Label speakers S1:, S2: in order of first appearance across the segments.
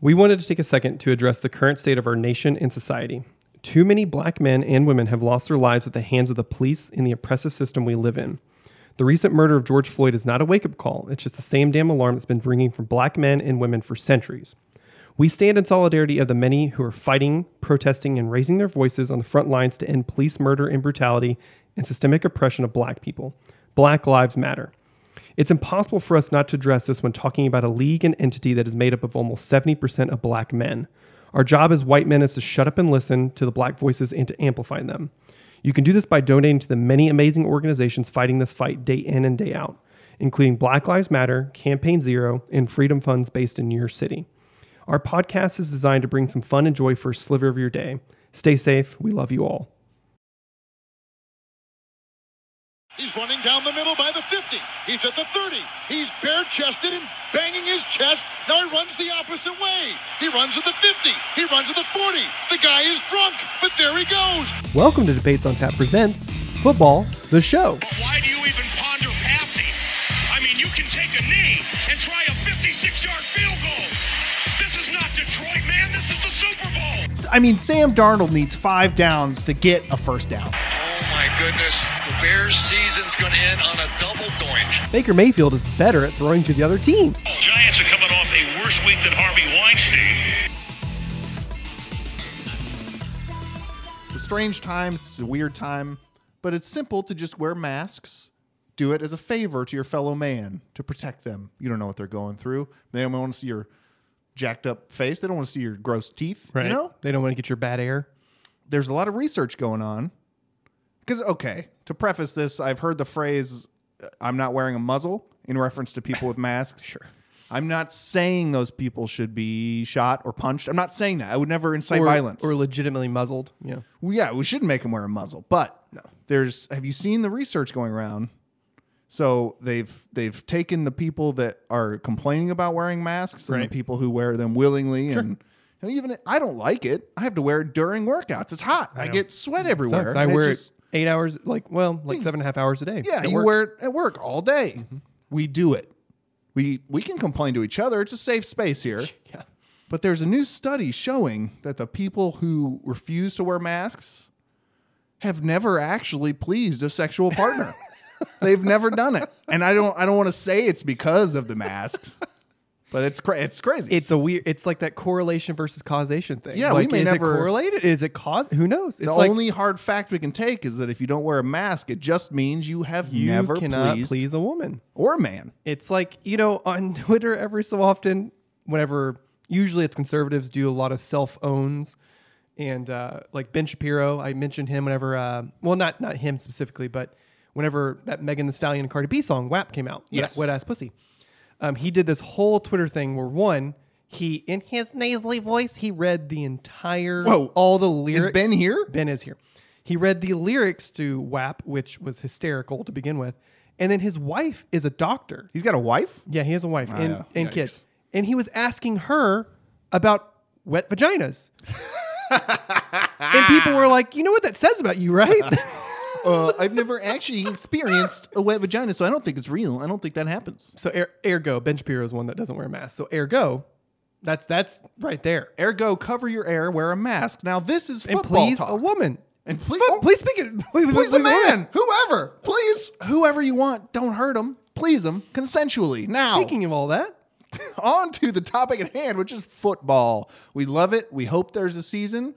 S1: We wanted to take a second to address the current state of our nation and society. Too many black men and women have lost their lives at the hands of the police in the oppressive system we live in. The recent murder of George Floyd is not a wake up call, it's just the same damn alarm that's been ringing from black men and women for centuries. We stand in solidarity of the many who are fighting, protesting, and raising their voices on the front lines to end police murder and brutality and systemic oppression of black people. Black Lives Matter. It's impossible for us not to address this when talking about a league and entity that is made up of almost 70% of black men. Our job as white men is to shut up and listen to the black voices and to amplify them. You can do this by donating to the many amazing organizations fighting this fight day in and day out, including Black Lives Matter, Campaign Zero, and Freedom Funds based in your city. Our podcast is designed to bring some fun and joy for a sliver of your day. Stay safe. We love you all.
S2: He's running down the middle by the 50. He's at the 30. He's bare chested and banging his chest. Now he runs the opposite way. He runs at the 50. He runs at the 40. The guy is drunk, but there he goes.
S1: Welcome to Debates on Tap Presents Football, the show.
S3: Why do you even ponder passing? I mean, you can take a knee and try a 56 yard field goal. This is not Detroit, man. This is the Super Bowl.
S4: I mean, Sam Darnold needs five downs to get a first down.
S5: Oh my goodness, the Bears season's gonna end on a double doink.
S1: Baker Mayfield is better at throwing to the other team.
S3: Giants are coming off a worse week than Harvey Weinstein.
S4: It's a strange time, it's a weird time, but it's simple to just wear masks. Do it as a favor to your fellow man to protect them. You don't know what they're going through. They don't want to see your jacked up face. They don't want to see your gross teeth. You know?
S1: They don't want to get your bad air.
S4: there's a lot of research going on. Because, okay, to preface this, I've heard the phrase, uh, I'm not wearing a muzzle in reference to people with masks. sure. I'm not saying those people should be shot or punched. I'm not saying that. I would never incite
S1: or,
S4: violence.
S1: Or legitimately muzzled. Yeah.
S4: Well, yeah, we should make them wear a muzzle, but there's have you seen the research going around? So they've they've taken the people that are complaining about wearing masks and
S1: Right.
S4: the people who wear them willingly and and even I don't like it. I have to wear it during workouts. It's hot. I, get sweat everywhere.
S1: Sucks. I
S4: and
S1: wear it
S4: just-
S1: eight hours, like, well, like seven and a half hours a day.
S4: Hmm. Yeah,
S1: At work.
S4: you
S1: Mm-hmm.
S4: wear it at work all day. We do it. We we can complain to each other. It's a safe space here.
S1: Yeah.
S4: But there's a new study showing that the people who refuse to wear masks have never actually pleased a sexual partner. They've never done it. And I don't I don't want to say it's because of the masks. But it's cra- it's crazy.
S1: It's a weird, it's like that correlation versus causation thing.
S4: Yeah, we
S1: like,
S4: may
S1: is
S4: never-
S1: it correlated? Is it cause? Who knows? It's
S4: the
S1: like
S4: only hard fact we can take is that if you don't wear a mask, it just means you have
S1: you
S4: never
S1: cannot
S4: pleased
S1: please a woman.
S4: or a man.
S1: It's like, you know, on Twitter every so often, whenever usually it's conservatives do a lot of self owns and uh, like Ben Shapiro, I mentioned him whenever uh, well not not him specifically, but whenever that Megan the Stallion and Cardi B song WAP came out.
S4: Yes.
S1: Wet ass pussy. Um, he did this whole Twitter thing where one, he in his nasally voice, he read the entire
S4: Whoa.
S1: all the lyrics.
S4: Ben here?
S1: Ben is here. He read the lyrics to WAP, which was hysterical to begin with. And then his wife is a doctor.
S4: He's got a wife?
S1: Yeah, he has a wife and,
S4: Ah, yeah.
S1: and
S4: Yikes.
S1: kids. And he was asking her about wet vaginas. and people were like, you know what that says about you, right?
S4: uh, I've never actually experienced a wet vagina, so I don't think it's real. I don't think that happens.
S1: so er- ergo, Ben Shapiro is one that doesn't wear a mask. So ergo, that's that's right there.
S4: Ergo, cover your air, wear a mask. Now this is
S1: And
S4: football
S1: please
S4: talk.
S1: a woman.
S4: and please,
S1: Fu-
S4: oh,
S1: please speak it. Please,
S4: please a
S1: please
S4: man, whoever, please whoever you want. Don't hurt them. Please them consensually. Now
S1: Speaking of all that,
S4: on to the topic at hand, which is football. We love it. We hope there's a season.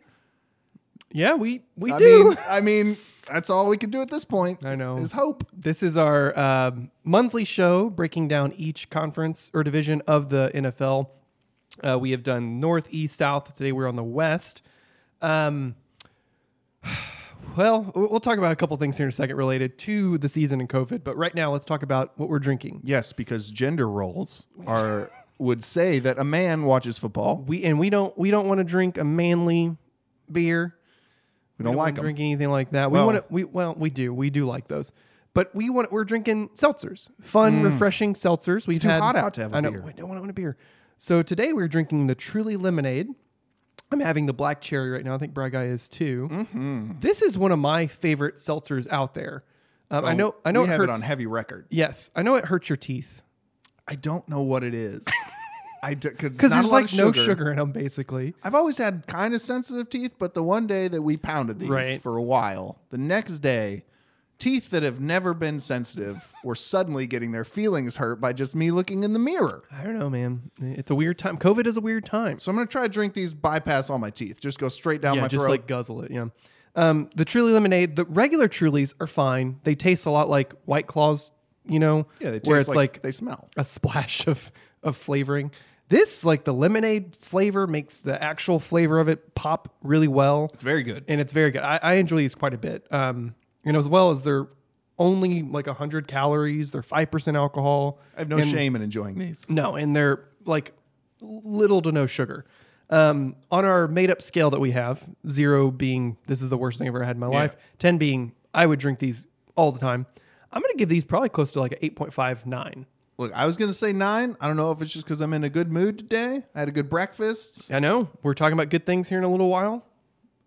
S1: yeah, we we
S4: I
S1: do.
S4: mean, I mean, that's all we can do at this point.
S1: I know.
S4: is hope.
S1: This is our um, monthly show breaking down each conference or division of the NFL. Uh, we have done North, East, South. Today we're on the West. Um, well, we- we'll talk about a couple things here in a second related to the season and COVID. But right now, let's talk about what we're drinking.
S4: Yes, because gender roles are would say that a man watches football.
S1: We and we don't we don't want to drink a manly beer.
S4: We don't,
S1: We
S4: like 'em. like
S1: don't
S4: them.
S1: drink anything like that.
S4: Well-
S1: we want to. We well, we do. We do like those. But we want. We're drinking seltzers, fun, refreshing seltzers. We've
S4: Mm. too
S1: had-
S4: hot out to have a
S1: I know.
S4: beer.
S1: I don't want to own a beer. So today we're drinking the Truly Lemonade. I'm having the black cherry right now. I think Bry Guy is too.
S4: Mm-hmm.
S1: This is one of my favorite seltzers out there. Um, I know. I know
S4: Oh, we
S1: it
S4: have
S1: hurts.
S4: it on heavy record.
S1: Yes, I know it hurts your teeth.
S4: I don't know what it is. I because
S1: because there's like no sugar in them, basically.
S4: I've always had kind of sensitive teeth, but the one day that we pounded these
S1: Right.
S4: for a while, the next day, teeth that have never been sensitive were suddenly getting their feelings hurt by just me looking in the mirror.
S1: I don't know, man. It's a weird time. COVID is a weird time.
S4: So I'm gonna try to drink these, bypass all my teeth, just go straight down
S1: yeah,
S4: my
S1: just
S4: throat.
S1: like guzzle it. Yeah. Um, the Truly lemonade, the regular Trulies are fine. They taste a lot like White Claws, you know.
S4: yeah, they taste
S1: where it's like,
S4: they smell.
S1: a splash of of flavoring. This like the lemonade flavor makes the actual flavor of it pop really well.
S4: It's very good.
S1: and it's very good. I, I enjoy these quite a bit. Um, and as well as they're only like hundred calories. They're five percent alcohol.
S4: I have no
S1: and,
S4: shame in enjoying these.
S1: No, and they're like little to no sugar. Um, on our made up scale that we have, zero being this is the worst thing I've ever had in my life, 10 being I would drink these all the time. I'm going to give these probably close to like an 8.5, 9.
S4: Look, I was gonna say nine. I don't know if it's just because I'm in a good mood today. I had a good breakfast.
S1: I know we're talking about good things here in a little while.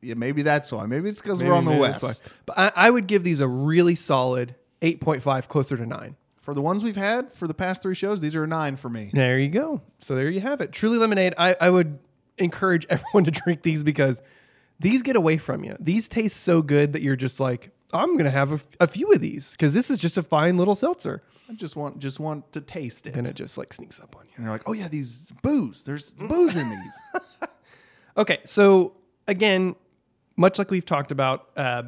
S4: Yeah, maybe that's why. Maybe it's because we're on the
S1: Maybe
S4: west.
S1: that's why. But I, I would give these a really solid 8.5, closer to 9.
S4: For the ones we've had for the past three shows, these are a nine for me.
S1: There you go. So there you have it. Truly lemonade. I, I would encourage everyone to drink these because these get away from you. These taste so good that you're just like, I'm going to have a, f- a few of these because this is just a fine little seltzer.
S4: I just want just want to taste it.
S1: And it just like sneaks up on you.
S4: And they're like, oh yeah, these booze. There's booze in these.
S1: Okay, so again, much like we've talked about, uh,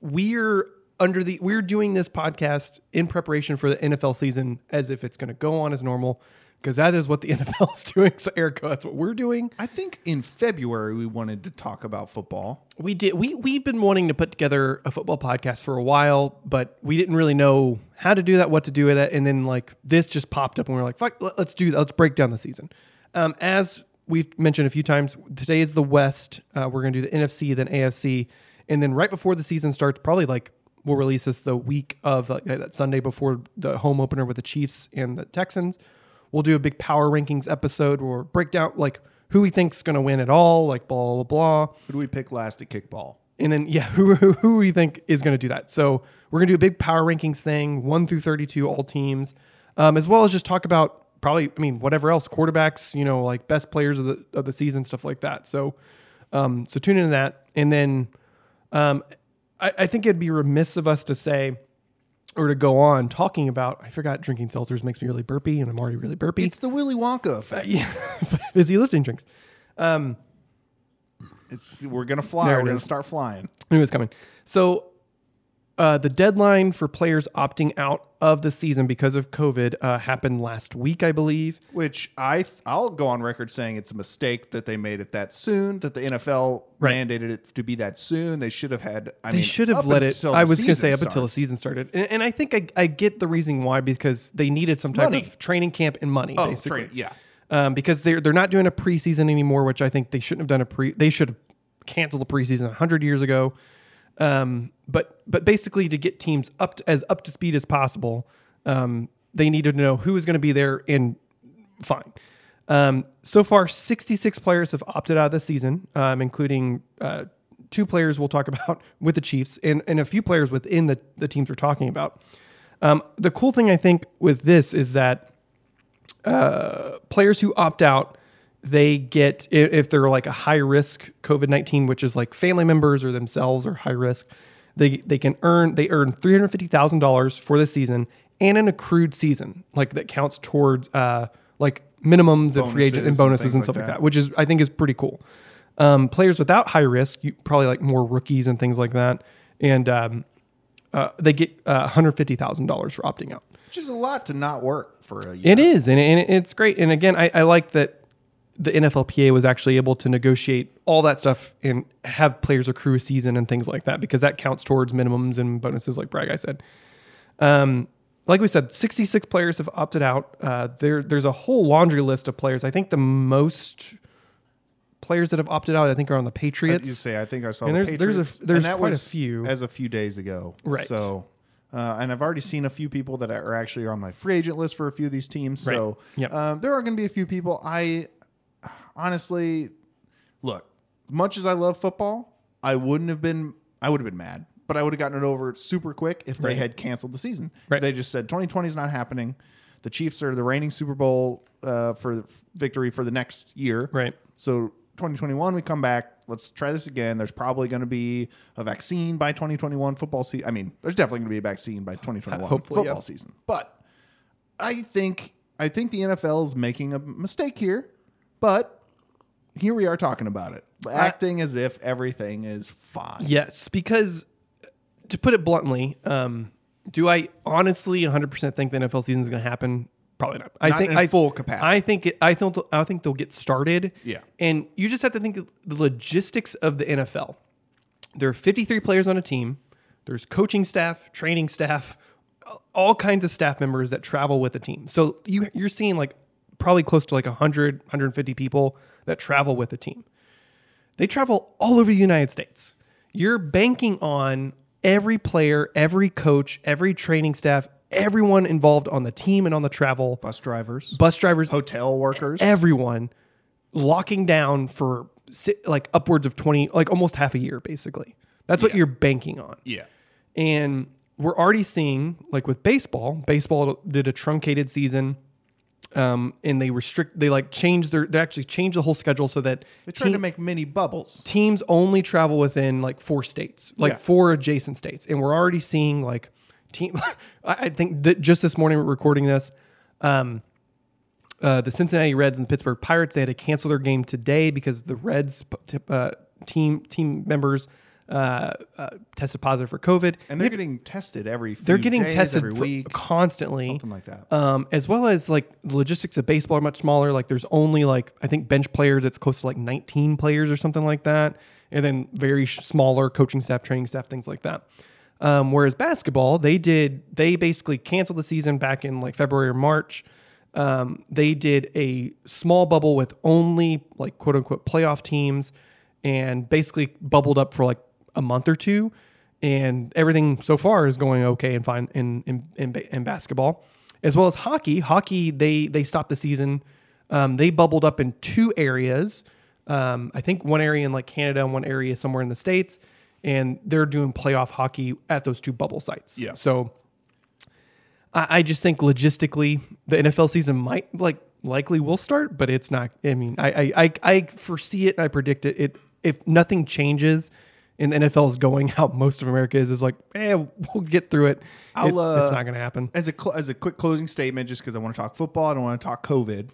S1: we're under the we're doing this podcast in preparation for the NFL season as if it's going to go on as normal because that is what the NFL is doing. So, Erica, that's what we're doing.
S4: I think in February we wanted to talk about football.
S1: We did we we've been wanting to put together a football podcast for a while, but we didn't really know how to do that, what to do with it, and then like this just popped up, and we were like, "Fuck, let- let's do that. Let's break down the season." Um, as we've mentioned a few times, today is the West. Uh, we're going to do the NFC, then AFC, and then right before the season starts, probably like we'll release this the week of like, that Sunday before the home opener with the Chiefs and the Texans. We'll do a big power rankings episode where we'll break down like who we think's going to win at all, like blah blah blah
S4: Who do we pick last at kickball?
S1: and then yeah, who who, who you think is going to do that? So we're going to do a big power rankings thing, one through thirty-two, all teams, um, as well as just talk about probably I mean whatever else, quarterbacks, you know, like best players of the of the season, stuff like that. So um, so tune into that, and then um, I, I think it'd be remiss of us to say. Or to go on talking about, I forgot drinking seltzers makes me really burpy, and I'm already really burpy.
S4: It's the Willy Wonka effect.
S1: yeah, busy lifting drinks.
S4: It's we're gonna fly.
S1: There it
S4: we're gonna
S1: is.
S4: start flying.
S1: I knew it was coming. So, uh, the deadline for players opting out of the season because of COVID uh, happened last week, I believe.
S4: Which I th- I'll go on record saying it's a mistake that they made it that soon. That the NFL
S1: Right.
S4: mandated it to be that soon. They should have had. I
S1: They
S4: mean,
S1: should have
S4: up
S1: let it.
S4: until
S1: I
S4: the
S1: was going to
S4: season
S1: say up until the
S4: starts.
S1: season started, and, and I think I, I get the reason why because they needed some type
S4: Money.
S1: of training camp and money,
S4: Oh,
S1: basically.
S4: train- yeah.
S1: um, because they're they're not doing a preseason anymore, which I think they shouldn't have done a pre. They should have canceled the preseason hundred years ago. Um, but but basically, to get teams up to, as up to speed as possible, um, they needed to know who is going to be there and fine. Um, so far, 66 players have opted out of the season, um, including uh, two players we'll talk about with the Chiefs and, and a few players within the, the teams we're talking about. Um, the cool thing I think with this is that uh, players who opt out, they get, i- if they're like a high risk COVID 19, which is like family members or themselves are high risk, they, they can earn, they earn $350,000 for the season and an accrued season, like that counts towards uh, like minimums and free agent and
S4: Bonuses and
S1: bonuses and
S4: things
S1: stuff
S4: like
S1: like that.
S4: that.
S1: which is I think is pretty cool. Um, players without high risk, you probably like more rookies and things like that, and um, uh, they get uh, one hundred fifty thousand dollars for opting out.
S4: Which is a lot to not work for a year.
S1: It is, and, and it's great. And again, I, I like that the NFLPA was actually able to negotiate all that stuff and have players accrue a season and things like that because that counts towards minimums and bonuses, like Bragg I said. Um, like we said, 66 players have opted out. Uh, there, there's a whole laundry list of players. I think the most players that have opted out, I think, are on the
S4: you
S1: Patriots.
S4: say I think I saw.
S1: And
S4: the
S1: there's- there's a-
S4: Patriots,
S1: there's
S4: and that
S1: quite a
S4: was
S1: few.
S4: as a few days ago,
S1: Right.
S4: So, uh, and I've already seen a few people that are actually on my free agent list for a few of these teams. So,
S1: Yep.
S4: um, there are going to be a few people. I honestly look, as much as I love football, I wouldn't have been. I would have been mad, but I would have gotten it over super quick if they had canceled the season. If
S1: Right.
S4: They just said 2020 is not happening. The Chiefs are the reigning Super Bowl uh, for the f- victory for the next year.
S1: Right.
S4: So 2021, we come back. Let's try this again. There's probably going to be a vaccine by 2021 football season. I mean, there's definitely going to be a vaccine by 2021
S1: Hopefully,
S4: football
S1: yeah.
S4: season. But I think I think the NFL is making a mistake here. But here we are talking about it, acting as if everything is fine.
S1: Yes, because uh, to put it bluntly, um, do I honestly 100% think the NFL season is going to happen? Probably not. I
S4: Not
S1: think
S4: in
S1: I,
S4: full capacity.
S1: I think it, I think they'll- I think they'll get started.
S4: Yeah.
S1: and you just have to think of the logistics of the NFL. There are 53 players on a team. There's coaching staff, training staff, all kinds of staff members that travel with the team. So you you're seeing like probably close to like 100, 150 people that travel with the team. They travel all over the United States. You're banking on every player, every coach, every training staff, everyone involved on the team and on the travel,
S4: Bus drivers,
S1: bus drivers,
S4: hotel workers.
S1: everyone locking down for si- like upwards of 20, like almost half a year, basically. That's what you're banking on.
S4: yeah.
S1: And we're already seeing, like with baseball, baseball did a truncated season. Um, and they restrict, they like changed their, they actually changed the whole schedule so that
S4: They tried to make mini bubbles.
S1: teams only travel within like four states, like
S4: Yeah.
S1: four adjacent states, and we're already seeing like team. I I think that just this morning we're recording this. Um, uh, the Cincinnati Reds and the Pittsburgh Pirates they had to cancel their game today because the Reds uh, team team members uh, uh, tested positive for COVID.
S4: and they're getting tested every. Few
S1: They're getting
S4: days,
S1: tested
S4: every
S1: for-
S4: week,
S1: constantly,
S4: something like that.
S1: um, as well as like the logistics of baseball are much smaller. Like there's only like I think bench players. It's close to like 19 players or something like that, and then very sh- smaller coaching staff, training staff, things like that. Um, whereas basketball, they did they basically canceled the season back in like February or March. Um, they did a small bubble with only like quote unquote playoff teams, and basically bubbled up for like a month or two. And everything so far is going okay and fine in in, in, ba- in basketball as well as hockey. Hockey they they stopped the season. Um, they bubbled up in two areas. Um, I think one area in like Canada and one area somewhere in the states, and they're doing playoff hockey at those two bubble sites.
S4: Yeah.
S1: So I, I just think logistically the NFL season might like likely will start, but it's not. I mean, I I I, I foresee it. I predict it. It if nothing changes. And the NFL is going how most of America is is like, eh, we'll get through it.
S4: I'll,
S1: It-
S4: uh,
S1: it's not going to happen.
S4: as a cl- as a quick closing statement, just because I want to talk football, I don't want to talk COVID.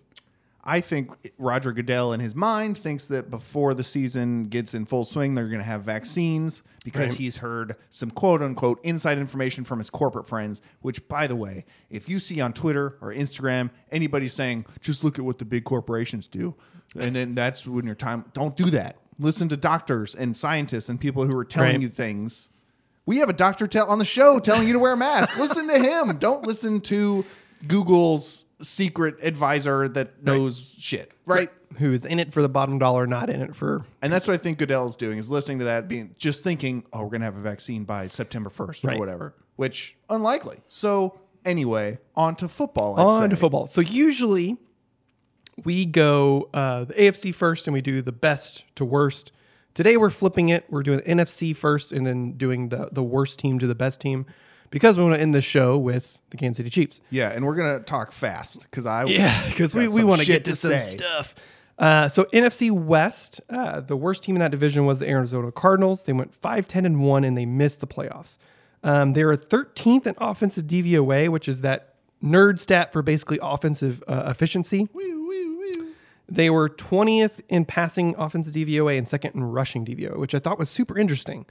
S4: I think Roger Goodell, in his mind, thinks that before the season gets in full swing, they're going to have vaccines because he's heard some quote unquote inside information from his corporate friends. Which, by the way, if you see on Twitter or Instagram anybody saying, just look at what the big corporations do, and then that's when your time, don't do that. Listen to doctors and scientists and people who are telling
S1: Right.
S4: you things. We have a doctor tell on the show telling you to wear a mask. listen to him. Don't listen to Google's secret advisor that knows shit, right?
S1: who is in it for the bottom dollar, not in it for
S4: And that's what I think Goodell's doing is listening to that, being just thinking, oh, we're gonna have a vaccine by September first or
S1: Right.
S4: whatever, which unlikely. So anyway, on to football. I'd
S1: on to
S4: say.
S1: football. So usually we go uh, the AFC first and we do the best to worst. Today we're flipping it. We're doing NFC first and then doing the, the worst team to the best team because we want to end this show with the Kansas City Chiefs.
S4: Yeah, and we're gonna talk fast because I
S1: Yeah, because we,
S4: got
S1: we
S4: some
S1: want to get
S4: shit
S1: to,
S4: to
S1: some
S4: say.
S1: stuff. Uh, so NFC West, uh, the worst team in that division was the Arizona Cardinals. They went 5 10 and 1 and they missed the playoffs. Um, they were 13th in offensive DVOA, which is that nerd stat for basically offensive uh, efficiency. They were 20th in passing offensive DVOA and second in rushing DVOA, which I thought was super interesting.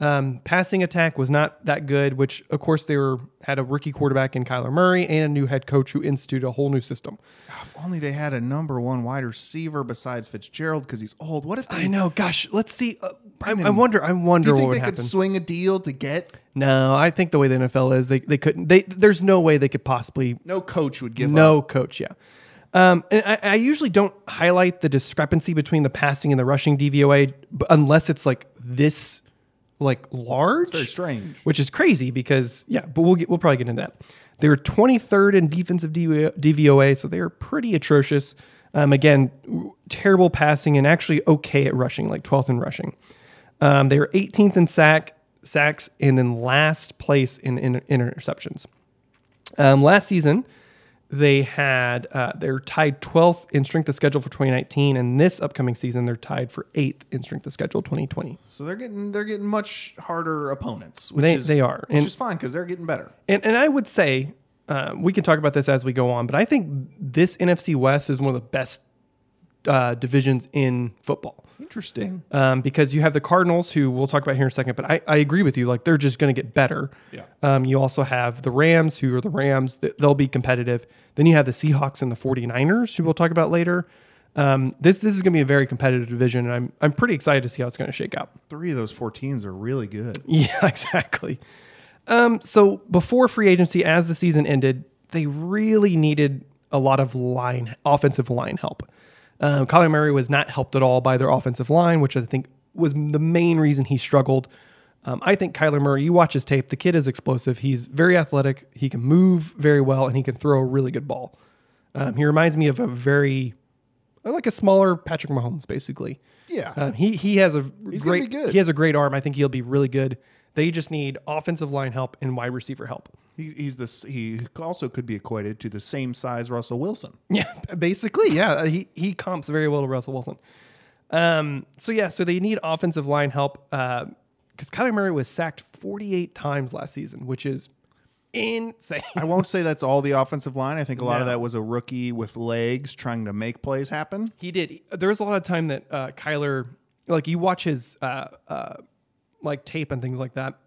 S1: Um, passing attack was not that good, which of course they were had a rookie quarterback in Kyler Murray and a new head coach who instituted a whole new system.
S4: If only they had a number one wide receiver besides Fitzgerald because he's old. What if they,
S1: I know. Gosh, let's see. Uh, I, I wonder. I wonder
S4: Do
S1: what
S4: you think
S1: would
S4: they
S1: happen.
S4: could swing a deal to get?
S1: no, I think the way the NFL is, they, they couldn't. They there's no way they could possibly
S4: No coach would give up.
S1: no coach. Yeah. Um, and I, I usually don't highlight the discrepancy between the passing and the rushing DVOA b- unless it's like this, like large.
S4: very strange.
S1: Which is crazy because yeah, but we'll get, we'll probably get into that. They were 23rd in defensive DVOA, DVOA, so they were pretty atrocious. Um, again, w- terrible passing and actually okay at rushing, like 12th in rushing. Um, they were 18th in sack sacks and then last place in, in, interceptions. Um, last season, they had uh, they're tied 12th in strength of schedule for 2019, and this upcoming season they're tied for eighth in strength of schedule 2020.
S4: So they're getting they're getting much harder opponents. Which
S1: They-
S4: is,
S1: they are.
S4: which
S1: And-
S4: is fine because they're getting better.
S1: And and I would say uh, we can talk about this as we go on, but I think this NFC West is one of the best uh, divisions in football.
S4: Interesting.
S1: um, because you have the Cardinals, who we'll talk about here in a second. But I, I agree with you; like they're just going to get better.
S4: Yeah.
S1: Um, you also have the Rams, who are the Rams; th- they'll be competitive. Then you have the Seahawks and the 49ers, who we'll talk about later. Um, this this is going to be a very competitive division, and I'm I'm pretty excited to see how it's going to shake out.
S4: Three of those four teams are really good.
S1: Yeah, exactly. Um, so before free agency, as the season ended, they really needed a lot of line offensive line help. Um, Kyler Murray was not helped at all by their offensive line, which I think was the main reason he struggled. Um, I think Kyler Murray, you watch his tape, the kid is explosive. He's very athletic. He can move very well, and he can throw a really good ball. Um, he reminds me of a very, like a smaller Patrick Mahomes, basically.
S4: Yeah.
S1: Um, he he has a
S4: gonna
S1: great
S4: be good.
S1: he has a great arm. I think he'll be really good. They just need offensive line help and wide receiver help.
S4: He, he's this. He also could be equated to the same size Russell Wilson.
S1: Yeah, basically, yeah. Uh, He he comps very well to Russell Wilson. Um, so yeah, so they need offensive line help because Kyler Murray was sacked 48 times last season, which is insane.
S4: I won't say that's all the offensive line. I think a lot of
S1: No.
S4: that was a rookie with legs trying to make plays happen.
S1: He did. There was a lot of time that uh, Kyler, like you watch his uh, uh, like tape and things like that.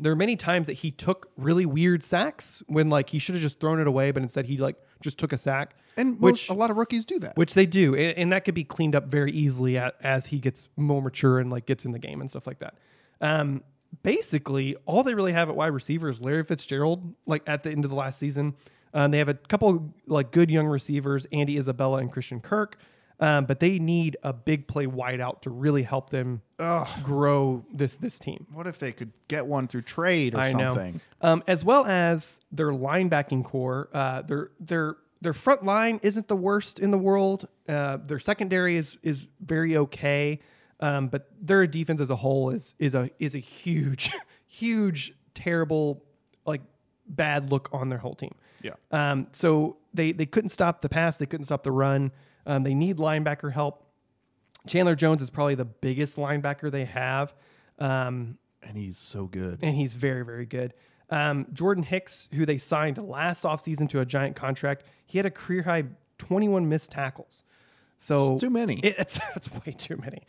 S1: There are many times that he took really weird sacks when like he should have just thrown it away, but instead he like just took a sack.
S4: And
S1: which
S4: which a lot of rookies do that.
S1: which they do, and, and that could be cleaned up very easily a- as he gets more mature and like gets in the game and stuff like that. Um, basically, all they really have at wide receiver is Larry Fitzgerald. Like at the end of the last season, um, they have a couple like good young receivers, Andy Isabella and Christian Kirk. Um, but they need a big play wide out to really help them grow this this team.
S4: what if they could get one through trade or something?
S1: Um, as well as their linebacking core, uh, their their their front line isn't the worst in the world. Uh, their secondary is is very okay, um, but their defense as a whole is is a is a huge, huge, terrible, like bad look on their whole team.
S4: Yeah.
S1: Um, so they they couldn't stop the pass. They couldn't stop the run. Um, they need linebacker help. Chandler Jones is probably the biggest linebacker they have. Um,
S4: And he's so good.
S1: and he's very, very good. Um, Jordan Hicks, who they signed last offseason to a giant contract, he had a career high 21 missed tackles. So
S4: It's too many.
S1: It- it's that's way too many.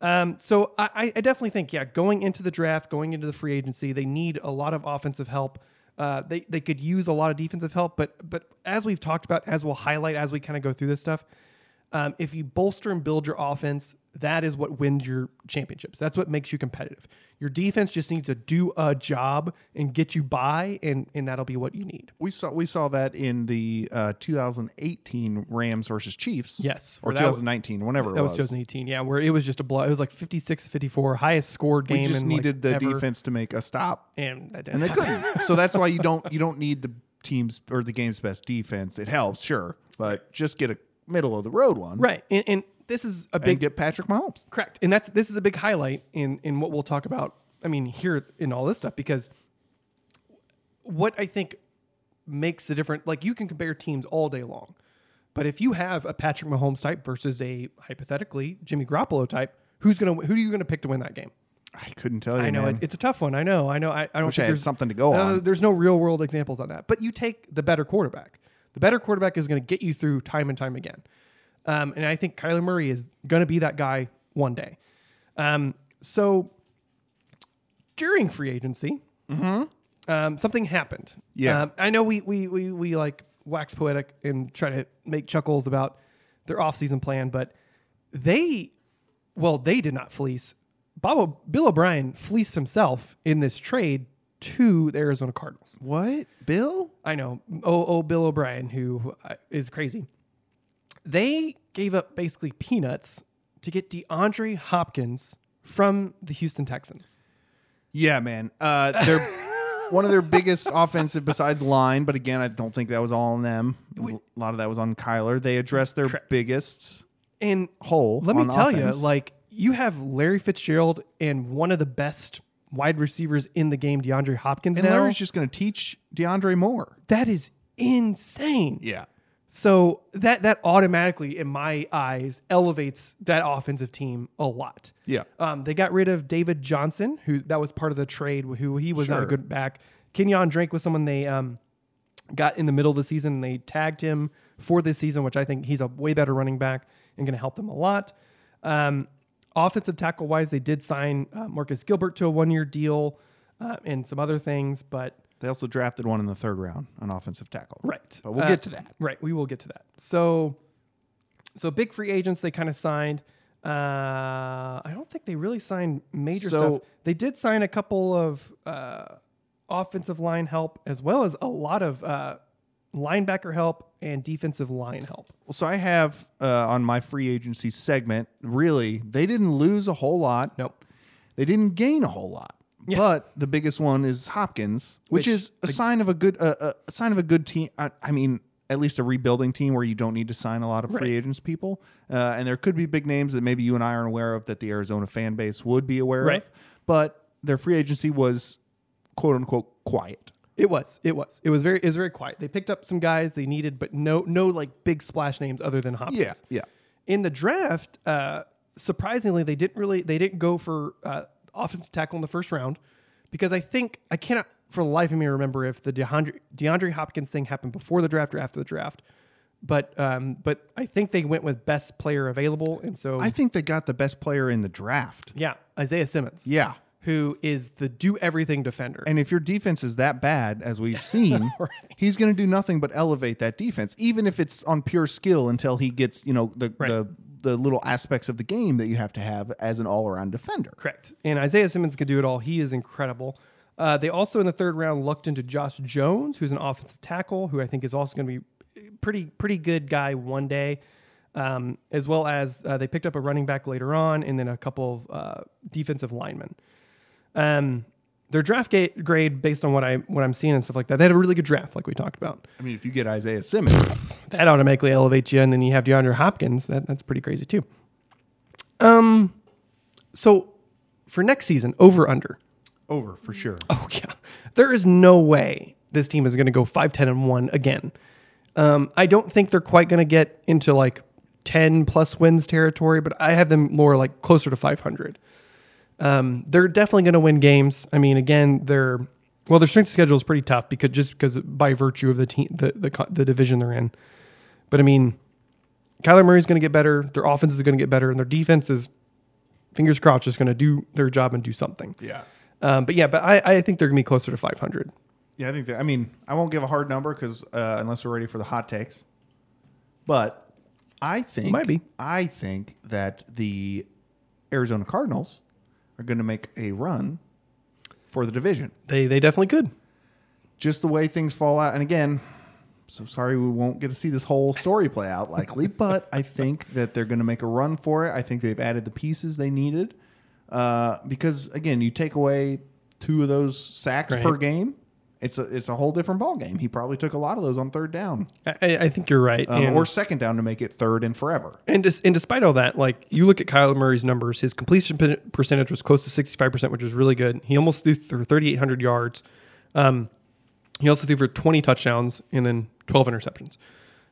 S1: Um, so I- I, I definitely think, yeah, going into the draft, going into the free agency, they need a lot of offensive help. Uh, they they could use a lot of defensive help, but but as we've talked about, as we'll highlight as we kind of go through this stuff, um, if you bolster and build your offense, that is what wins your championships. That's what makes you competitive. Your defense just needs to do a job and get you by, and and that'll be what you need.
S4: We saw we saw that in the uh, 2018 Rams versus Chiefs.
S1: Yes,
S4: or
S1: where that was-
S4: 2019, whenever it
S1: That was
S4: was.
S1: 2018, yeah, where it was just a blow. It was like 56-54, highest scored game.
S4: we just
S1: in, like,
S4: needed the
S1: ever.
S4: defense to make a stop,
S1: and that didn't
S4: and they
S1: happen.
S4: couldn't. so that's why you don't you don't need the team's or the game's best defense. It helps, sure, but just get a middle of the road one,
S1: Right, and, and this is a big
S4: And get Patrick Mahomes.
S1: Correct. And that's this is a big highlight in in what we'll talk about. I mean, here in all this stuff because what I think makes the difference like you can compare teams all day long. But if you have a Patrick Mahomes type versus a hypothetically Jimmy Garoppolo type, who's going to who are you going to pick to win that game?
S4: I couldn't tell you.
S1: I know
S4: man.
S1: it's, it's a tough one. I know. I know. I, I don't
S4: Wish
S1: think
S4: I had
S1: there's
S4: something to go
S1: uh,
S4: on.
S1: There's no real world examples on that. But you take the better quarterback. The better quarterback is going to get you through time and time again. Um, and I think Kyler Murray is going to be that guy one day. Um, so during free agency, um, something happened.
S4: Yeah.
S1: Um, I know we, we we we like wax poetic and try to make chuckles about their offseason plan, but they well, they did not fleece. Bob, Bill O'Brien fleeced himself in this trade to the Arizona Cardinals.
S4: what Bill?
S1: I know. Oh, oh, Bill O'Brien, who uh, is crazy. They gave up basically peanuts to get DeAndre Hopkins from the Houston Texans.
S4: Yeah, man. Uh, they're one of their biggest offensive besides line, but again, I don't think that was all on them. a lot of that was on Kyler. They addressed their biggest
S1: And
S4: hole.
S1: let me
S4: on
S1: tell
S4: offense.
S1: you, like you have Larry Fitzgerald and one of the best wide receivers in the game, DeAndre Hopkins.
S4: and
S1: now.
S4: Larry's just going to teach DeAndre more.
S1: that is insane.
S4: Yeah.
S1: So that that automatically, in my eyes, elevates that offensive team a lot.
S4: Yeah.
S1: Um, they got rid of David Johnson, who that was part of the trade, who he was not a
S4: Sure.
S1: good back. Kenyon Drake was someone they um, got in the middle of the season and they tagged him for this season, which I think he's a way better running back and going to help them a lot. Um, offensive tackle wise, they did sign uh, Marcus Gilbert to a one year deal uh, and some other things, but
S4: They also drafted one in the third round, an offensive tackle.
S1: Right.
S4: But we'll
S1: Uh,
S4: get to that.
S1: Right. We will get to that. So, so big free agents they kind of signed. Uh, I don't think they really signed major
S4: So-
S1: stuff. They did sign a couple of uh, offensive line help as well as a lot of uh, linebacker help and defensive line help.
S4: Well, so I have uh, on my free agency segment, really, they didn't lose a whole lot.
S1: Nope.
S4: They didn't gain a whole lot. But the biggest one is Hopkins, which,
S1: Which-
S4: is a sign of a good uh, uh, a sign of a good team. I, I mean, at least a rebuilding team where you don't need to sign a lot of free agents people. Uh, and there could be big names that maybe you and I aren't aware of that the Arizona fan base would be aware
S1: Right.
S4: of. But their free agency was quote unquote quiet.
S1: It was. It was. It was very. It was very quiet. They picked up some guys they needed, but no, no like big splash names other than Hopkins.
S4: Yeah.
S1: in the draft, uh, surprisingly, they didn't really they didn't go for uh, offensive tackle in the first round because I think I cannot for the life of me remember if the DeAndre, DeAndre Hopkins thing happened before the draft or after the draft. But um, but I think they went with best player available, and so
S4: I think they got the best player in the draft.
S1: yeah, Isaiah Simmons,
S4: Yeah.
S1: who is the do everything defender.
S4: And if your defense is that bad as we've seen, he's going to do nothing but elevate that defense, even if it's on pure skill until he gets, you know, the the, the little aspects of the game that you have to have as an all-around defender.
S1: Correct. And Isaiah Simmons can do it all. He is incredible. Uh, they also in the third round lucked into Josh Jones, who's an offensive tackle, who I think is also going to be pretty pretty good guy one day. Um, as well as uh, they picked up a running back later on, and then a couple of uh, defensive linemen. Um, their draft ga- grade, based on what I what I'm seeing and stuff like that, they had a really good draft, like we talked about.
S4: I mean, if you get Isaiah Simmons,
S1: That automatically elevates you, and then you have DeAndre Hopkins. That, that's pretty crazy too. Um, so for next season, over under.
S4: over for sure.
S1: Oh yeah, there is no way this team is going to go 5 10 and 1 again. Um, I don't think they're quite going to get into like 10 plus wins territory, but I have them more like closer to 500. Um, they're definitely going to win games. I mean, again, they're well, their strength of schedule is pretty tough because just because by virtue of the team, the, the co- the division they're in. But I mean, Kyler Murray's going to get better. Their offense is going to get better, and their defense is, fingers crossed, just going to do their job and do something.
S4: Yeah.
S1: Um, but yeah, but I, I think they're gonna be closer to 500.
S4: Yeah, I think that I mean, I won't give a hard number cuz uh, unless we're ready for the hot takes. But I think
S1: Might be.
S4: I think that the Arizona Cardinals are going to make a run for the division.
S1: They they definitely could.
S4: just the way things fall out. And again, so sorry we won't get to see this whole story play out likely, but I think that they're going to make a run for it. I think they've added the pieces they needed uh, because again, you take away two of those sacks
S1: Right.
S4: per game. It's a, it's a whole different ball game. He probably took a lot of those on third down
S1: I, I I think you're right.
S4: um,
S1: and,
S4: or second down to make it third and forever.
S1: and, dis, and despite all that, like you look at Kyler Murray's numbers, his completion pe- percentage was close to 65, percent which is really good. He almost threw for 3,800 yards. Um, he also threw for 20 touchdowns and then 12 interceptions.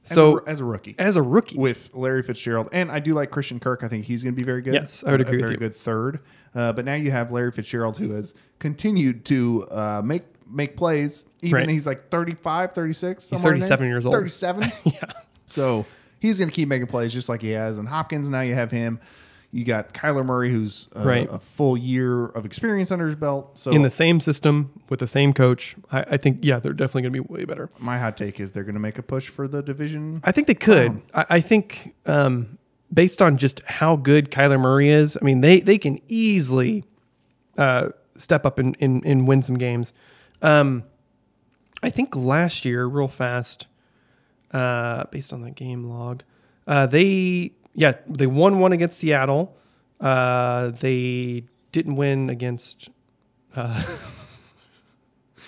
S1: So
S4: as a, as a rookie
S1: as a rookie,
S4: with Larry Fitzgerald, and I do like Christian Kirk. I think he's going to be very good.
S1: Yes, I would
S4: Uh,
S1: agree with
S4: a very
S1: you.
S4: good third. Uh, but now you have Larry Fitzgerald, who has continued to uh, make make plays. Even
S1: Right.
S4: he's like 35, 36. somewhere in there.
S1: 37 years old.
S4: 37. yeah. So he's going to keep making plays just like he has. And Hopkins, now you have him. You got Kyler Murray, who's uh,
S1: Right.
S4: a full year of experience under his belt. So
S1: in the same system with the same coach, I, I think yeah, they're definitely gonna be way better.
S4: my hot take is they're going to make a push for the division.
S1: I think they could. I, I think um, based on just how good Kyler Murray is, I mean they they can easily uh, step up and, and, and win some games. Um, I think last year, real fast, uh, based on the game log, uh, they yeah they won one against Seattle. Uh, they didn't win against. Uh,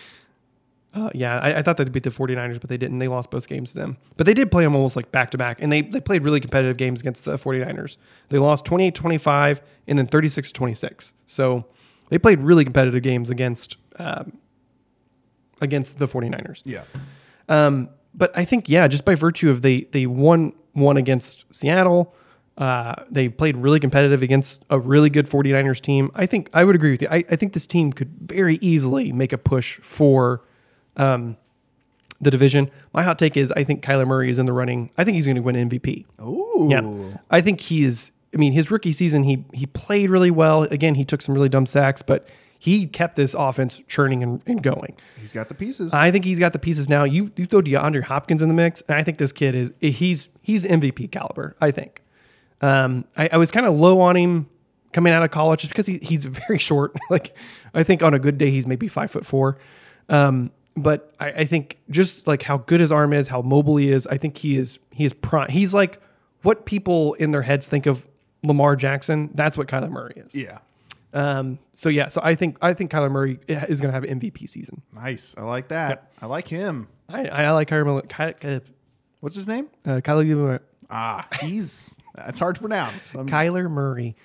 S1: uh, yeah, I, I thought they beat the 49ers, but they didn't. They lost both games to them. But they did play them almost like back to back, and they, they played really competitive games against the 49ers. They lost 28 25 and then 36 26. So they played really competitive games against um, against the 49ers.
S4: Yeah.
S1: but I think yeah, just by virtue of they they won one against Seattle, uh, they played really competitive against a really good 49ers team. I think I would agree with you. I, I think this team could very easily make a push for um, the division. My hot take is I think Kyler Murray is in the running. I think he's going to win MVP.
S4: Ooh.
S1: Yeah, I think he is. I mean, his rookie season, he he played really well. Again, he took some really dumb sacks, but he kept this offense churning and, and going.
S4: He's got the pieces.
S1: I think he's got the pieces now. You you throw DeAndre Hopkins in the mix, and I think this kid is he's he's MVP caliber. I think. Um, I, I was kind of low on him coming out of college just because he, he's very short. like I think on a good day he's maybe five foot four. Um, but I, I think just like how good his arm is, how mobile he is, I think he is he is prime. He's like what people in their heads think of Lamar Jackson. That's what Kyler Murray is.
S4: yeah.
S1: Um, so yeah, so I think I think Kyler Murray is going to have an MVP season.
S4: Nice. I like that. I like him.
S1: I, I like Kyler Miller. Ky, uh,
S4: What's his name?
S1: uh, Kyler Murray.
S4: Ah, he's. That's hard to pronounce. I'm-
S1: Kyler Murray.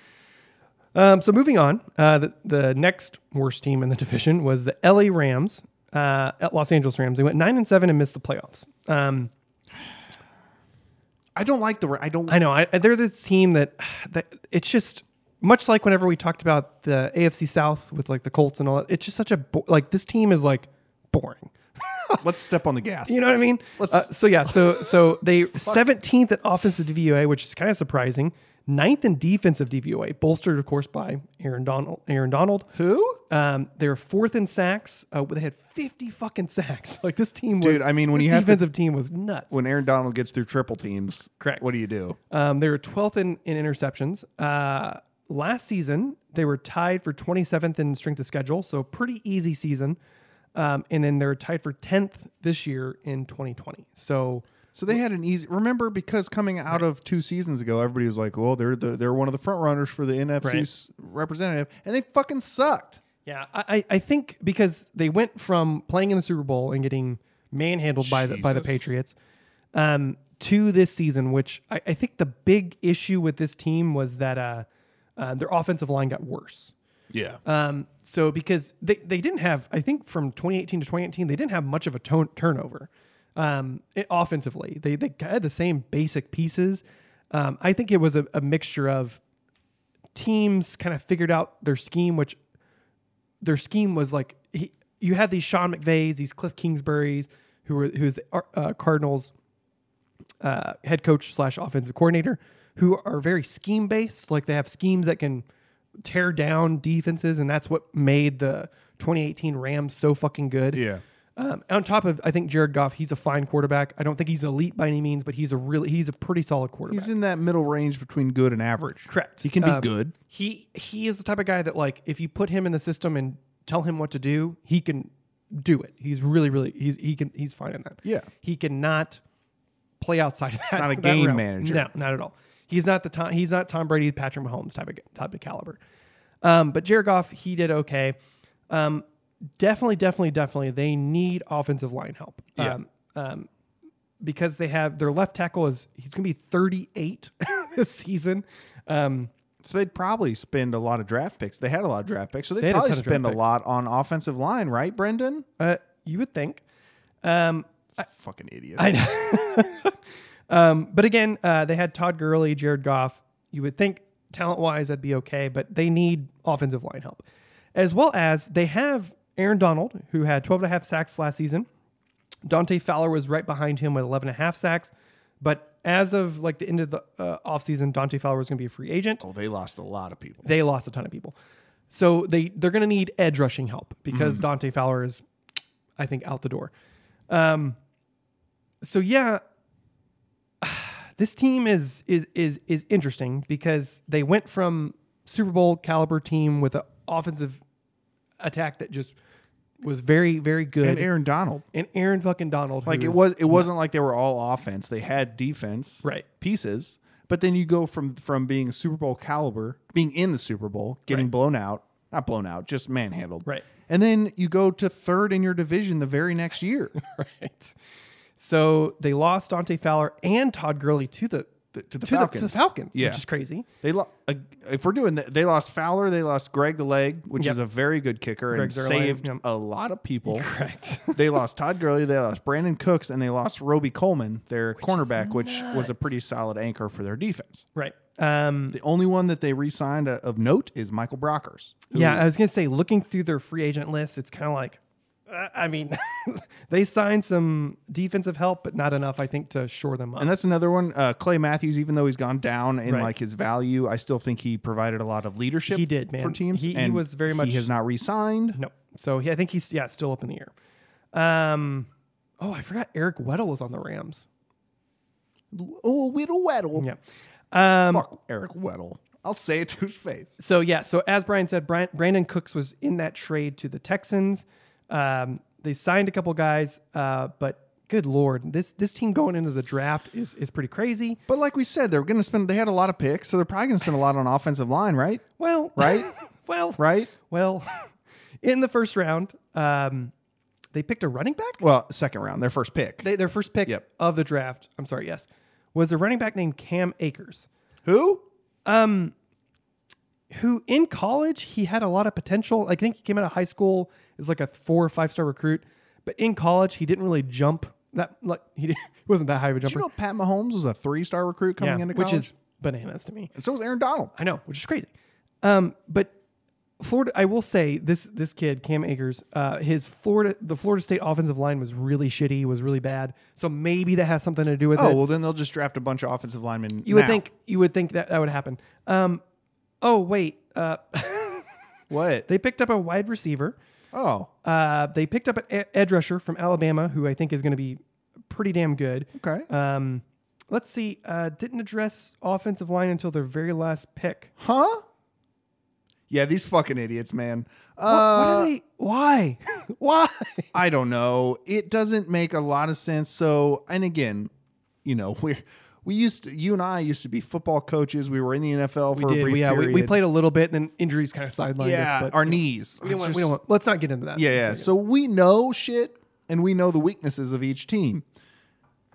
S1: Um, so moving on, uh, the, the next worst team in the division was the LA Rams uh, at Los Angeles Rams. They went nine and seven and missed the playoffs. Um,
S4: I don't like the. Ra- I don't.
S1: I know I, they're this team that that it's just much like whenever we talked about the AFC South with like the Colts and all that. It's just such a bo- like this team is like boring.
S4: let's step on the gas.
S1: You know what I mean?
S4: Let's-
S1: Uh, so yeah, so so they 17th at offensive DVOA, which is kind of surprising. Ninth in defensive DVOA, bolstered of course by Aaron Donald. Aaron Donald.
S4: who?
S1: Um, they were fourth in sacks. Uh, they had 50 fucking sacks. Like this team was.
S4: Dude, I mean, when
S1: this
S4: you have to-
S1: defensive team was nuts.
S4: When Aaron Donald gets through triple teams,
S1: Correct.
S4: What do you do?
S1: Um, they were 12th in, in interceptions. Uh, last season, they were tied for 27th in strength of schedule, so pretty easy season. Um, and then they're tied for 10th this year in 2020. So
S4: So they had an easy. Remember, because coming out of two seasons ago, everybody was like, "Well, they're the, they're one of the front runners for the NFC's representative," and they fucking sucked.
S1: Yeah, I, I- I think because they went from playing in the Super Bowl and getting manhandled by the by the
S4: Jesus.
S1: Patriots um, to this season, which I, I think the big issue with this team was that uh, uh, their offensive line got worse.
S4: Yeah.
S1: Um, so because they, they didn't have, I think from 2018 to 2019, they didn't have much of a ton- turnover um, it- offensively. They, they had the same basic pieces. Um, I think it was a, a mixture of teams kind of figured out their scheme, which their scheme was like he, you have these Sean McVays, these Cliff Kingsburys, who were who's the uh, Cardinals uh, head coach slash offensive coordinator, who are very scheme based. Like they have schemes that can tear down defenses, and that's what made the 2018 Rams so fucking good.
S4: yeah.
S1: Um, on top of, I think Jared Goff, he's a fine quarterback. I don't think he's elite by any means, but he's a really he's a pretty solid quarterback.
S4: He's in that middle range between good and average.
S1: Correct.
S4: He can be
S1: Um,
S4: good.
S1: he he is the type of guy that like if you put him in the system and tell him what to do, he can do it. He's really really he's he can he's fine in that.
S4: Yeah.
S1: He cannot play outside of that.
S4: not a
S1: that
S4: game
S1: realm.
S4: manager.
S1: No, not at all. He's not the Tom, he's not Tom Brady, Patrick Mahomes type of type of caliber. Um, but Jared Goff, he did okay. Um, definitely, definitely, definitely, they need offensive line help.
S4: Yeah.
S1: Um, um, because they have their left tackle is he's going to be 38 this season. Um,
S4: So they'd probably spend a lot of draft picks. They had a lot of draft picks, so they'd
S1: had a
S4: probably
S1: ton of draft
S4: spend a
S1: picks.
S4: lot on offensive line, right, Brendan?
S1: uh, you would think. Um,
S4: Fucking idiot.
S1: um, but again, uh, they had Todd Gurley, Jared Goff. You would think talent wise that'd be okay, but they need offensive line help. As well as they have Aaron Donald, who had 12 and a half sacks last season. Dante Fowler was right behind him with 11 and a half sacks. But as of like the end of the uh, offseason, Dante Fowler was going to be a free agent
S4: oh, they lost a lot of people.
S1: they lost a ton of people. So they they're going to need edge rushing help because
S4: Mm.
S1: Dante Fowler is, I think, out the door. Um, so yeah, this team is is is is interesting because they went from Super Bowl caliber team with an offensive attack that just was very very good
S4: and Aaron Donald.
S1: and Aaron fucking Donald
S4: Like
S1: who
S4: it
S1: is-
S4: was it wasn't like they were all offense. They had defense
S1: Right.
S4: pieces. But then you go from from being Super Bowl caliber, being in the Super Bowl, getting blown out, not blown out, just manhandled.
S1: Right.
S4: And then you go to third in your division the very next year.
S1: right. So they lost Dante Fowler and Todd Gurley to the
S4: the, to the
S1: to, the,
S4: Falcons.
S1: to the Falcons,
S4: Yeah.
S1: which is crazy.
S4: They lo- uh, if we're doing that, they lost Fowler, they lost Greg the Leg, which
S1: Yep.
S4: is a very good kicker
S1: Greg's
S4: and
S1: their
S4: saved
S1: leg, yep.
S4: a lot of people.
S1: Correct.
S4: they lost Todd Gurley, they lost Brandon Cooks, and they lost Roby Coleman, their cornerback, which was a pretty solid anchor for their defense.
S1: right. Um,
S4: The only one that they re-signed uh, of note is Michael Brockers.
S1: yeah, I was gonna say, looking through their free agent list, it's kind of like, uh, I mean, they signed some defensive help, but not enough, I think, to shore them up.
S4: And that's another one. Uh, Clay Matthews, even though he's gone down in
S1: Right.
S4: like his value, I still think he provided a lot of leadership.
S1: He did, man.
S4: for teams.
S1: He- he
S4: and
S1: was very much-
S4: He has not re-signed.
S1: no, so he, I think he's yeah still up in the air. Um, oh, I forgot Eric Weddle was on the Rams.
S4: Oh, Whittle Weddle.
S1: Yeah. Um,
S4: Fuck Eric Weddle. I'll say it to his face.
S1: So yeah, so as Brian said, Brian, Brandon Cooks was in that trade to the Texans. Um, they signed a couple guys, uh, but good lord, this this team going into the draft is is pretty crazy.
S4: But like we said, they're going to spend. They had a lot of picks, so they're probably going to spend a lot on offensive line, right?
S1: Well,
S4: Right?
S1: well,
S4: Right?
S1: well, in the first round, um, they picked a running back.
S4: Well, second round, their first pick.
S1: They, their first pick
S4: Yep.
S1: of the draft. I'm sorry, yes, was a running back named Cam Akers,
S4: Who?
S1: who in college he had a lot of potential. I think he came out of high school as like a four or five star recruit, but in college he didn't really jump that. Like he, didn't- he wasn't that high of a
S4: Did
S1: jumper.
S4: you know Pat Mahomes was a three-star recruit coming
S1: Yeah,
S4: into
S1: which
S4: college?
S1: is bananas to me.
S4: and so was Aaron Donald.
S1: I know, which is crazy. Um, but Florida, I will say this: this kid Cam Akers, uh, his Florida, the Florida State offensive line was really shitty, was really bad. So maybe that has something to do with it.
S4: Oh well, then they'll just draft a bunch of offensive linemen.
S1: you would
S4: now.
S1: think you would think that that would happen. Um, oh wait, uh,
S4: what?
S1: they picked up a wide receiver.
S4: oh,
S1: Uh, they picked up an e- edge rusher from Alabama, who I think is going to be pretty damn good.
S4: okay.
S1: Um, let's see. Uh, didn't address offensive line until their very last pick.
S4: Huh? Yeah, these fucking idiots, man.
S1: What
S4: Uh,
S1: are they? Why? Why?
S4: I don't know. It doesn't make a lot of sense. So, and again, you know, we we used to, you and I used to be football coaches. We were in the NFL for a brief
S1: we, yeah, we,
S4: period.
S1: we played a little bit, and then injuries kind of sidelined
S4: Yeah,
S1: us. But
S4: our knees.
S1: we, don't want, we
S4: Just-
S1: don't want, let's not get into that.
S4: Yeah, yeah. So we know shit, and we know the weaknesses of each team.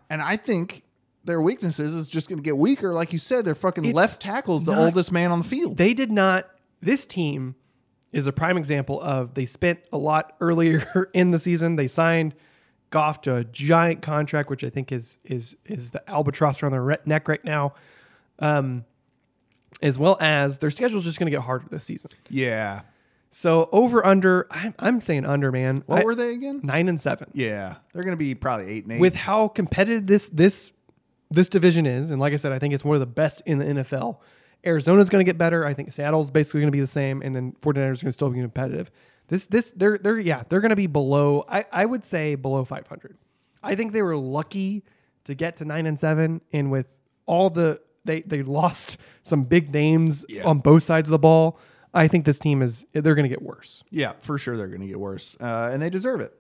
S4: And I think their weaknesses is just going to get weaker. Like you said, their fucking
S1: It's
S4: left tackle's the
S1: not-
S4: oldest man on the field.
S1: they did not. This team is a prime example of they spent a lot earlier in the season. They signed Goff to a giant contract, which I think is is is the albatross around their re- neck right now. Um, as well as their schedule's just going to get harder this season.
S4: yeah.
S1: So over under, I'm, I'm saying under, man.
S4: What
S1: I-
S4: were they again?
S1: Nine and seven.
S4: Yeah, they're going to be probably eight and eight.
S1: with how competitive this this this division is, and like I said, I think it's one of the best in the NFL. Arizona's going to get better. I think Seattle's basically going to be the same, and then 49ers are going to still be competitive. This this they're they're yeah they're going to be below. I I would say below 500. I think they were lucky to get to nine and seven, and with all the they they lost some big names on both sides of the ball. I think this team is they're going to get worse.
S4: Yeah, for sure they're going to get worse, uh, and they deserve it.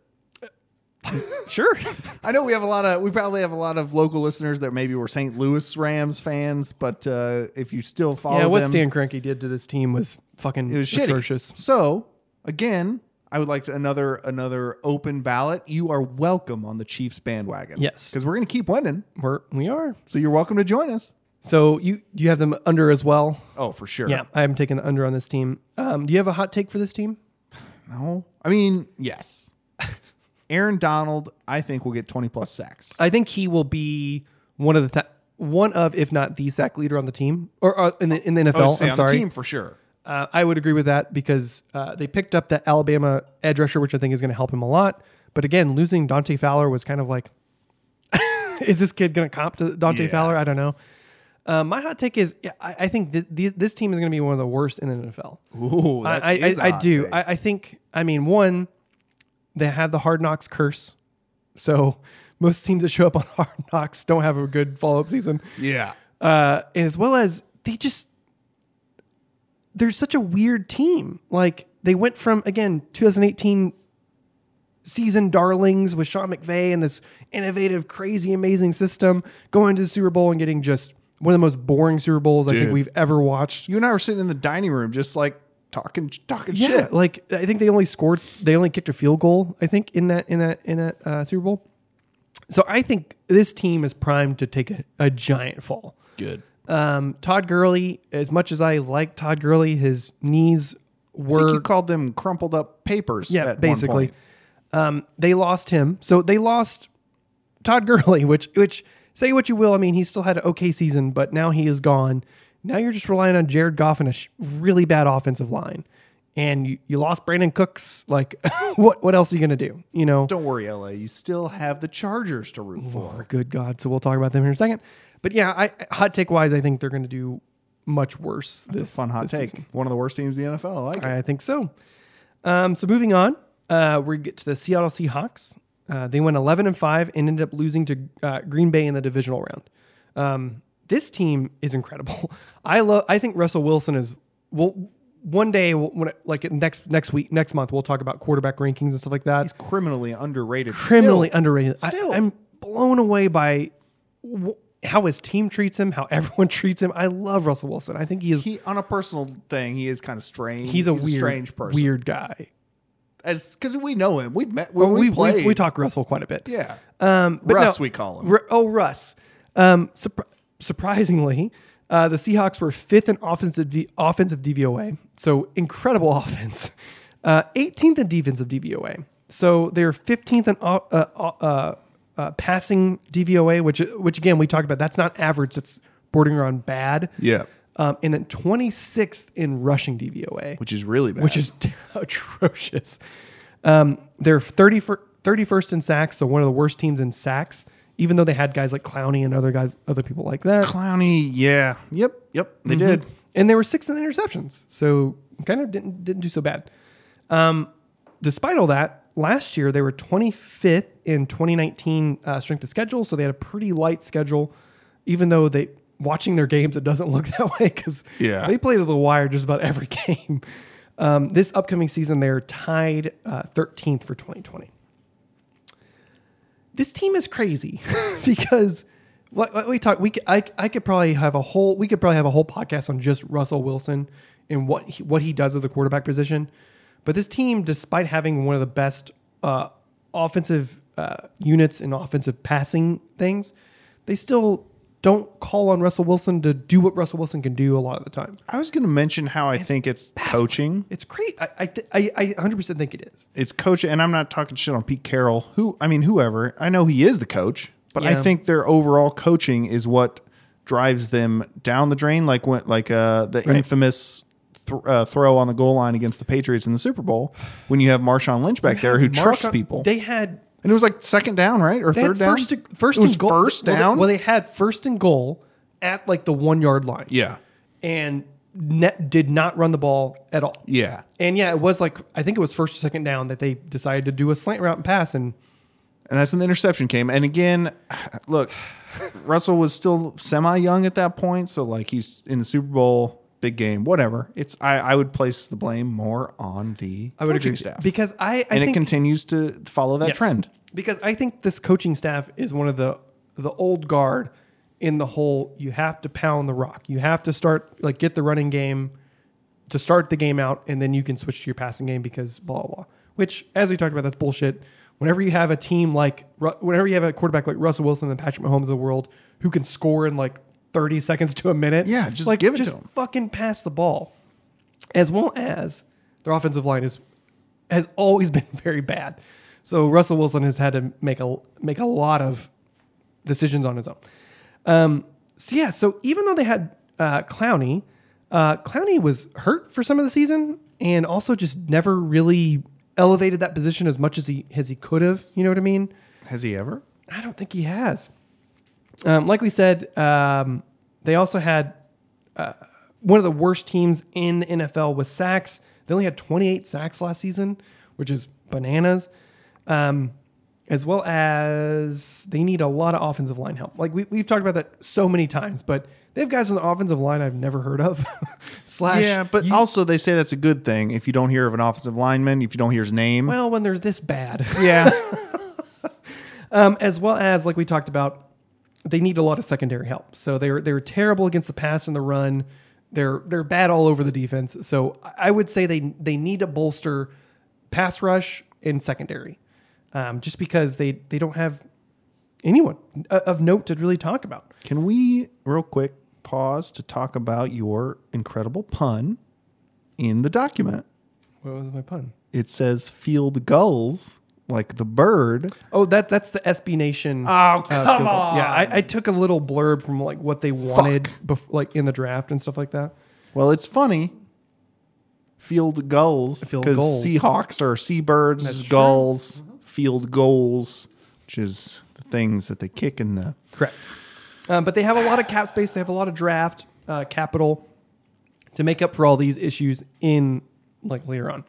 S1: Sure,
S4: I know we have a lot of, we probably have a lot of local listeners that maybe were St. Louis Rams fans, but uh, if you still follow
S1: yeah. What
S4: them,
S1: Stan Kroenke did to this team was fucking
S4: it was shitty.
S1: atrocious.
S4: So again, I would like to another another open ballot. You are welcome on the Chiefs bandwagon.
S1: Yes.
S4: because we're going to keep winning,
S1: We're we are.
S4: so you're welcome to join us.
S1: So you do you have them under as well?
S4: Oh, for sure.
S1: I haven't taken the under on this team. Um, do you have a hot take for this team?
S4: No, Oh, I mean yes. Aaron Donald, I think will get twenty plus sacks.
S1: I think he will be one of the th- one of if not the sack leader on the team or uh, in the in the NFL.
S4: Oh, say
S1: I'm
S4: on
S1: sorry.
S4: the team for sure.
S1: Uh, I would agree with that because uh, they picked up that Alabama edge rusher, which I think is going to help him a lot. But again, losing Dante Fowler was kind of like, is this kid going to comp to Dante
S4: Yeah.
S1: Fowler? I don't know. Uh, my hot take is yeah, I, I think th- th- this team is going to be one of the worst in the NFL.
S4: Ooh, that
S1: I, I,
S4: Uh, is a
S1: I
S4: hot
S1: do.
S4: take.
S1: I, I think, I mean, one, they have the hard knocks curse. So most teams that show up on hard knocks don't have a good follow up season.
S4: yeah.
S1: Uh, as well as they just, they're such a weird team. Like they went from, again, 2018 season darlings with Sean McVay and this innovative, crazy, amazing system going to the Super Bowl and getting just one of the most boring Super Bowls I think
S4: Dude.
S1: we've ever watched.
S4: you and I were sitting in the dining room, just like talking, talking
S1: Yeah,
S4: shit.
S1: like I think they only scored, they only kicked a field goal. I think in that in that in that uh, Super Bowl. So I think this team is primed to take a, a giant fall. Um,
S4: Good.
S1: Todd Gurley, as much as I like Todd Gurley, his knees
S4: I think
S1: were
S4: you called them crumpled up papers.
S1: yeah,
S4: at one
S1: basically.
S4: point.
S1: Um, they lost him, so they lost Todd Gurley, which which say what you will, I mean, he still had an okay season, but now he is gone. Now you're just relying on Jared Goff and a sh- really bad offensive line, and you, you lost Brandon Cooks. Like, what what else are you gonna do? You know,
S4: Don't worry, LA. You still have the Chargers to root for.
S1: good God. So we'll talk about them here in a second. But yeah, I hot take wise, I think they're gonna do much worse. That's
S4: It's a fun hot take. One of the worst teams in the NFL. I like it.
S1: I think so. Um, so moving on, uh, we get to the Seattle Seahawks. Uh, they went 11 and five and ended up losing to uh, Green Bay in the divisional round. Um, this team is incredible. I love. I think Russell Wilson is. Well, one day we'll- when it- like next next week next month we'll talk about quarterback rankings and stuff like that.
S4: He's criminally underrated.
S1: criminally
S4: still.
S1: underrated.
S4: Still.
S1: I, I'm blown away by w- how his team treats him, how everyone treats him. I love Russell Wilson. I think he is.
S4: He on a personal thing, he is kind of strange.
S1: he's a weird,
S4: strange person.
S1: weird guy.
S4: as because we know him. We've met. When
S1: But
S4: we
S1: we
S4: played.
S1: we talk Russell quite a bit.
S4: Yeah.
S1: Um, but
S4: Russ,
S1: no-
S4: we call him.
S1: Ru- oh, Russ. Um, surpri- surprisingly, uh, the Seahawks were fifth in offensive D- offensive DVOA, so incredible offense. Uh, 18th in defensive DVOA, so they're 15th in o- uh, uh, uh, passing DVOA, which which again we talked about. That's not average. That's bordering on bad.
S4: yeah.
S1: Um, and then 26th in rushing DVOA
S4: Which is really bad.
S1: which is atrocious. Um, they're 30 fir- 31st in sacks, so one of the worst teams in sacks, even though they had guys like Clowney and other guys, other people like that.
S4: clowny. Yeah. Yep. Yep. They
S1: Mm-hmm.
S4: did.
S1: And they were sixth in interceptions, so kind of didn't, didn't do so bad. Um, despite all that, last year they were 25th in 2019 uh, strength of schedule, so they had a pretty light schedule, even though they. Watching their games, it doesn't look that way because
S4: Yeah.
S1: they played to the wire just about every game. Um, this upcoming season, they're tied uh, 13th for 2020. This team is crazy because what, what we talk, we could- I, I could probably have a whole we could probably have a whole podcast on just Russell Wilson and what he, what he does at the quarterback position. But this team, despite having one of the best uh, offensive uh, units and offensive passing things, they still don't call on Russell Wilson to do what Russell Wilson can do a lot of the time.
S4: I was going to mention how I think it's coaching.
S1: It's great. I I, th- I, I 100% think it is.
S4: It's coaching, and I'm not talking shit on Pete Carroll. Who I mean, whoever. I know he is the coach, but
S1: Yeah.
S4: I think their overall coaching is what drives them down the drain. Like when, like uh, the infamous. Th- uh, throw on the goal line against the Patriots in the Super Bowl when you have Marshawn Lynch back there who trucks
S1: Marshawn-
S4: people.
S1: They had,
S4: and it was like second down, right? Or
S1: they
S4: third
S1: had
S4: down?
S1: first, first
S4: It was
S1: and goal.
S4: First
S1: well, they-
S4: down?
S1: Well, they had first and goal at like the one yard line.
S4: yeah.
S1: And net did not run the ball at all.
S4: Yeah.
S1: And yeah, it was like, I think it was first or second down that they decided to do a slant route and pass. And
S4: And that's when the interception came. And again, look, Russell was still semi young at that point. So, like, he's in the Super Bowl, big game, whatever. It's I, I would place the blame more on the
S1: I would
S4: coaching
S1: agree.
S4: staff.
S1: Because I, I
S4: and
S1: think,
S4: it continues to follow that
S1: Yes.
S4: trend.
S1: Because I think this coaching staff is one of the the old guard in the whole you have to pound the rock. You have to start like get the running game to start the game out and then you can switch to your passing game because blah blah. blah. Which as we talked about that's bullshit. Whenever you have a team like Ru- whenever you have a quarterback like Russell Wilson and Patrick Mahomes of the world who can score in like 30 seconds to a minute.
S4: Yeah, just
S1: like,
S4: give it to
S1: just
S4: them.
S1: fucking pass the ball. As well as their offensive line is has always been very bad. So Russell Wilson has had to make a make a lot of decisions on his own. Um, so yeah, so even though they had uh, Clowney, uh, Clowney was hurt for some of the season and also just never really elevated that position as much as he as he could have. You know what I mean?
S4: Has he ever?
S1: I don't think he has. Um, like we said, um, they also had uh, one of the worst teams in the NFL with sacks. They only had 28 sacks last season, which is bananas. Um, as well as they need a lot of offensive line help. Like we, we've talked about that so many times, but they have guys on the offensive line I've never heard of. Slash,
S4: Yeah, but also they say that's a good thing if you don't hear of an offensive lineman, if you don't hear his name.
S1: well, when they're this bad.
S4: yeah.
S1: Um, as well as like we talked about, they need a lot of secondary help. So they're they're terrible against the pass and the run. They're they're bad all over the defense. So I- I would say they they need to bolster pass rush and secondary, um, just because they uh, they don't have anyone o- of note to really talk about.
S4: Can we real quick pause to talk about your incredible pun in the document.
S1: What was my pun?
S4: It says field gulls like the bird.
S1: Oh, that that's the SB Nation. Oh, come on. Yeah, I, I took a little blurb from like what they wanted, bef- like in the draft and stuff like that.
S4: Well, it's funny. Field gulls
S1: Field
S4: because
S1: gulls.
S4: Seahawks are seabirds, gulls,
S1: Mm-hmm.
S4: field goals, which is the things that they kick in the
S1: Correct. Um, but they have a lot of cap space. They have a lot of draft uh, capital to make up for all these issues in like later on.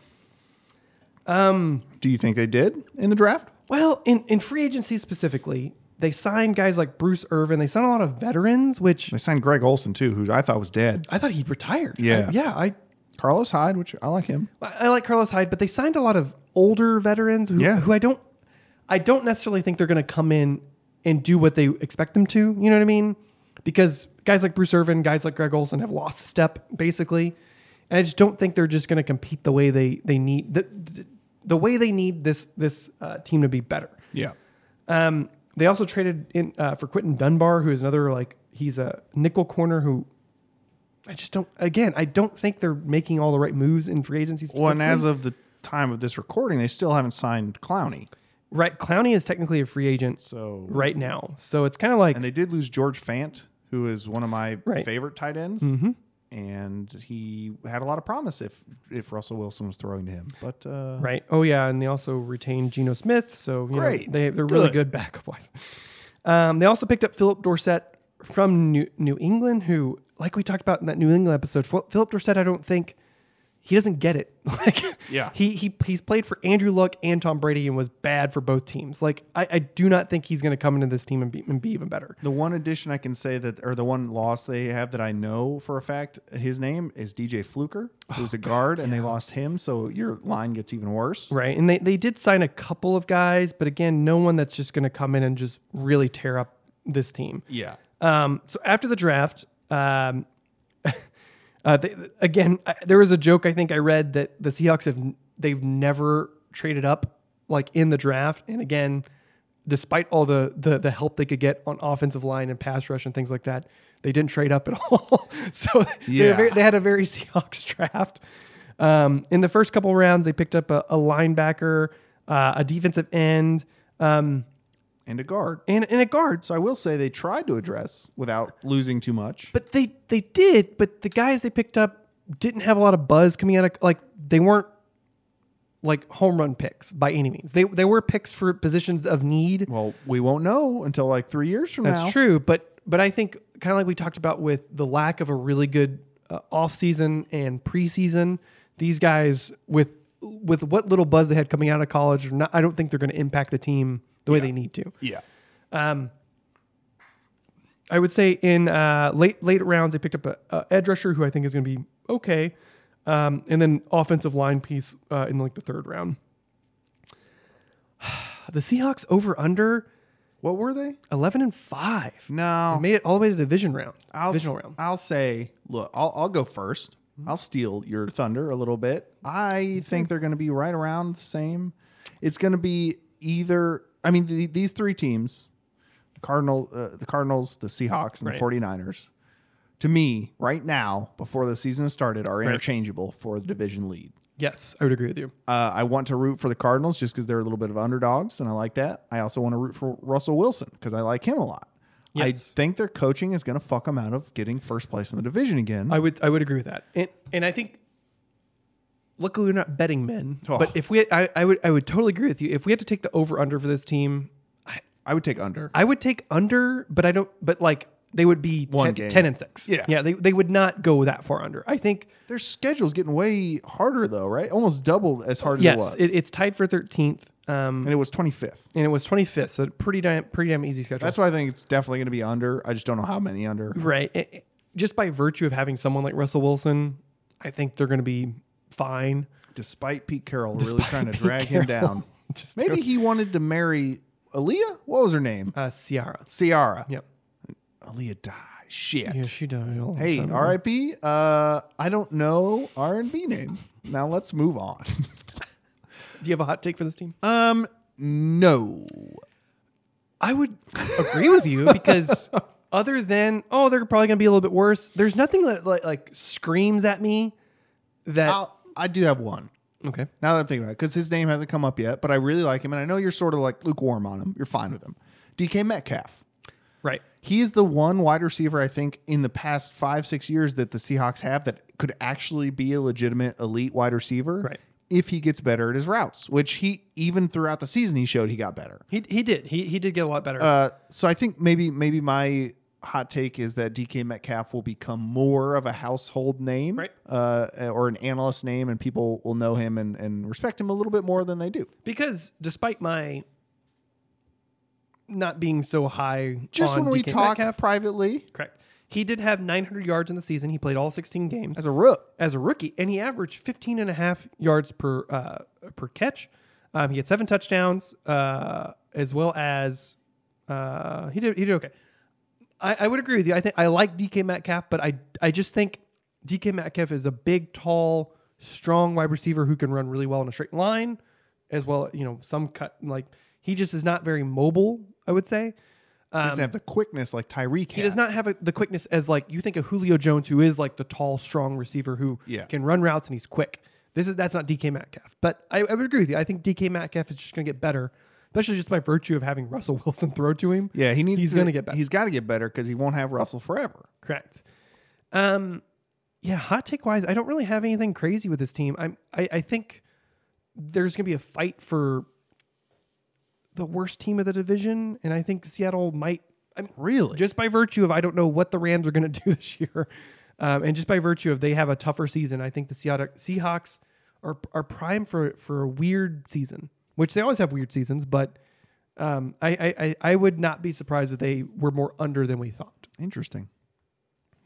S4: Do you think they did in the draft?
S1: Well, in, in free agency specifically, they signed guys like Bruce Irvin. They signed a lot of veterans, which
S4: They signed Greg Olson too, who I thought was dead.
S1: I thought he retired.
S4: Yeah.
S1: I- yeah. I
S4: Carlos Hyde, which I like him.
S1: I like Carlos Hyde, but they signed a lot of older veterans who,
S4: Yeah.
S1: who I don't I don't necessarily think they're going to come in and do what they expect them to. You know what I mean? Because guys like Bruce Irvin, guys like Greg Olson have lost step basically, and I just don't think they're just going to compete the way they they need the the way they need this this uh, team to be better.
S4: Yeah.
S1: Um, they also traded in uh, for Quentin Dunbar, who is another like he's a nickel corner who. I just don't. Again, I don't think they're making all the right moves in free agency.
S4: Well, and
S1: specifically.
S4: as of the time of this recording, they still haven't signed Clowney.
S1: Right, Clowney is technically a free agent
S4: So
S1: right now, so it's kind of like
S4: and they did lose George Fant, who is one of my
S1: Right. Mm-hmm.
S4: favorite tight ends. And he had a lot of promise if if Russell Wilson was throwing to him. But uh,
S1: right. Oh yeah, and they also retained Geno Smith, so you
S4: Great.
S1: know they they're really
S4: Good.
S1: good backup wise. Um, they also picked up Philip Dorset from New, New England, who, like we talked about in that New England episode, Phil- Philip Dorset, I don't think he doesn't get it. Like,
S4: Yeah.
S1: he he he's played for Andrew Luck and Tom Brady and was bad for both teams. Like, I, I do not think he's going to come into this team and be, and be even better.
S4: the one addition I can say that, or the one loss they have that I know for a fact, his name is DJ Fluker, who's a guard, and they lost him. So your line gets even worse.
S1: Oh, Right. And they, they did sign a couple of guys, but again, no one that's just going to come in and just really tear up this team.
S4: Yeah.
S1: Um, so after the draft, um, uh, they, again, I, there was a joke I think I read that the Seahawks have they've never traded up like in the draft, and again, despite all the the, the help they could get on offensive line and pass rush and things like that, they didn't trade up at all. so they,
S4: Yeah.
S1: were very, they had a very Seahawks draft. Um, in the first couple rounds, they picked up a, a linebacker, uh, a defensive end, um,
S4: And a guard.
S1: and, and a guard.
S4: So I will say they tried to address without losing too much.
S1: But they they did, but the guys they picked up didn't have a lot of buzz coming out of like they weren't like home run picks by any means. They they were picks for positions of need.
S4: well, we won't know until like three years from
S1: That's
S4: now.
S1: true, but but I think kind of like we talked about with the lack of a really good uh, offseason and preseason, these guys with with what little buzz they had coming out of college, are not, I don't think they're going to impact the team the way they need to.
S4: Yeah.
S1: I would say in uh, late late rounds they picked up a, a edge rusher who I think is going to be okay, um, and then offensive line piece uh, in like the third round. The Seahawks over under
S4: What were they?
S1: eleven and five.
S4: No.
S1: They made it all the way to division round. divisional round.
S4: I'll say, look, I'll, I'll go 1st i I'll steal your thunder a little bit. I think they're going to be right around the same. It's going to be either, I mean, the, these three teams, the, Cardinal, uh, the Cardinals, the Seahawks, and
S1: Right.
S4: the 49ers, to me, right now, before the season has started, are interchangeable for the division lead.
S1: Yes, I would agree with you.
S4: Uh, I want to root for the Cardinals just because they're a little bit of underdogs, and I like that. I also want to root for Russell Wilson because I like him a lot. I
S1: Yes.
S4: think their coaching is going to fuck them out of getting first place in the division again.
S1: I would I would agree with that. And and I think luckily we're not betting men.
S4: Oh.
S1: But if we I, I would I would totally agree with you. If we had to take the over under for this team,
S4: I would take under.
S1: I would take under, but I don't. But like they would be
S4: One
S1: 10,
S4: game.
S1: 10 and six.
S4: Yeah.
S1: yeah. They they would not go that far under. I think
S4: Their schedule's getting way harder though, right? Almost doubled as hard as it
S1: yes,
S4: was,
S1: it, it's tied for thirteenth. Um,
S4: and it was twenty fifth.
S1: and it was twenty fifth, so pretty damn pretty damn easy schedule.
S4: That's why I think it's definitely going to be under. I just don't know how many under.
S1: right. It- it- just by virtue of having someone like Russell Wilson, I think they're going to be fine.
S4: Despite Pete Carroll really
S1: Despite
S4: trying to
S1: Pete
S4: drag him
S1: Carroll.
S4: down,
S1: Just
S4: maybe he wanted to marry Aaliyah. What was her name?
S1: Uh, Ciara.
S4: Ciara.
S1: Yep.
S4: Aaliyah died. Shit.
S1: Yeah, she died. a long
S4: Hey,
S1: time ago.
S4: R.I.P. Uh, I don't know R&B names. Now let's move on.
S1: Do you have a hot take for this team?
S4: um, no,
S1: I would agree with you because other than oh, they're probably gonna be a little bit worse. There's nothing that like, like screams at me that
S4: I'll, I do have one.
S1: okay.
S4: Now that I'm thinking about it, because his name hasn't come up yet, but I really like him, and I know you're sort of like lukewarm on him. You're fine with him. DK Metcalf.
S1: Right.
S4: He is the one wide receiver I think in the past five six years that the Seahawks have that could actually be a legitimate elite wide receiver
S1: Right.
S4: if he gets better at his routes, which he even throughout the season he showed he got better.
S1: He he did. He he did get a lot better.
S4: Uh, so I think maybe maybe my hot take is that DK Metcalf will become more of a household name,
S1: Right.
S4: Uh, or an analyst name, and people will know him and, and respect him a little bit more than they do.
S1: because despite my not being so high
S4: Just
S1: on
S4: when we
S1: DK
S4: talk
S1: Metcalf,
S4: privately
S1: correct. He did have 900 yards in the season. He played all 16 games
S4: as a rook,
S1: as a rookie, and he averaged 15 and a half yards per uh, per catch. Um, he had seven touchdowns, uh, as well as uh, he did he did okay. I, I would agree with you. I think I like DK Metcalf, but I I just think DK Metcalf is a big, tall, strong wide receiver who can run really well in a straight line, as well. You know, some cut like he just is not very mobile. I would say
S4: he doesn't have the quickness like Tyreek.
S1: Um, he does not have a, the quickness as like you think of Julio Jones, who is like the tall, strong receiver who
S4: Yeah.
S1: can run routes and he's quick. This is that's not DK Metcalf, but I, I would agree with you. I think DK Metcalf is just going to get better, especially just by virtue of having Russell Wilson throw to him.
S4: Yeah, he needs.
S1: He's going to get better.
S4: He's got to get better because he won't have Russell forever.
S1: Correct. Um, yeah, hot take wise, I don't really have anything crazy with this team. I'm, I, I think there's going to be a fight for the worst team of the division, and I think Seattle might. I mean,
S4: Really?
S1: just by virtue of I don't know what the Rams are going to do this year, um, and just by virtue of they have a tougher season, I think the Seattle Seahawks are are prime for for a weird season, which they always have weird seasons, but. Um, I, I, I- I would not be surprised if they were more under than we thought.
S4: Interesting.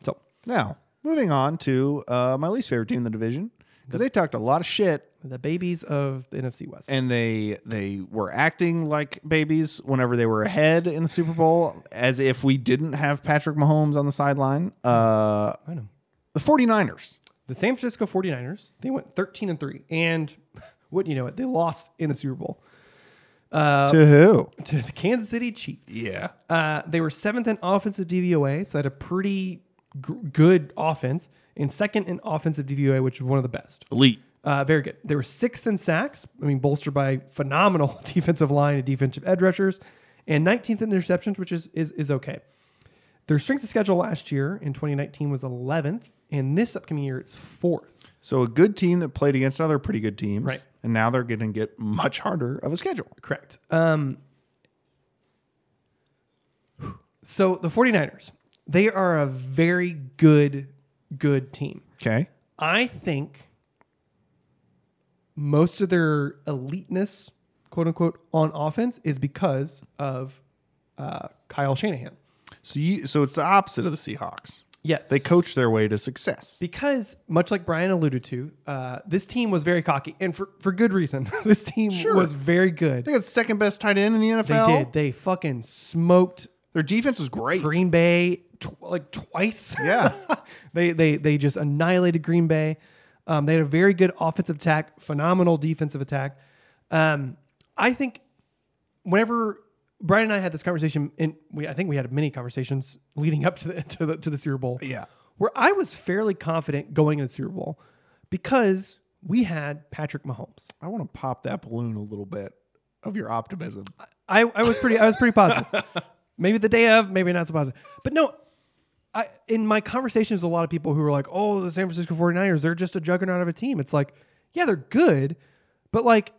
S1: So
S4: Now moving on to uh, my least favorite team in the division because they talked a lot of shit
S1: the babies of the NFC West.
S4: and they they were acting like babies whenever they were ahead in the Super Bowl, as if we didn't have Patrick Mahomes on the sideline. Uh,
S1: I know.
S4: the 49ers.
S1: The San Francisco 49ers, they went 13 and 3 and wouldn't you know it, they lost in the Super Bowl Um,
S4: to who?
S1: to the Kansas City Chiefs.
S4: Yeah.
S1: Uh, they were 7th in offensive DVOA, so had a pretty g- good offense and second in offensive DVOA, which is one of the best.
S4: Elite.
S1: Uh, very good. They were sixth in sacks. I mean, bolstered by phenomenal defensive line and defensive edge rushers, and 19th in interceptions, which is is, is okay. Their strength of schedule last year in 2019 was 11th, and this upcoming year it's fourth.
S4: So a good team that played against other pretty good teams.
S1: Right.
S4: And now they're going to get much harder of a schedule.
S1: Correct. Um, so the 49ers, they are a very good, good team.
S4: Okay.
S1: I think most of their eliteness, quote unquote, on offense is because of uh, Kyle Shanahan.
S4: So you so it's the opposite of the Seahawks.
S1: Yes,
S4: They coach their way to success.
S1: because, much like Brian alluded to, uh, this team was very cocky, and for for good reason. this team was very good.
S4: They got second best tight end in the
S1: They
S4: NFL.
S1: did. They fucking smoked
S4: Their defense was great.
S1: Green Bay tw- like twice.
S4: Yeah.
S1: they they they just annihilated Green Bay. Um, they had a very good offensive attack, phenomenal defensive attack. Um, I think whenever Brian and I had this conversation, and we I think we had many conversations leading up to the to the, to the Super Bowl.
S4: Yeah.
S1: where I was fairly confident going into the Super Bowl because we had Patrick Mahomes.
S4: I want to pop that balloon a little bit of your optimism.
S1: I, I was pretty I was pretty positive. maybe the day of, maybe not so positive. But no, I in my conversations with a lot of people who were like, "Oh, the San Francisco 49ers, they're just a juggernaut of a team." It's like, yeah, they're good, but like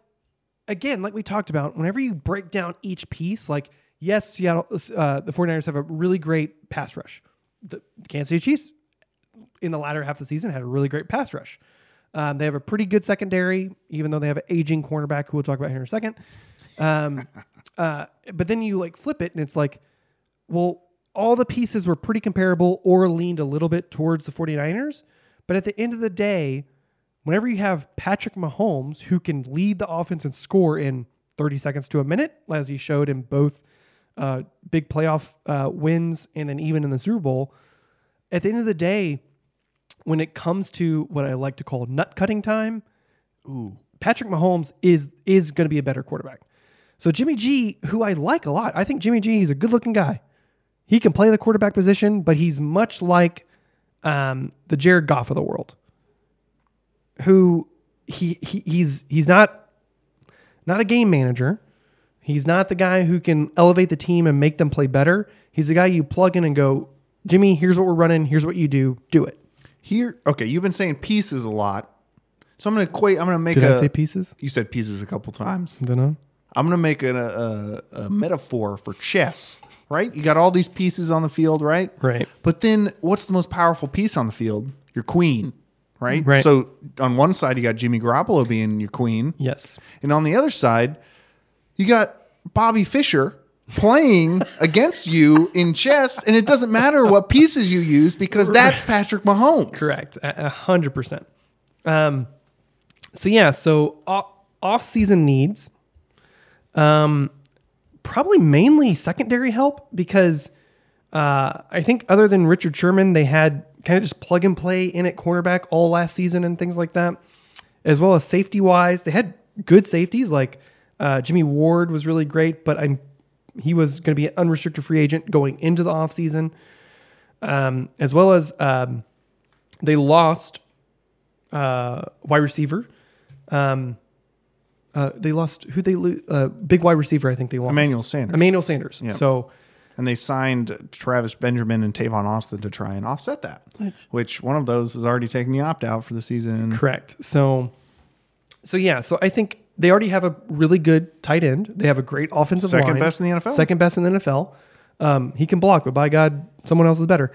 S1: again, like we talked about, whenever you break down each piece, like yes, Seattle uh, the 49ers have a really great pass rush. The Kansas City Chiefs in the latter half of the season had a really great pass rush. Um, they have a pretty good secondary, even though they have an aging cornerback who we'll talk about here in a second but then you like flip it and it's like well all the pieces were pretty comparable or leaned a little bit towards the 49ers but at the end of the day whenever you have Patrick Mahomes who can lead the offense and score in 30 seconds to a minute as he showed in both uh, big playoff uh, wins and then even in the Super Bowl at the end of the day when it comes to what I like to call nut cutting time Patrick Mahomes is is going to be a better quarterback. So Jimmy G, who I like a lot, I think Jimmy G, he's a good looking guy. He can play the quarterback position, but he's much like um, the Jared Goff of the world, who he, he he's he's not not a game manager. He's not the guy who can elevate the team and make them play better. He's the guy you plug in and go, Jimmy, here's what we're running. Here's what you do. Do it.
S4: Here, okay, you've been saying pieces a lot, so I'm gonna equate. I'm gonna make.
S1: Did
S4: a,
S1: I say pieces?
S4: You said pieces a couple times.
S1: Don't know.
S4: I'm gonna make an, a, a, a metaphor for chess. Right, you got all these pieces on the field, right?
S1: Right.
S4: But then, what's the most powerful piece on the field? Your queen, right?
S1: Right.
S4: So on one side, you got Jimmy Garoppolo being your queen,
S1: Yes.
S4: and on the other side, you got Bobby Fischer playing against you in chess, and it doesn't matter what pieces you use because that's Patrick Mahomes.
S1: Correct. A a hundred percent. Um, so yeah, so off season needs, um, probably mainly secondary help because, uh, I think other than Richard Sherman, they had kind of just plug and play in at cornerback all last season and things like that, as well as safety wise, they had good safeties like, uh, Jimmy Ward was really great, but I'm, he was going to be an unrestricted free agent going into the offseason, um, as well as, um, they lost uh, wide receiver. Um, uh, they lost who they lose uh, big wide receiver. I think they lost
S4: Emmanuel Sanders.
S1: Emmanuel Sanders. So
S4: And they signed Travis Benjamin and Tavon Austin to try and offset that, which one of those has already taken the opt out for the season.
S1: correct. So so yeah. So I think they already have a really good tight end. They have a great offensive
S4: Second
S1: line.
S4: best in the NFL.
S1: Second best in the NFL. Um, he can block, but by God, someone else is better.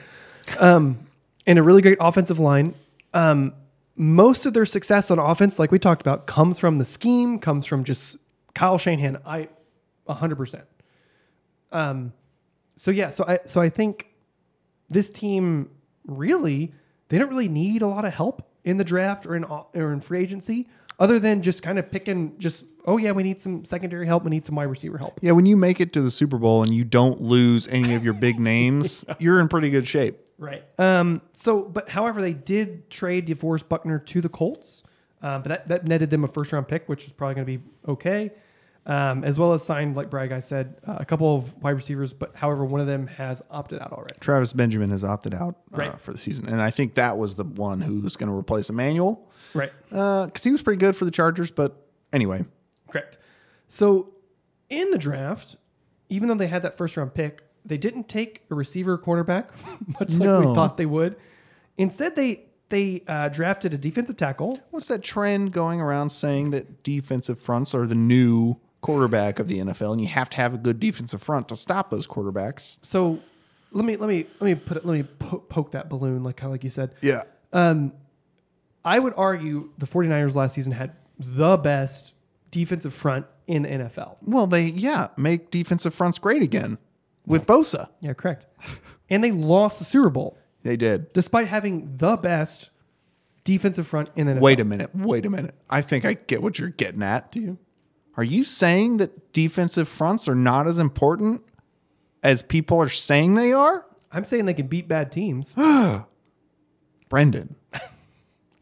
S1: Um, and a really great offensive line. Um, most of their success on offense, like we talked about, comes from the scheme, comes from just Kyle Shanahan. I, hundred percent. Um, so yeah, so I so I think this team really they don't really need a lot of help in the draft or in au- or in free agency, other than just kind of picking just oh yeah, we need some secondary help, we need some wide receiver help.
S4: Yeah, when you make it to the Super Bowl and you don't lose any of your big names, you're in pretty good shape.
S1: Right. Um, so, but however, they did trade DeForest Buckner to the Colts, um, but that, that netted them a first round pick, which is probably going to be okay, um, as well as signed, like Bragg, I said, uh, a couple of wide receivers, but however, one of them has opted out already.
S4: Travis Benjamin has opted out uh,
S1: Right.
S4: for the season, and I think that was the one who was going to replace Emmanuel.
S1: Right.
S4: because he was pretty good for the Chargers. But anyway,
S1: Correct. So, in the draft, even though they had that first round pick, they didn't take a receiver or cornerback, much like
S4: No.
S1: we thought they would. Instead, they they uh, drafted a defensive tackle.
S4: what's that trend going around saying that defensive fronts are the new quarterback of the NFL, and you have to have a good defensive front to stop those quarterbacks?
S1: So, let me let me let me put it, let me po- poke that balloon like kind of like you said.
S4: Yeah,
S1: I would argue the 49ers last season had the best defensive front in the NFL.
S4: well, they yeah make defensive fronts great again with Bosa.
S1: Yeah, correct. And they lost the Super Bowl
S4: They did.
S1: despite having the best defensive front in the NFL.
S4: Wait a minute. Wait a minute. I think I get what you're getting at. Do you? Are you saying that defensive fronts are not as important as people are saying they are?
S1: I'm saying they can beat bad teams.
S4: Brendan.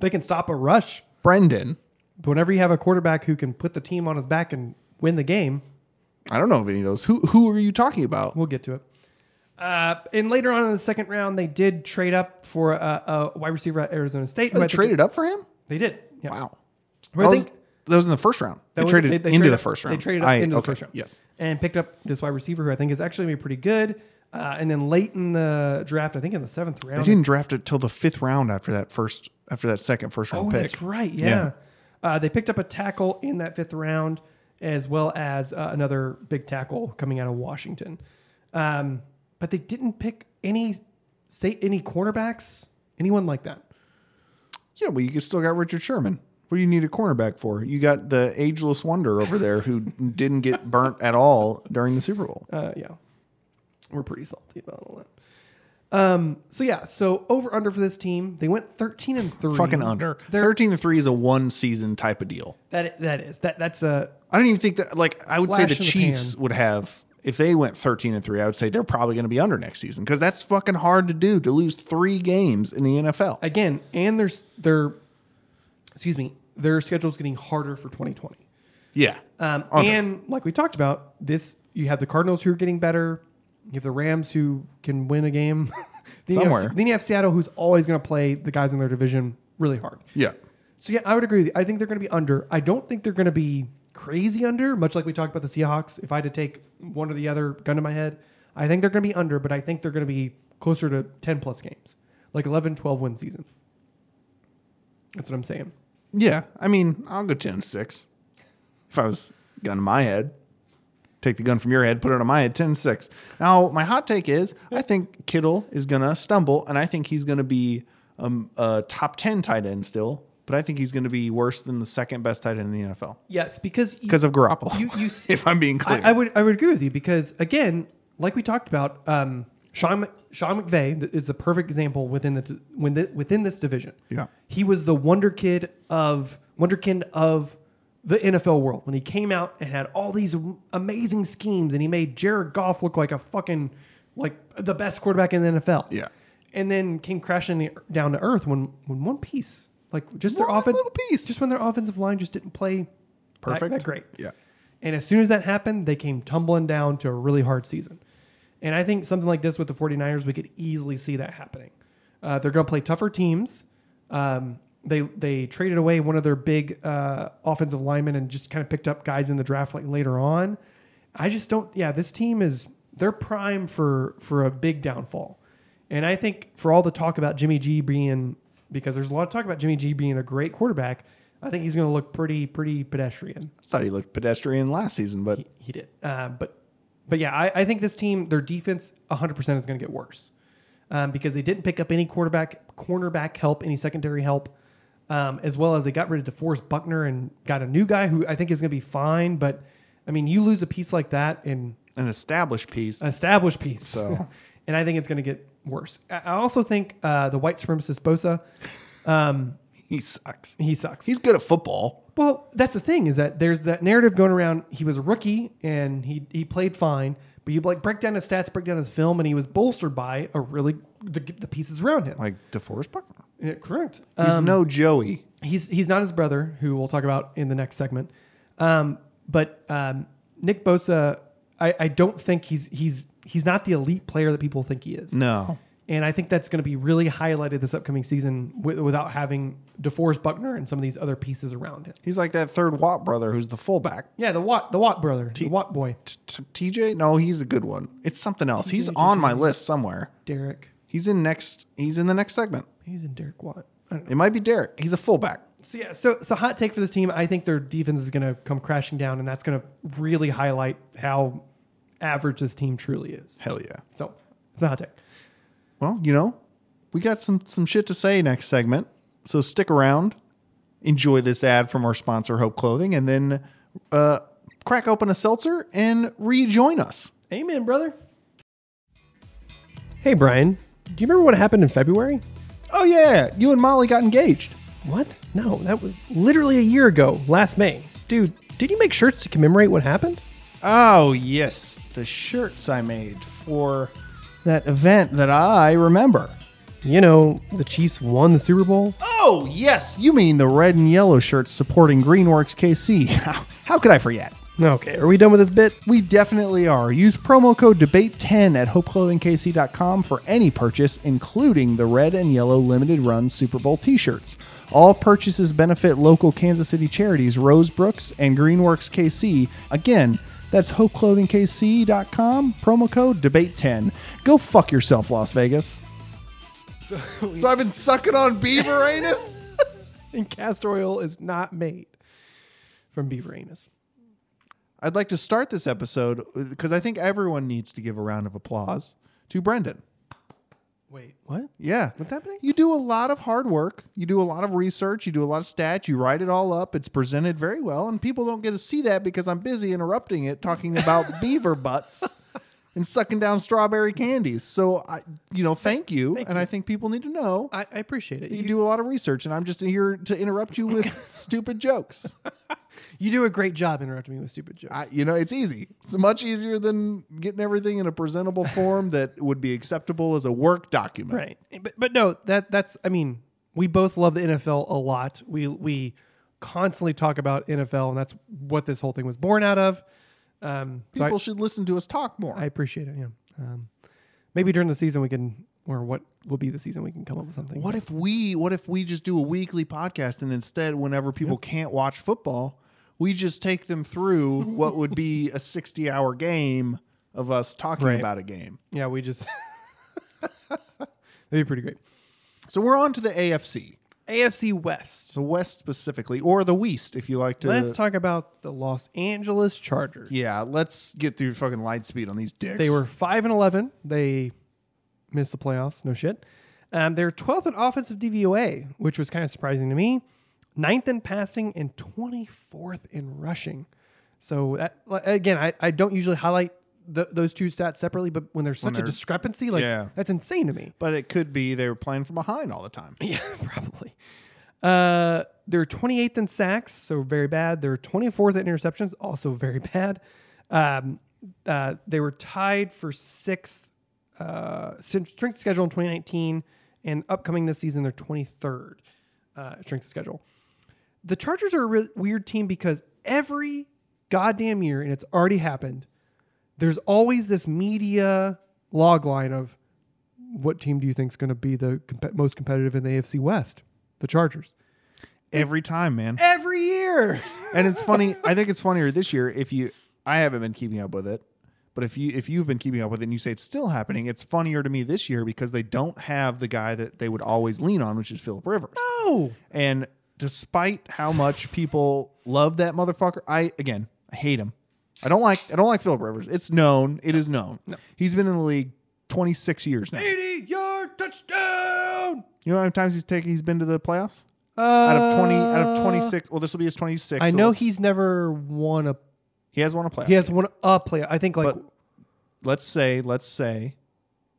S1: they can stop a rush.
S4: Brendan.
S1: But whenever you have a quarterback who can put the team on his back and win the game,
S4: I don't know of any of those. Who who are you talking about?
S1: We'll get to it. Uh, and later on in the second round, they did trade up for a, a wide receiver at Arizona State. who
S4: Oh, They
S1: I think-
S4: traded up for him?
S1: They did. Yeah.
S4: Wow.
S1: Who I
S4: That was,
S1: think-
S4: that was in the first round. They
S1: That was-
S4: traded into
S1: traded
S4: the
S1: up-
S4: first round.
S1: They traded up
S4: I-
S1: into the
S4: okay,
S1: first round.
S4: Yes.
S1: And picked up this wide receiver who I think is actually going to be pretty good. Uh, and then late in the draft, I think in the seventh round.
S4: They didn't draft it till the fifth round after that first after that second first round
S1: oh,
S4: pick.
S1: that's right. Yeah. Uh, they picked up a tackle in that fifth round, as well as uh, another big tackle coming out of Washington. Um, but they didn't pick any, say, any cornerbacks, anyone like that.
S4: Yeah, well, you still got Richard Sherman. What do you need a cornerback for? You got the ageless wonder over there who didn't get burnt at all during the Super Bowl.
S1: Uh, yeah, we're pretty salty about all that. Um, so yeah, so over under for this team, they went thirteen and three.
S4: Fucking under.
S1: They're-
S4: Thirteen to three is a one season type of deal.
S1: That that is that that's uh, a
S4: I don't even think that like I would say
S1: Flash in
S4: the
S1: the
S4: Chiefs would have if they went 13 and 3, I would say they're probably going to be under next season cuz that's fucking hard to do to lose 3 games in the NFL.
S1: again, and their s- their excuse me, their schedule's getting harder for twenty twenty.
S4: yeah.
S1: Um,
S4: Under.
S1: and like we talked about, this you have the Cardinals who are getting better. You have the Rams who can win a game. then, you
S4: Somewhere.
S1: have, then you have Seattle who's always going to play the guys in their division really hard.
S4: Yeah.
S1: So yeah, I would agree with you. I think they're going to be under. I don't think they're going to be crazy under, much like we talked about the Seahawks. If I had to take one or the other gun to my head, I think they're going to be under, but I think they're going to be closer to 10 plus games, like 11, 12 win season. That's what I'm saying.
S4: Yeah. I mean, I'll go 10 6. If I was gun to my head, take the gun from your head, put it on my head, 10 6. Now, my hot take is I think Kittle is going to stumble, and I think he's going to be um, a top 10 tight end still, but I think he's going to be worse than the second best tight end in the NFL
S1: Yes, because you-
S4: because of Garoppolo.
S1: You- you s-
S4: if I'm being clear.
S1: I, I would I would agree with you because again, like we talked about, um, Sean Mc- Sean McVay th- is the perfect example within the when the, within this division.
S4: Yeah.
S1: he was the wonder kid of wonderkind of the NFL world when he came out and had all these amazing schemes and he made Jared Goff look like a fucking like the best quarterback in the NFL.
S4: Yeah.
S1: and then came crashing the- down to earth when when one piece like just their
S4: One
S1: offense
S4: little piece.
S1: just when their offensive line just didn't play that- that great.
S4: Yeah.
S1: And as soon as that happened, they came tumbling down to a really hard season. And I think something like this with the 49ers, we could easily see that happening. Uh, they're going to play tougher teams. Um, they they traded away one of their big uh, offensive linemen and just kind of picked up guys in the draft like later on. I just don't. Yeah, this team is they're prime for for a big downfall. And I think for all the talk about Jimmy G being because there's a lot of talk about Jimmy G being a great quarterback, I think he's going to look pretty pretty pedestrian.
S4: I thought he looked pedestrian last season, but
S1: He did. Uh, but but yeah, I, I think this team, their defense 100% is going to get worse um, because they didn't pick up any quarterback, cornerback help, any secondary help, um, as well as they got rid of DeForest Buckner and got a new guy who I think is going to be fine. But I mean, you lose a piece like that and
S4: an established piece.
S1: an established piece.
S4: So.
S1: and I think it's going to get worse. I I also think uh, the white supremacist Bosa,
S4: He sucks.
S1: he sucks.
S4: He's good at football.
S1: Well, that's the thing is that there's that narrative going around. He was a rookie and he he played fine, but you like break down his stats, break down his film, and he was bolstered by a really the, the pieces around him.
S4: Like DeForest Buckner.
S1: Yeah, correct.
S4: He's
S1: Um,
S4: no Joey.
S1: he's he's not his brother, who we'll talk about in the next segment. Um, but um, Nick Bosa, I, I don't think he's he's he's not the elite player that people think he is.
S4: No.
S1: And I think that's going to be really highlighted this upcoming season wi- without having DeForest Buckner and some of these other pieces around him.
S4: He's like that third Watt brother who's the fullback.
S1: Yeah, the Watt the Watt brother, the Watt boy.
S4: T- t- TJ? No, he's a good one. It's something else. He's on my list somewhere.
S1: Derek.
S4: He's in next. He's in the next segment.
S1: He's in Derek Watt. I don't know.
S4: It might be Derek. He's a fullback.
S1: So yeah, so so hot take for this team. I think their defense is going to come crashing down, and that's going to really highlight how average this team truly is.
S4: Hell yeah.
S1: So it's my hot take.
S4: Well, you know, we got some some shit to say next segment. So stick around, enjoy this ad from our sponsor Hope Clothing, and then uh, crack open a seltzer and rejoin us.
S1: Amen, brother. Hey Brian, do you remember what happened in February?
S4: Oh yeah, you and Molly got engaged.
S1: What? No, that was literally a year ago, last May. Dude, did you make shirts to commemorate what happened?
S4: Oh, yes, the shirts I made for that event that I remember.
S1: You know, the Chiefs won the Super Bowl.
S4: Oh, yes, you mean the red and yellow shirts supporting Greenworks KC. How, how could I forget?
S1: Okay, are we done with this bit?
S4: We definitely are. Use promo code DEBATE10 at hopeclothingkc.com for any purchase, including the red and yellow limited run Super Bowl t shirts. All purchases benefit local Kansas City charities Rosebrooks and Greenworks KC. Again, that's hopeclothingkc.com, promo code DEBATE10. Go fuck yourself, Las Vegas. So, I've been sucking on beaver anus?
S1: And castor oil is not made from beaver anus.
S4: I'd like to start this episode because I think everyone needs to give a round of applause to Brendan.
S1: Wait, what?
S4: Yeah.
S1: What's happening?
S4: You do a lot of hard work. You do a lot of research. You do a lot of stats. You write it all up. It's presented very well, and people don't get to see that because I'm busy interrupting it, talking about beaver butts and sucking down strawberry candies. So I, you know, thank you, and I think people need to know
S1: I, I appreciate it.
S4: you
S1: You,
S4: do a lot of research, and I'm just here to interrupt you with stupid jokes.
S1: you do a great job interrupting me with stupid jokes.
S4: I, you know, it's easy. It's much easier than getting everything in a presentable form that would be acceptable as a work document.
S1: right, Eh, but but no, that that's. I mean, we both love the NFL a lot. We we constantly talk about NFL, and that's what this whole thing was born out of. Um, so I,
S4: People should listen to us talk more.
S1: I appreciate it. Yeah. Um, Maybe during the season we can, or what will be the season we can come up with something.
S4: What if we what if we just do a weekly podcast and instead whenever people can't watch football, we just take them through what would be a 60-hour game of us talking
S1: Right.
S4: about a game.
S1: Yeah, we just. That'd be pretty great.
S4: So we're on to the AFC,
S1: AFC West.
S4: the West specifically or the West if you like to
S1: Let's talk about the Los Angeles Chargers.
S4: Yeah, let's get through fucking light speed on these dicks.
S1: They were five and eleven. They missed the playoffs. No shit. Um, they're twelfth in offensive DVOA, which was kind of surprising to me. Ninth in passing and twenty fourth in rushing. So that like, again, I, I don't usually highlight th those two stats separately, but when there's such a
S4: they're-
S1: discrepancy, like
S4: Yeah.
S1: that's insane to me.
S4: but it could be they were playing from behind all the time.
S1: Yeah, probably. Uh, they're 28th in sacks, so very bad. They're 24th in interceptions, also very bad. Um, uh, they were tied for sixth uh, sin- strength of schedule in 2019, and upcoming this season, they're 23rd uh, strength of schedule. The Chargers are a re- weird team because every goddamn year, and it's already happened, there's always this media log line of what team do you think is going to be the comp- most competitive in the AFC West? The Chargers.
S4: Every time, man.
S1: Every year.
S4: and it's funny. I think it's funnier this year if you. I haven't been keeping up with it, but if you if you've been keeping up with it and you say it's still happening, it's funnier to me this year because they don't have the guy that they would always lean on, which is Philip Rivers.
S1: Oh,
S4: And despite how much people love that motherfucker, I again I hate him. I don't like I don't like Philip Rivers. It's known. It is known. He's been in the league twenty six years now.
S1: 80 yard touchdown.
S4: You know how many times he's taken? He's been to the playoffs. out of twenty, out of twenty six. Well, this will be his twenty six.
S1: Uh, I know he's never won a.
S4: he has won a playoff.
S1: He has won a playoff. I think like
S4: But- let's say let's say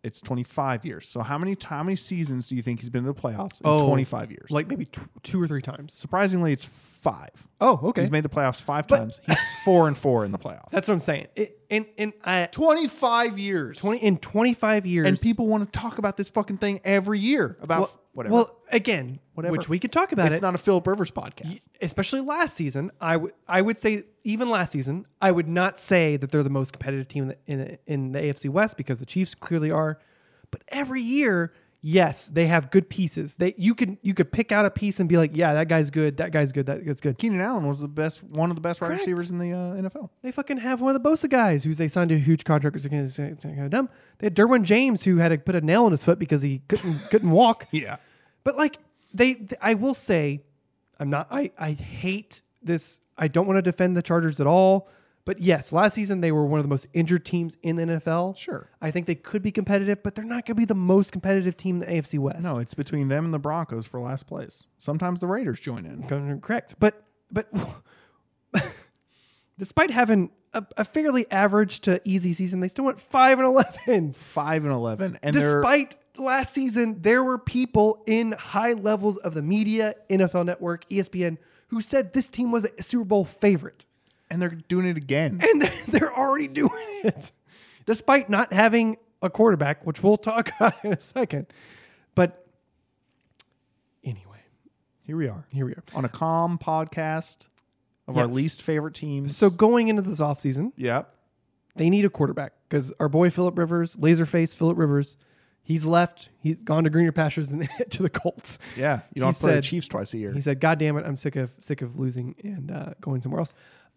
S4: it's 25 years. So how many how many seasons do you think he's been in the playoffs in
S1: Oh,
S4: 25 years?
S1: like maybe tw- two or three times.
S4: surprisingly, it's five.
S1: Oh, okay.
S4: He's made the playoffs five times. He's four and four in the playoffs.
S1: That's what I'm saying. It, and and I
S4: 25 years.
S1: 20 in 25 years
S4: and people want to talk about this fucking thing every year about
S1: well,
S4: whatever.
S1: Well, again,
S4: whatever.
S1: which we could talk about
S4: it's
S1: it.
S4: not a Philip Rivers podcast.
S1: especially last season, I would I would say even last season, I would not say that they're the most competitive team in the, in, the- in the AFC West because the Chiefs clearly are. But every year, yes, they have good pieces. They you could you could pick out a piece and be like, yeah, that guy's good, that guy's good, that guy's good.
S4: Keenan Allen was the best, one of the best wide
S1: Correct.
S4: receivers in the uh, NFL.
S1: They fucking have one of the Bosa guys who they signed to a huge contract. It's kind of- it's kind of dumb. They had Derwin James who had to put a nail in his foot because he couldn't couldn't walk.
S4: Yeah,
S1: But like they, th- I will say, I'm not. I I hate this. I don't want to defend the Chargers at all. But yes, last season they were one of the most injured teams in the NFL.
S4: Sure.
S1: I think they could be competitive, but they're not going to be the most competitive team in the AFC West.
S4: no, it's between them and the Broncos for last place. Sometimes the Raiders join in.
S1: correct. But but despite having a, a fairly average to easy season, they still went five and eleven.
S4: Five and eleven, and they're
S1: Despite last season, there were people in high levels of the media, NFL Network, E ESPN, who said this team was a Super Bowl favorite.
S4: and they're doing it again.
S1: And they're, they're already doing it, despite not having a quarterback, which we'll talk about in a second. But anyway,
S4: Here we are.
S1: here we are.
S4: on a calm podcast of our
S1: Yes.
S4: least favorite teams.
S1: So going into this offseason,
S4: yep,
S1: they need a quarterback because our boy Philip Rivers, Laserface Philip Rivers, he's left. He's gone to greener pastures and to the Colts.
S4: yeah, you don't
S1: He
S4: have to play the
S1: said-
S4: Chiefs twice a year.
S1: He said, "God damn it, I'm sick of sick of losing and uh, going somewhere else."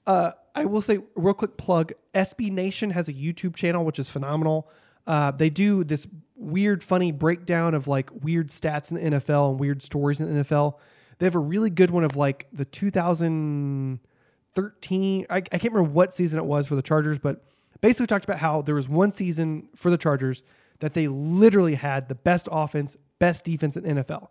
S1: Uh, I will say real quick plug: SB Nation has a YouTube channel which is phenomenal. Uh, they do this weird, funny breakdown of like weird stats in the NFL and weird stories in the NFL. They have a really good one of like the 2013. I, I can't remember what season it was for the Chargers, but basically talked about how there was one season for the Chargers that they literally had the best offense, best defense in the NFL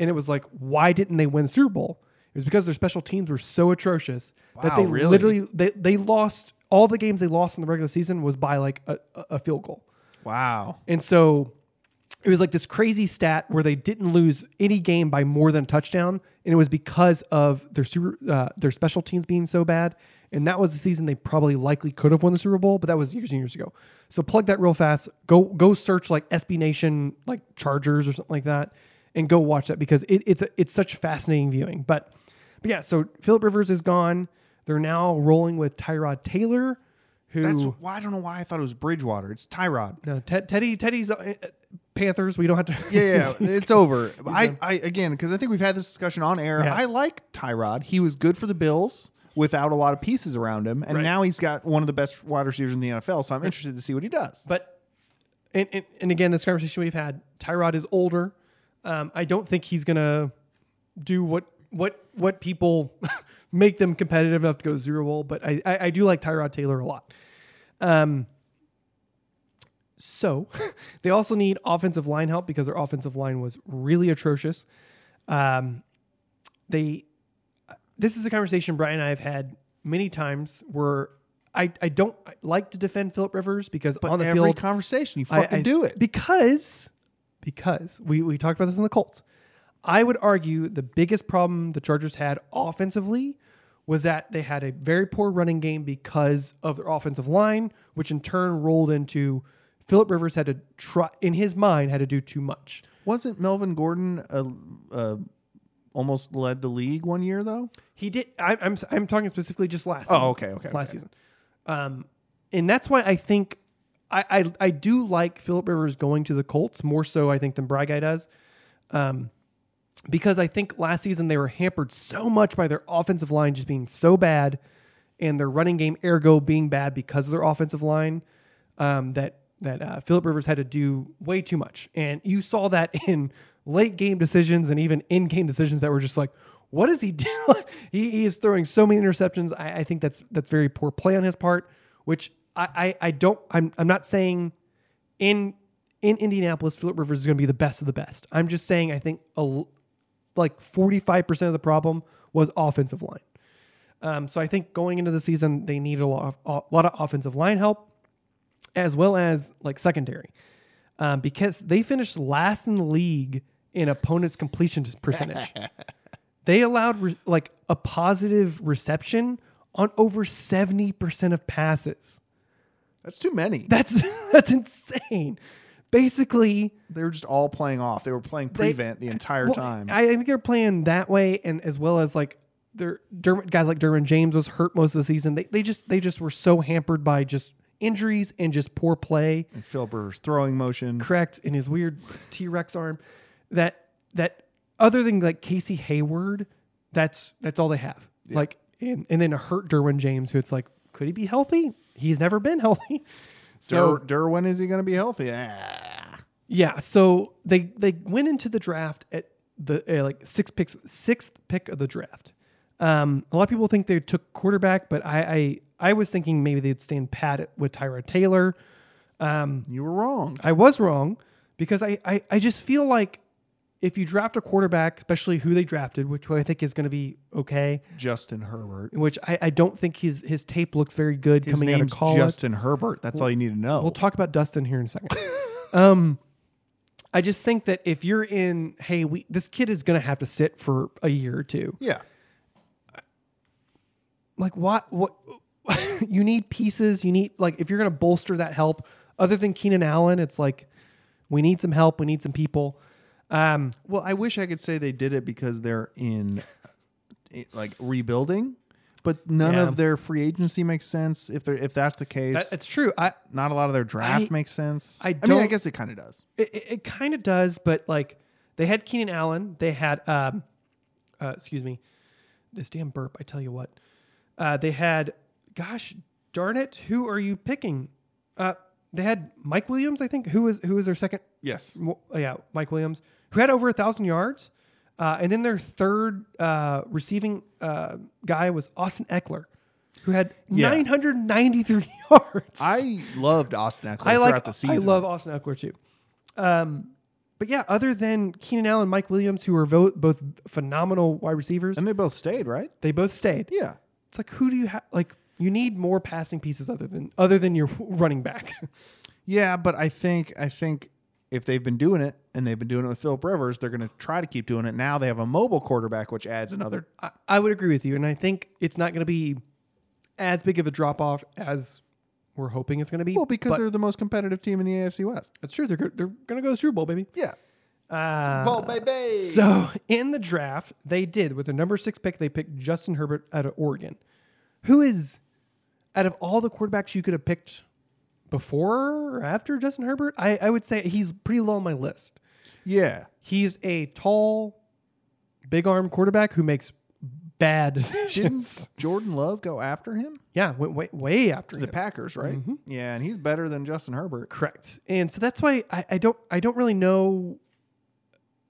S1: and it was like, why didn't they win the Super Bowl? It was because their special teams were so atrocious that
S4: Wow,
S1: they
S4: really?
S1: literally they, they lost all the games they lost in the regular season was by like a, a a field goal.
S4: wow,
S1: And so it was like this crazy stat where they didn't lose any game by more than a touchdown, and it was because of their super uh, their special teams being so bad. And that was the season they probably likely could have won the Super Bowl, but that was years and years ago. So plug that real fast. Go go search like SB Nation like Chargers or something like that, and go watch that because it, it's a, it's such fascinating viewing. But but yeah, so Philip Rivers is gone. They're now rolling with Tyrod Taylor, who
S4: That's why I don't know why I thought it was Bridgewater. It's Tyrod.
S1: no, Ted Teddy Teddy's uh, uh, Panthers. We don't have to.
S4: Yeah, yeah it's over. I, I again because I think we've had this discussion on air.
S1: Yeah.
S4: I like Tyrod. He was good for the Bills without a lot of pieces around him, and
S1: Right.
S4: now he's got one of the best wide receivers in the NFL. So I'm interested to see what he does.
S1: But and, and, and again, this conversation we've had, Tyrod is older. Um, I don't think he's gonna do what what what people make them competitive enough to go zero bowl. But I I, I do like Tyrod Taylor a lot. Um, so they also need offensive line help because their offensive line was really atrocious. Um, they this is a conversation Brian and I have had many times where I, I don't like to defend Philip Rivers because on the
S4: Every
S1: field
S4: conversation, you
S1: I-
S4: fucking
S1: I-
S4: do it.
S1: because because we we talked about this in the Colts. I would argue the biggest problem the Chargers had offensively was that they had a very poor running game because of their offensive line, which in turn rolled into Philip Rivers had to try in his mind had to do too much.
S4: Wasn't Melvin Gordon uh, uh, almost led the league one year though?
S1: He did. I, I'm I'm talking specifically just last.
S4: Oh,
S1: season.
S4: okay, okay,
S1: Last
S4: okay.
S1: season, um, and that's why I think I I, I do like Philip Rivers going to the Colts more so I think than Bry Guy does, um, because I think last season they were hampered so much by their offensive line just being so bad, and their running game ergo being bad because of their offensive line, um, that that uh, Philip Rivers had to do way too much, and you saw that in late game decisions and even in game decisions that were just like, what is he doing? he, he is throwing so many interceptions. I, I think that's that's very poor play on his part, which I I, I don't I'm I'm not saying in in Indianapolis Philip Rivers is going to be the best of the best. I'm just saying I think a, l- like 45% of the problem was offensive line. Um, so I think going into the season, they needed a lot of, a lot of offensive line help as well as like secondary um, because they finished last in the league in opponents' completion percentage. they allowed re- like a positive reception on over 70% of passes.
S4: That's too many.
S1: That's that's insane. Basically,
S4: they were just all playing off. They were playing
S1: they-
S4: prevent the entire
S1: well,
S4: time.
S1: I I think they're playing that way, and as well as like their Dermot, guys like Derwin James was hurt most of the season. They they just they just were so hampered by just injuries and just poor play,
S4: and Philip Rivers throwing motion.
S1: correct, in his weird T Rex arm. That that other than like Casey Hayward, that's that's all they have. Like and, and then a hurt Derwin James, who it's like, could he be healthy? He's never been healthy. So
S4: Dur- Derwin, is he going to be healthy? Ah.
S1: Yeah, so they they went into the draft at the uh, like six picks sixth pick of the draft. Um, a lot of people think they took quarterback, but I I, I was thinking maybe they'd stand pat at- with Tyra Taylor.
S4: You were wrong.
S1: I was wrong because I, I I just feel like if you draft a quarterback, especially who they drafted, which I think is going to be okay,
S4: Justin Herbert.
S1: which I, I don't think his his tape looks very good
S4: His
S1: coming out of
S4: name's
S1: college.
S4: Justin Herbert. That's all you need to know.
S1: We'll talk about Dustin here in a second. um, I just think that if you're in, hey, we this kid is gonna have to sit for a year or two.
S4: yeah.
S1: Like, what? What? you need pieces. You need like if you're gonna bolster that help. Other than Keenan Allen, it's like we need some help. We need some people.
S4: Well, I wish I could say they did it because they're in it- like rebuilding, but none
S1: Yeah.
S4: of their free agency makes sense. If they're if that's the case,
S1: That, it's true. I
S4: not a lot of their draft
S1: I-
S4: makes sense.
S1: I
S4: I mean, I
S1: don't-
S4: guess it kind of does.
S1: it, it, it kind of does, but like they had Keenan Allen, they had um, uh, excuse me, this damn burp. I tell you what, uh, they had. Gosh darn it, who are you picking? Uh, they had Mike Williams, I think. Who was who was their second?
S4: Yes.
S1: Mo- uh, Yeah, Mike Williams, who had over a thousand yards, uh, and then their third uh, receiving uh, guy was Austin Eckler, who had
S4: Yeah.
S1: 993 yards.
S4: I loved Austin Eckler
S1: I
S4: throughout
S1: like
S4: the season.
S1: I love Austin Eckler too. Um, but yeah, other than Keenan Allen, Mike Williams, who are vo- both phenomenal wide receivers,
S4: and they both stayed, right?
S1: they both stayed.
S4: Yeah.
S1: It's like who do you have? Like you need more passing pieces other than other than your running back.
S4: Yeah, but I think I think if they've been doing it and they've been doing it with Philip Rivers, they're going to try to keep doing it. Now they have a mobile quarterback, which adds another.
S1: I, I would agree with you, and I think it's not going to be as big of a drop off as we're hoping it's going to be.
S4: Well, because
S1: but
S4: they're the most competitive team in the AFC West.
S1: that's true. They're go- they're going to go to the Super Bowl, baby.
S4: Yeah.
S1: Uh,
S4: Bowl, baby.
S1: So in the draft, they did with the number six pick, they picked Justin Herbert out of Oregon, who is out of all the quarterbacks you could have picked before or after Justin Herbert, I, I would say he's pretty low on my list.
S4: Yeah.
S1: He's a tall, big arm quarterback who makes bad
S4: Didn't
S1: decisions.
S4: Jordan Love go after him?
S1: yeah, went way, way after
S4: The
S1: him.
S4: Packers, right? Yeah, and he's better than Justin Herbert.
S1: Correct. And so that's why I, I don't I don't really know.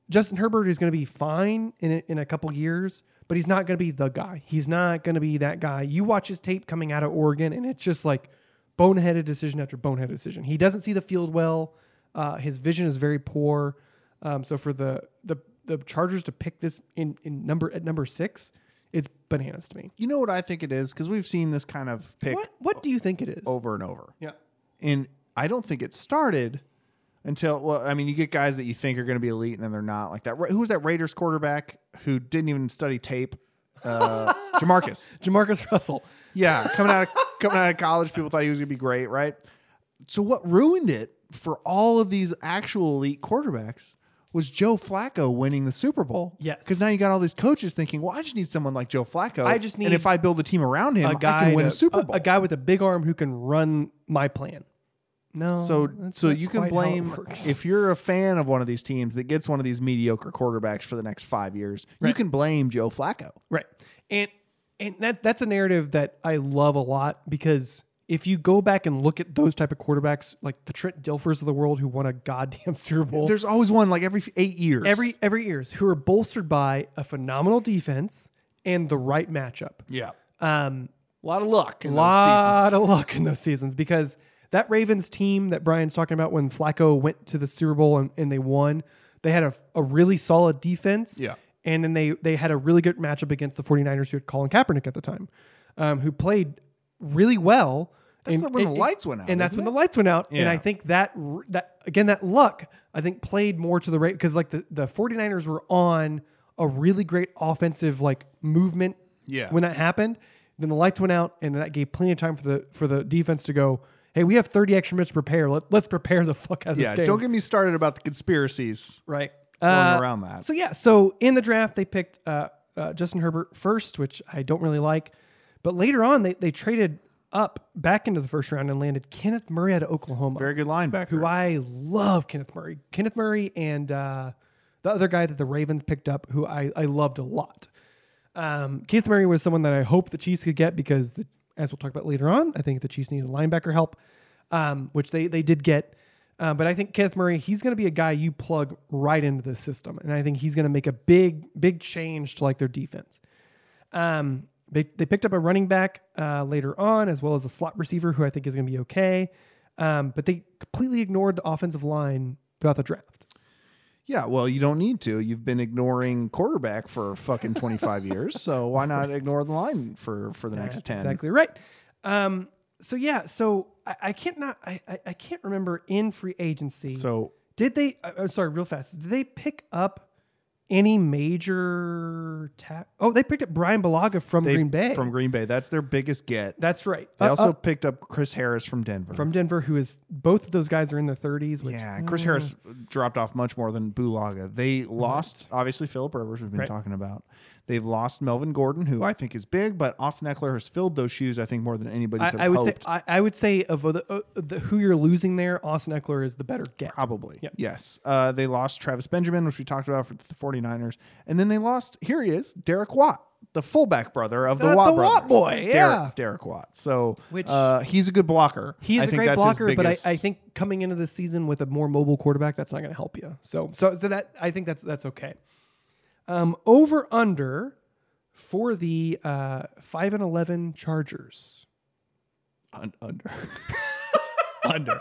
S1: Justin Herbert is going to be fine in a, in a couple years, but he's not going to be the guy. He's not going to be that guy. You watch his tape coming out of Oregon, and it's just like boneheaded decision after boneheaded decision. He doesn't see the field well. Uh, his vision is very poor. Um, so for the the the Chargers to pick this in, in number at number six, it's bananas to me.
S4: You know what I think it is? Because we've seen this kind of pick Oh.
S1: What what do you think it is?
S4: over and over.
S1: yeah,
S4: And I don't think it started until, well, I mean, you get guys that you think are going to be elite and then they're not like that. Ra- Who was that Raiders quarterback who didn't even study tape? Uh, Jamarcus.
S1: Jamarcus Russell.
S4: Yeah, coming out of coming out of college, people thought he was gonna be great, right? So what ruined it for all of these actual elite quarterbacks was Joe Flacco winning the Super Bowl.
S1: Yes.
S4: because now you got all these coaches thinking, well, I just need someone like Joe Flacco.
S1: I just need
S4: and if I build a team around him,
S1: a guy
S4: I can win a
S1: to-
S4: Super Bowl.
S1: A, guy with a big arm who can run my plan. No.
S4: so
S1: Um, that's
S4: so
S1: not
S4: you can
S1: quite how it
S4: blame
S1: works.
S4: if you're a fan of one of these teams that gets one of these mediocre quarterbacks for the next five years, you can blame Joe Flacco.
S1: right. And and that that's a narrative that I love a lot because if you go back and look at those type of quarterbacks, like the Trent Dilfers of the world who won a goddamn Super Bowl,
S4: There's always one like every f- eight years.
S1: every every years who are bolstered by a phenomenal defense and the right matchup.
S4: yeah,
S1: Um,
S4: a lot of luck. in those
S1: lot
S4: seasons.
S1: of luck in those seasons because that Ravens team that Brian's talking about when Flacco went to the Super Bowl and, and they won, they had a, a really solid defense.
S4: Yeah.
S1: And then they they had a really good matchup against the 49ers who had Colin Kaepernick at the time, um, who played really well.
S4: That's when the lights went out,
S1: And that's
S4: isn't
S1: when
S4: it?
S1: the lights went out. And
S4: Yeah.
S1: I think that r- that again, that luck, I think played more to the rate because like the, the 49ers were on a really great offensive like movement
S4: Yeah.
S1: when that happened. Then the lights went out, and that gave plenty of time for the for the defense to go. Hey, we have 30 extra minutes to prepare. Let, let's prepare the fuck out of
S4: Yeah,
S1: this game.
S4: don't get me started about the conspiracies.
S1: right Uh,
S4: Going around that.
S1: So yeah, so in the draft they picked uh, uh, Justin Herbert first, which I don't really like. But later on, they they traded up back into the first round and landed Kenneth Murray out of Oklahoma.
S4: Very good linebacker.
S1: who I love Kenneth Murray. Kenneth Murray and uh, the other guy that the Ravens picked up, who I, I loved a lot. Um, Kenneth Murray was someone that I hope the Chiefs could get because, the, as we'll talk about later on, I think the Chiefs needed linebacker help, um, which they, they did get. Uh, but I think Kenneth Murray, he's going to be a guy you plug right into the system. And I think he's going to make a big, big change to like their defense. Um, they, they picked up a running back uh, later on, as well as a slot receiver who I think is going to be okay. Um, but they completely ignored the offensive line throughout the draft.
S4: yeah, well, you don't need to. You've been ignoring quarterback for fucking 25 years, so why not ignore the line for for the next 10?
S1: That's exactly right. Um, so yeah, so I, I can't not I, I, I can't remember in free agency.
S4: So
S1: did they? I- I'm sorry, real fast. Did they pick up any major? Ta- oh, they picked up Brian Balaga from
S4: they-
S1: Green Bay.
S4: From Green Bay. That's their biggest get.
S1: that's right.
S4: They
S1: Uh,
S4: also
S1: uh,
S4: picked up Chris Harris from Denver.
S1: from Denver, Mm. who is both of those guys are in their 30s. Which,
S4: yeah, Chris Harris dropped off much more than Bulaga. They
S1: Mm-hmm.
S4: lost, obviously, Philip Rivers, we've been talking about. They've lost Melvin Gordon, who I think is big, but Austin Eckler has filled those shoes, I think, more than anybody could
S1: I, I
S4: have
S1: would
S4: hoped.
S1: say I, I would say of the, uh, the who you're losing there, Austin Eckler is the better get.
S4: Probably.
S1: Yep.
S4: Yes. Uh, they lost Travis Benjamin, which we talked about for the 49ers. And then they lost, here he is, Derek Watt, the fullback brother of the
S1: Uh,
S4: Watt
S1: the
S4: brothers.
S1: Watt boy, yeah.
S4: Derek, Derek Watt. So
S1: Which-
S4: uh, he's a good blocker.
S1: He's
S4: a
S1: a great blocker, but I, I think coming into this season with a more mobile quarterback, that's not going to help you. So, so, so that I think that's that's okay. Um, over under for the uh, five and eleven Chargers.
S4: under. under.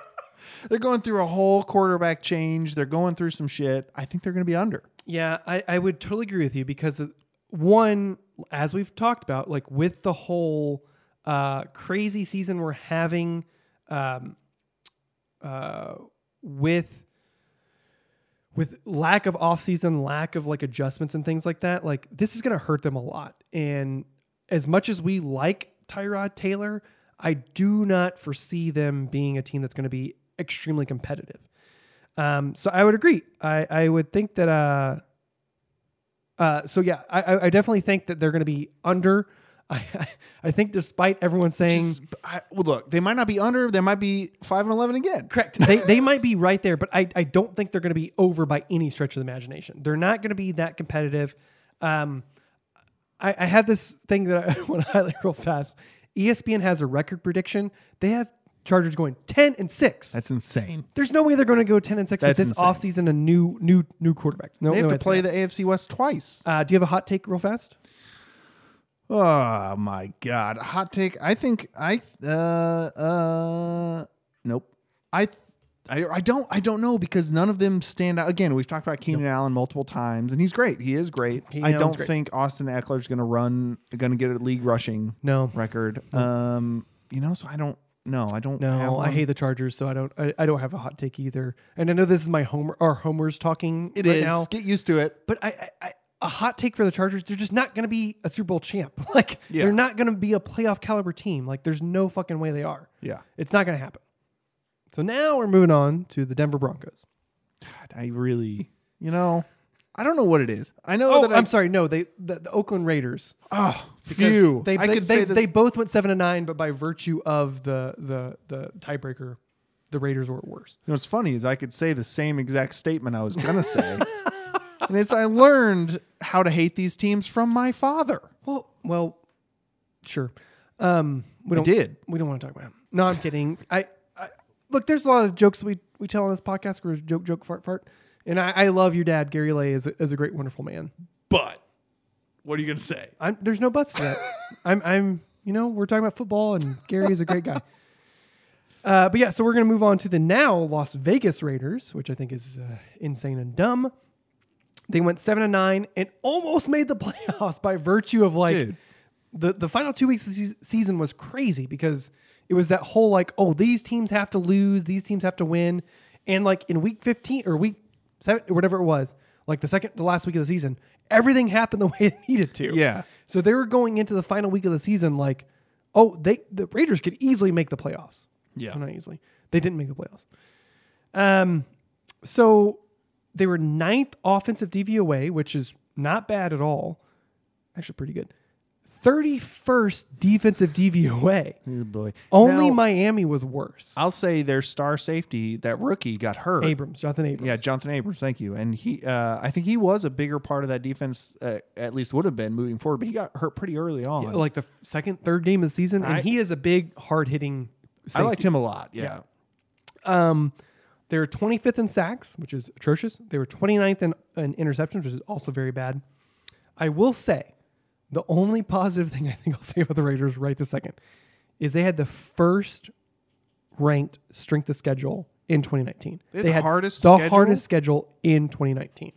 S4: They're going through a whole quarterback change. They're going through some shit. I think they're going to be under.
S1: Yeah, I, I would totally agree with you because uh, one, as we've talked about, like with the whole uh, crazy season we're having um, uh, with with lack of offseason, lack of like adjustments and things like that, like this is going to hurt them a lot. And as much as we like Tyrod Taylor, I do not foresee them being a team that's going to be extremely competitive. Um, so I would agree. I, I would think that. Uh, uh, so yeah, I, I- I definitely think that they're going to be under. I, I think despite everyone saying
S4: Just- I, well, look, they might not be under. They might be five and eleven again.
S1: correct, they, they might be right there, but I, I don't think they're going to be over by any stretch of the imagination. They're not going to be that competitive. Um, I, I have this thing that I want to highlight real fast. E ESPN has a record prediction. They have Chargers going ten and six.
S4: That's insane.
S1: There's no way they're going to go ten and six with
S4: That's
S1: this
S4: insane.
S1: offseason. A new new new quarterback. No,
S4: They have
S1: no way
S4: to
S1: it's
S4: play
S1: gonna
S4: the AFC West twice.
S1: happen. Uh, do you have a hot take, real fast?
S4: Oh my god, hot take. I think I uh uh nope. I I I don't I don't know because none of them stand out. Again, we've talked about Keenan Allen multiple times, and he's great. He is great.
S1: Keenan
S4: I
S1: Allen's
S4: don't
S1: great.
S4: think Austin Eckler's going to run, going to get a league rushing
S1: No.
S4: record. Um, you know, so I don't. No, I don't. have
S1: No, I
S4: one.
S1: hate the Chargers, so I don't. I, I don't have a hot take either. And I know this is my homer or homers talking
S4: It
S1: right
S4: is.
S1: now,
S4: Get used to it.
S1: but I, I, I a hot take for the Chargers. They're just not going to be a Super Bowl champ. Like
S4: Yeah.
S1: they're not going to be a playoff caliber team. Like there's no fucking way they are.
S4: Yeah,
S1: It's not going to happen. So now we're moving on to the Denver Broncos.
S4: God, I really. You know, I don't know what it is. I know
S1: Oh,
S4: that
S1: I'm
S4: I,
S1: sorry. No, they the, the Oakland Raiders.
S4: Oh,
S1: because
S4: phew.
S1: They,
S4: I
S1: they,
S4: could
S1: they,
S4: say this-
S1: they both went seven to nine, but by virtue of the the the tiebreaker, the Raiders were worse.
S4: You know, what's funny is I could say the same exact statement I was gonna say, and it's I learned how to hate these teams from my father.
S1: Well, well, sure. Um, we
S4: I
S1: don't.
S4: did.
S1: We don't want to talk about him. No, I'm kidding. I, I look. There's a lot of jokes we we tell on this podcast. We're joke, joke, fart, fart. And I, I love your dad, Gary Lay, is a, is a great, wonderful man.
S4: But what are you gonna say?
S1: I'm, there's no buts to that. I'm, I'm, you know, we're talking about football, and Gary is a great guy. Uh, but yeah, so we're gonna move on to the now Las Vegas Raiders, which I think is uh, insane and dumb. They went seven and nine and almost made the playoffs by virtue of like
S4: Dude.
S1: the the final two weeks of the se- season was crazy because it was that whole like oh these teams have to lose these teams have to win and like in week 15 or week 7 or whatever it was like the second the last week of the season everything happened the way it needed to
S4: Yeah.
S1: so they were going into the final week of the season like oh they the raiders could easily make the playoffs
S4: Yeah.
S1: Oh, not easily they didn't make the playoffs um so they were ninth offensive DVOA, which is not bad at all. Actually, pretty good. 31st defensive DVOA.
S4: Oh boy.
S1: Only
S4: Now,
S1: Miami was worse.
S4: I'll say their star safety, that rookie, got hurt.
S1: Abrams, Jonathan Abrams.
S4: Yeah, Jonathan Abrams. Thank you. And he, uh, I think he was a bigger part of that defense. Uh, at least would have been moving forward. But he got hurt pretty early on.
S1: like the f- second, third game of the season. And
S4: I-
S1: he is a big, hard hitting
S4: I liked him a lot. Yeah.
S1: They were 25th in sacks, which is atrocious. They were 29th in, in interceptions, which is also very bad. I will say, the only positive thing I think I'll say about the Raiders right this second is they had the first ranked strength of schedule in 2019.
S4: had the hardest
S1: the
S4: schedule?
S1: hardest schedule in 2019.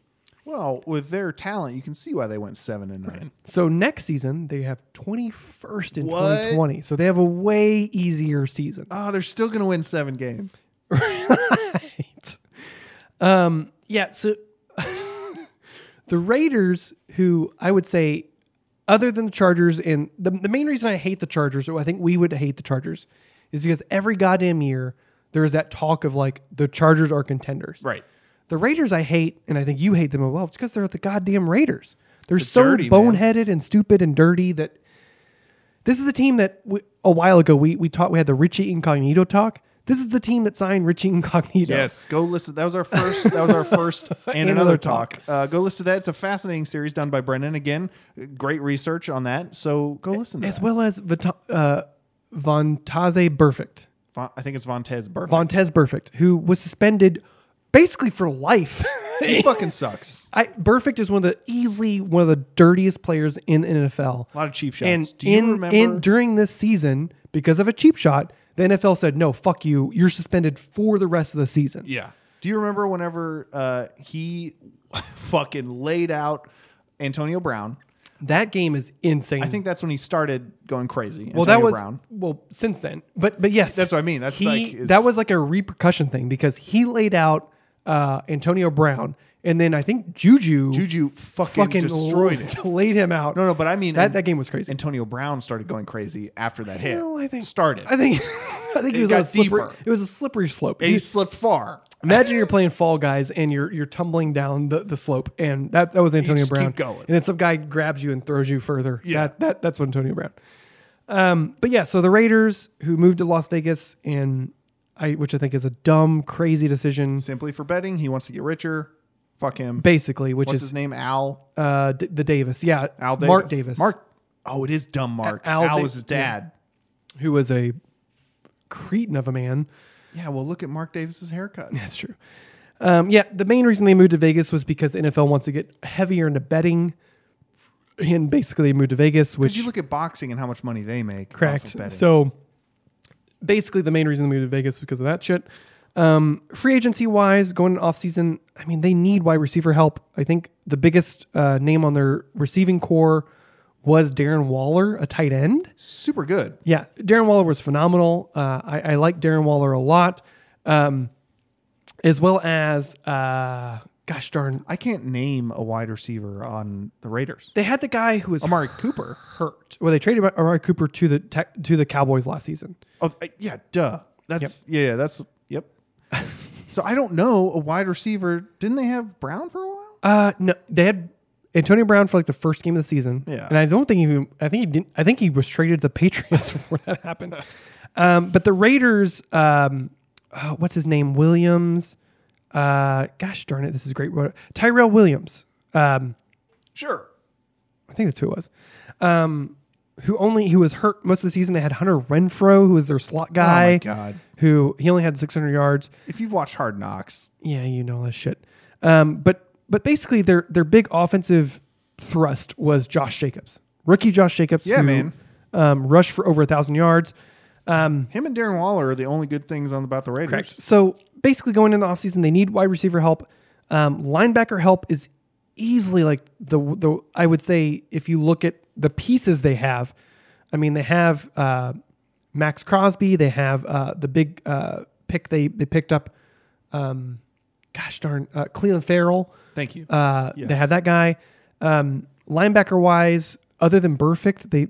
S4: Well, with their talent, you can see why they went seven and nine.
S1: So next season they have 21st in
S4: What?
S1: 2020. So they have a way easier season.
S4: Oh, they're still gonna win seven games.
S1: right. Um, yeah, so the Raiders, who I would say, other than the Chargers, and the, the main reason I hate the Chargers, or I think we would hate the Chargers, is because every goddamn year there is that talk of like the Chargers are contenders.
S4: Right.
S1: The Raiders I hate, and I think you hate them as well, because they're the goddamn Raiders. They're so
S4: dirty, man.
S1: boneheaded and stupid and dirty that this is the team that we, a while ago we we taught we had the Richie Incognito talk. This is the team that signed Richie Incognito.
S4: Yes, go listen. That was our first. That was our first and,
S1: And
S4: another
S1: another
S4: talk. Uh, go listen to that. It's a fascinating series done by Brennan. Again, great research on that. So go listen to
S1: as
S4: that.
S1: well as Vita- uh, Vontaze Perfect,
S4: Von, I think it's Vontez Burfict.
S1: Vontez Perfect, who was suspended basically for life.
S4: he fucking sucks.
S1: I, Perfect is one of the easily one of the dirtiest players in the NFL.
S4: A lot of cheap shots.
S1: And
S4: Do you
S1: in,
S4: remember?
S1: in during this season, because of a cheap shot, the NFL said, "No, fuck you. You're suspended for the rest of the season."
S4: yeah. Do you remember whenever uh, he fucking laid out Antonio Brown?
S1: That game is insane.
S4: I think that's when he started going crazy.
S1: well,
S4: Antonio
S1: that was
S4: Brown.
S1: well since then, but but yes,
S4: That's what I mean. That's
S1: he,
S4: like- it's-
S1: that was like a repercussion thing because he laid out uh, Antonio Brown And then I think Juju
S4: Juju fucking, destroyed it.
S1: laid him out.
S4: No, no, but I mean
S1: that that game was crazy.
S4: Antonio Brown started going crazy after that hit.
S1: Well, I think
S4: started.
S1: I think I think
S4: It
S1: it was on a
S4: got
S1: slippery.
S4: deeper.
S1: It was a slippery slope.
S4: he
S1: You-
S4: slipped far.
S1: imagine you're playing Fall Guys and you're you're tumbling down the, the slope, and that that was Antonio
S4: just keep
S1: Brown.
S4: going.
S1: And then some guy grabs you and throws you further.
S4: Yeah.
S1: that, that that's what Antonio Brown. Um, but yeah, so the Raiders who moved to Las Vegas and. I, which I think is a dumb, crazy decision,
S4: Simply for betting, he wants to get richer. Fuck him.
S1: basically. Which
S4: What's
S1: is
S4: his name? Al.
S1: uh, D- the Davis, yeah,
S4: Al Davis.
S1: Mark Davis,
S4: Mark. Oh, it is dumb Mark.
S1: A- Al
S4: Al,
S1: Da-
S4: was his dad.
S1: who was a cretin of a man.
S4: Yeah. well, look at Mark Davis's haircut.
S1: That's true. Um, yeah, the main reason they moved to Vegas was because the NFL wants to get heavier into betting, and basically they moved to Vegas,
S4: Did
S1: which
S4: you look at boxing and how much money they make? off of
S1: cracked.
S4: betting?
S1: So basically, the main reason they moved to Vegas was because of that shit. Um, free agency wise, going off season, I mean, they need wide receiver help. I think the biggest uh, name on their receiving core was Darren Waller, a tight end.
S4: super good.
S1: Yeah, Darren Waller was phenomenal. Uh, I, I like Darren Waller a lot, um, as well as uh, gosh darn,
S4: I can't name a wide receiver on the Raiders.
S1: they had the guy who was
S4: Amari Cooper.
S1: hurt. Well, they traded Amari Cooper to the Tec- to the Cowboys last season.
S4: Oh, uh, yeah, duh. That's yeah, yeah, that's yep. so I don't know a wide receiver. Didn't they have Brown for a while?
S1: Uh, no, they had Antonio Brown for like the first game of the season.
S4: Yeah.
S1: and I don't think even I think he didn't. I think he was traded to the Patriots before that happened. Um, but the Raiders, um, oh, what's his name, Williams? Uh, gosh darn it, this is great. Tyrell Williams.
S4: Sure.
S1: I think that's who it was. Um, who only who was hurt most of the season? They had Hunter Renfro, who was their slot guy.
S4: Oh God.
S1: Who he only had 600 yards.
S4: If you've watched Hard Knocks,
S1: Yeah, you know that shit. Um, but but basically their their big offensive thrust was Josh Jacobs, rookie Josh Jacobs.
S4: Yeah,
S1: who,
S4: man.
S1: Um, rushed for over a thousand yards.
S4: him and Darren Waller are the only good things on about the Raiders.
S1: So basically, going into the offseason, they need wide receiver help. Um, linebacker help is easily like the the I would say if you look at the pieces they have. I mean, they have uh, Max Crosby. They have uh, the big uh, pick they they picked up. Um, gosh darn, uh, Cleveland Farrell.
S4: Thank you.
S1: Uh, They have that guy. Um, linebacker wise, other than Perfect, they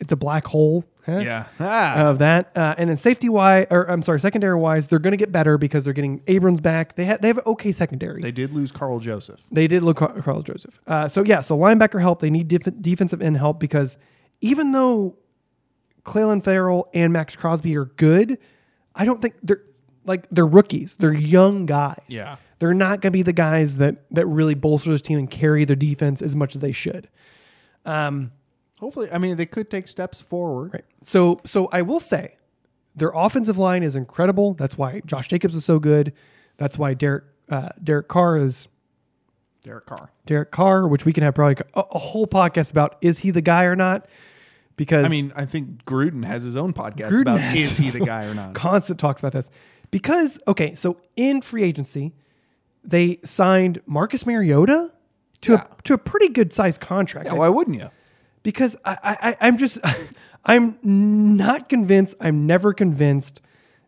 S1: it's a black hole. huh?
S4: yeah. Ah,
S1: of that. Uh, and then safety wise, or I'm sorry, secondary wise, they're going to get better because they're getting Abrams back. They had they have an okay secondary.
S4: they
S1: They,
S4: did lose Carl Joseph.
S1: did look Car- Carl Joseph. Uh, so yeah, so linebacker help. They need def- defensive end help because even though Clayton Farrell and Max Crosby are good, I don't think they're like they're rookies. They're young guys.
S4: Yeah.
S1: They're not going to be the guys that that really bolster this team and carry their defense as much as they should.
S4: Hopefully, I mean they could take steps forward.
S1: Right. So so I will say their offensive line is incredible. That's why Josh Jacobs is so good. That's why Derek uh, Derek Carr is
S4: Derek Carr.
S1: Derek Carr, which we can have probably a, a whole podcast about is he the guy or not? Because
S4: I mean, I think Gruden has his own podcast
S1: Gruden
S4: about
S1: has
S4: is he
S1: his
S4: the
S1: own-
S4: guy or not.
S1: constant talks about this. Because okay, so in free agency, they signed Marcus Mariota to
S4: Yeah.
S1: a to a pretty good sized contract.
S4: Yeah,
S1: I
S4: why wouldn't you?
S1: because I, I, I- I'm just, I'm not convinced. I'm never convinced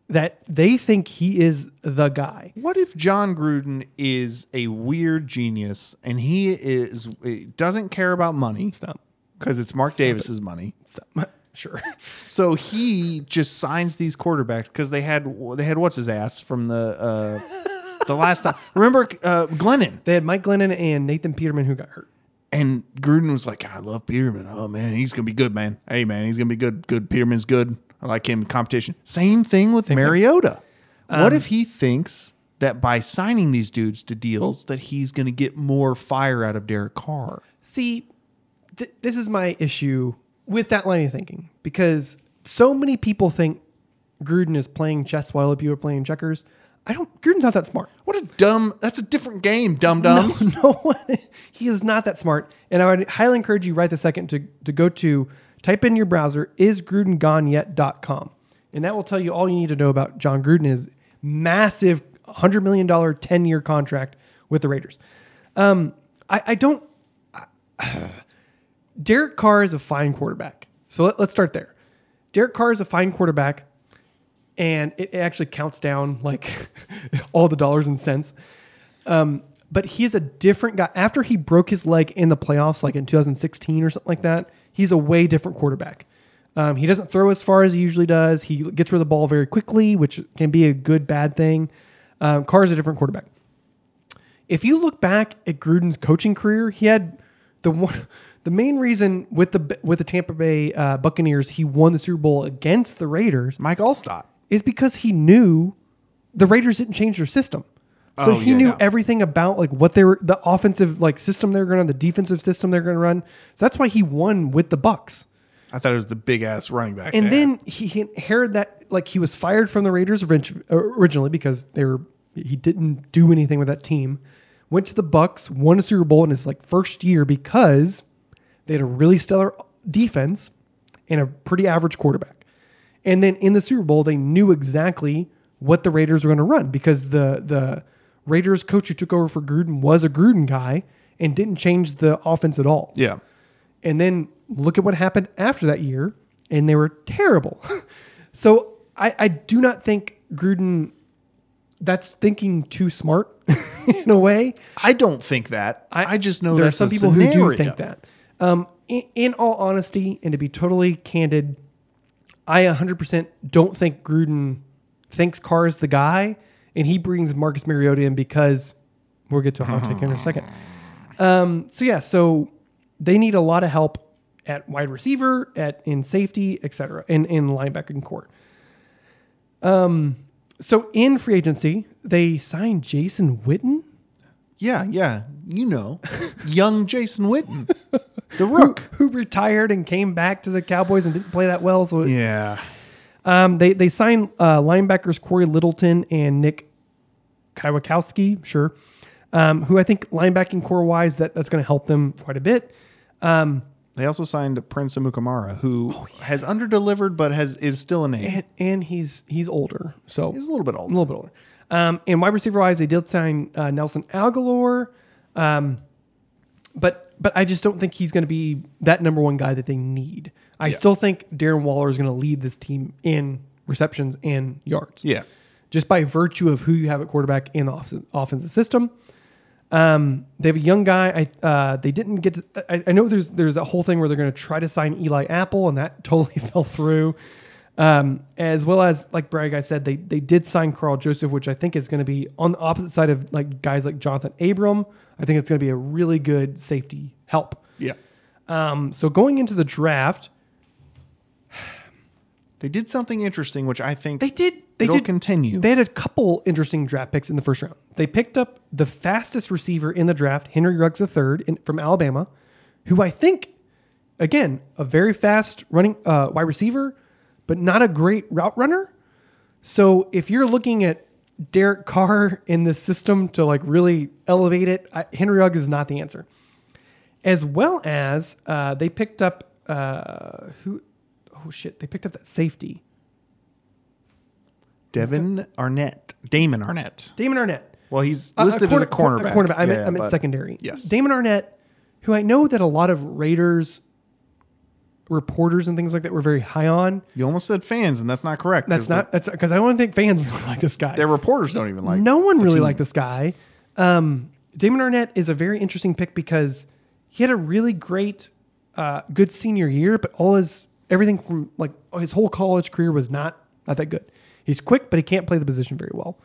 S1: that they think he is the guy.
S4: What if John Gruden is a weird genius and he is eh, doesn't care about money?
S1: Stop.
S4: because it's Mark Davis's money.
S1: Stop. Sure.
S4: So he just signs these quarterbacks because they had they had what's his ass from the uh, the last time. Remember uh, Glennon
S1: They had Mike Glennon and Nathan Peterman who got hurt.
S4: and Gruden was like, I love Peterman. Oh man, he's gonna be good, man. Hey man, he's gonna be good. Good Peterman's good. I like him in competition. Same thing with Mariota.
S1: Um,
S4: what if he thinks that by signing these dudes to deals that he's gonna get more fire out of Derek Carr?
S1: See, th- this is my issue with that line of thinking because so many people think Gruden is playing chess while other people are playing checkers. I don't. Gruden's not that smart.
S4: What a dumb. That's a different game, dum dums.
S1: no one he is not that smart and i would highly encourage you right the second to, to go to type in your browser is gruden gone yet.com and that will tell you all you need to know about john gruden is massive $100 million 10-year contract with the raiders um, I, I don't derek carr is a fine quarterback so let, let's start there derek carr is a fine quarterback and it it actually counts down like all the dollars and cents Um, But he's a different guy. After he broke his leg in the playoffs, like in 2016 or something like that, he's a way different quarterback. Um, he doesn't throw as far as he usually does. He gets rid of the ball very quickly, which can be a good, bad thing. Um, Carr's a different quarterback if you look back at Gruden's coaching career, he had the one, the main reason with the with the Tampa Bay uh, Buccaneers he won the Super Bowl against the Raiders
S4: Mike Allstott.
S1: is because he knew the Raiders didn't change their system. So
S4: Oh,
S1: he
S4: yeah,
S1: knew
S4: no.
S1: everything about like what they were the offensive like system they were going to run, the defensive system they're going to run. So that's why he won with the Bucks.
S4: I thought it was the big ass running back.
S1: And
S4: there.
S1: then he, he inherited that, like he was fired from the Raiders orig- originally because they were he didn't do anything with that team. Went to the Bucks, won a Super Bowl in his like first year because they had a really stellar defense and a pretty average quarterback. And then in the Super Bowl, they knew exactly what the Raiders were going to run because the the Raiders coach who took over for Gruden was a Gruden guy and didn't change the offense at all.
S4: yeah,
S1: And then look at what happened after that year, and they were terrible. so I, I do not think Gruden that's thinking too smart in a way.
S4: I don't think that. I, just know
S1: there are
S4: that's
S1: some
S4: the
S1: people who do
S4: scenario.
S1: think that. Um, in, in all honesty, and to be totally candid, I 100% don't think Gruden thinks Carr is the guy, and he brings Marcus Mariota in because we'll get to a hot take in a second. Um, so yeah, so they need a lot of help at wide receiver, at in safety, et cetera, and in linebacking court. Um, so in free agency, they signed Jason Witten.
S4: Yeah, yeah, you know, young Jason Witten, the Rook.
S1: who retired and came back to the Cowboys and didn't play that well. So
S4: yeah,
S1: um, they they signed uh, linebackers Corey Littleton and Nick Kwiatkowski, sure, um, who I think linebacking core wise that that's going to help them quite a bit.
S4: they also signed Prince Amukamara, who
S1: Oh,
S4: has underdelivered but has is still a name.
S1: And, and he's he's older, so
S4: He's a little bit old.
S1: a little bit older. Um, and wide receiver wise, they did sign uh, Nelson Aguilar, um, but but I just don't think he's going to be that number one guy that they need. I still think Darren Waller is going to lead this team in receptions and yards.
S4: Yeah,
S1: just by virtue of who you have at quarterback in the off- offensive system. Um, they have a young guy. I uh, they didn't get. To, I, I know there's there's a whole thing where they're going to try to sign Eli Apple, and that totally fell through. Um, as well as like Bragg, I said they they did sign Carl Joseph, which I think is going to be on the opposite side of like guys like Jonathan Abram. I think it's going to be a really good safety help.
S4: yeah.
S1: Um, so going into the draft,
S4: They did something interesting, which I think
S1: They did. They
S4: It'll
S1: did
S4: continue.
S1: They had a couple interesting draft picks in the first round. They picked up the fastest receiver in the draft, Henry Ruggs III in, from Alabama, who I think, again, a very fast running uh, wide receiver, but not a great route runner. So if you're looking at Derek Carr in this system to like really elevate it, I, Henry Ruggs is not the answer. As well as uh, they picked up uh, who? Oh shit! They picked up that safety.
S4: Devin Arnett, Damon Arnett.
S1: Damon Arnett.
S4: Well, he's listed as a
S1: corner-
S4: cornerback.
S1: cornerback. I meant,
S4: Yeah,
S1: I meant
S4: but-
S1: secondary.
S4: Yes.
S1: Damon Arnett, who I know that a lot of Raiders reporters and things like that were very high on.
S4: You almost said fans, and that's not correct.
S1: That's
S4: 'cause
S1: not that's because I don't think fans really like this guy.
S4: the- their reporters don't even like.
S1: no one
S4: the
S1: really
S4: team.
S1: liked this guy. Um, Damon Arnett is a very interesting pick because he had a really great, uh, good senior year, but all his everything from like his whole college career was not not that good. He's quick, but he can't play the position very well.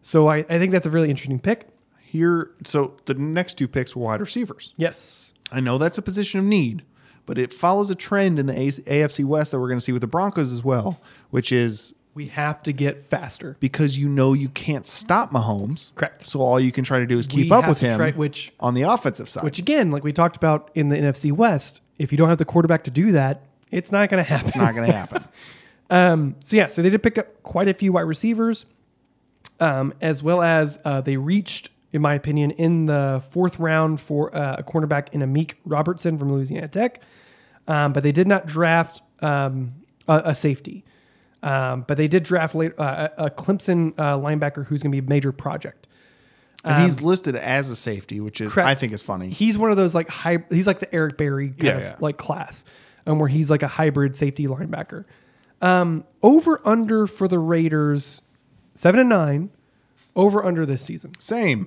S1: So I, I think that's a really interesting pick.
S4: Here, so the next two picks were wide receivers.
S1: Yes.
S4: I know that's a position of need, but it follows a trend in the A- AFC West that we're going to see with the Broncos as well, which is
S1: We have to get faster.
S4: because you know you can't stop Mahomes.
S1: Correct.
S4: So all you can try to do is
S1: We
S4: keep up
S1: have
S4: with
S1: to
S4: him
S1: try- which-
S4: on the offensive side.
S1: Which again, like we talked about in the NFC West, if you don't have the quarterback to do that, it's not going to happen.
S4: it's not going to happen.
S1: so yeah, so they did pick up quite a few wide receivers, um, as well as uh, they reached, in my opinion, in the fourth round for uh, a cornerback in Amik Robertson from Louisiana Tech, um, but they did not draft um, a, a safety. Um, but they did draft late, uh, a a Clemson uh, linebacker who's going to be a major project.
S4: And he's listed as a safety, which is
S1: Um, Correct.
S4: I think is funny.
S1: He's one of those like high. He's like the Eric Berry kind
S4: Yeah,
S1: of
S4: yeah.
S1: like class, um, where he's like a hybrid safety linebacker. Um, over under for the Raiders, seven and nine. Over under this season.
S4: Same.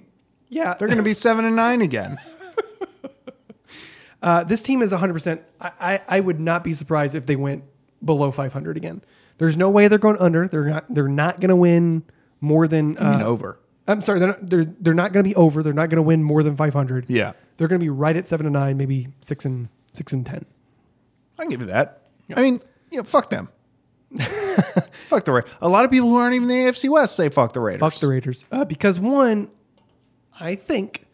S1: Yeah.
S4: They're going to be seven and nine again.
S1: Uh, this team is 100%. I, I, I would not be surprised if they went below 500 again. There's no way they're going under. They're not. They're not going to win more than. Uh,
S4: I mean, over.
S1: I'm sorry. They're not, they're they're not going to be over. They're not going to win more than 500.
S4: Yeah.
S1: They're going to be right at seven and nine, maybe six and six and ten.
S4: I can give you that. I mean, yeah, fuck them. fuck the Raiders. A lot of people who aren't even in the AFC West say fuck the Raiders.
S1: Fuck the Raiders uh, because one, I think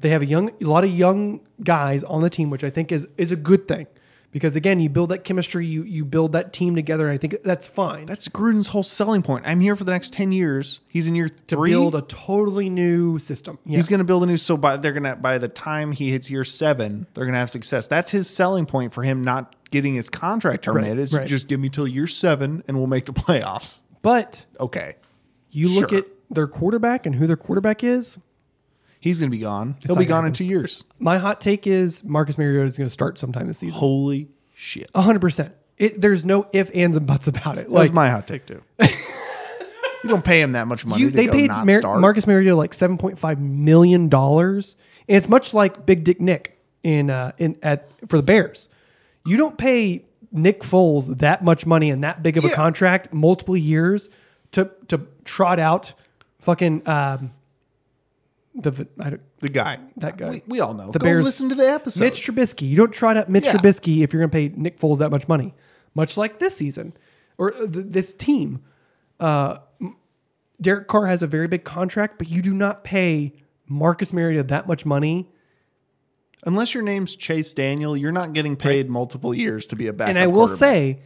S1: they have a young, a lot of young guys on the team, which I think is is a good thing because again, you build that chemistry, you you build that team together. And I think that's fine.
S4: That's Gruden's whole selling point. I'm here for the next ten years. He's in year three.
S1: build a totally new system. Yeah.
S4: He's going to build a new. So by they're going to by the time he hits year seven, they're going to have success. That's his selling point for him not getting his contract terminated. is
S1: right.
S4: just give me till year seven and we'll make the playoffs.
S1: but
S4: Okay,
S1: you look
S4: Sure.
S1: at their quarterback and who their quarterback is.
S4: he's going to be gone. He'll
S1: not
S4: be
S1: gonna
S4: gone
S1: happen.
S4: in two years.
S1: My hot take is Marcus Mariota is going to start sometime this season.
S4: Holy shit!
S1: A hundred percent. It, there's no if, ands, and buts about it.
S4: that was
S1: Like
S4: my hot take too. you don't pay him that much money.
S1: you,
S4: to
S1: they
S4: go
S1: paid
S4: not
S1: Mar-
S4: start.
S1: Marcus Mariota like seven point five million dollars, and it's much like Big Dick Nick in uh, in at for the Bears. You don't pay Nick Foles that much money and that big of a
S4: Yeah.
S1: contract, multiple years to to trot out fucking um, the v- I don't,
S4: the guy.
S1: that guy.
S4: We, we all know.
S1: The
S4: Go
S1: Bears-
S4: listen to the episode.
S1: Mitch Trubisky. You don't trot out Mitch
S4: Yeah.
S1: Trubisky if you're going to pay Nick Foles that much money, much like this season or uh, th- this team. Uh, m- Derek Carr has a very big contract, but you do not pay Marcus Mariota that much money.
S4: Unless your name's Chase Daniel, you're not getting paid multiple years to be a backup.
S1: And I will
S4: quarterback.
S1: say,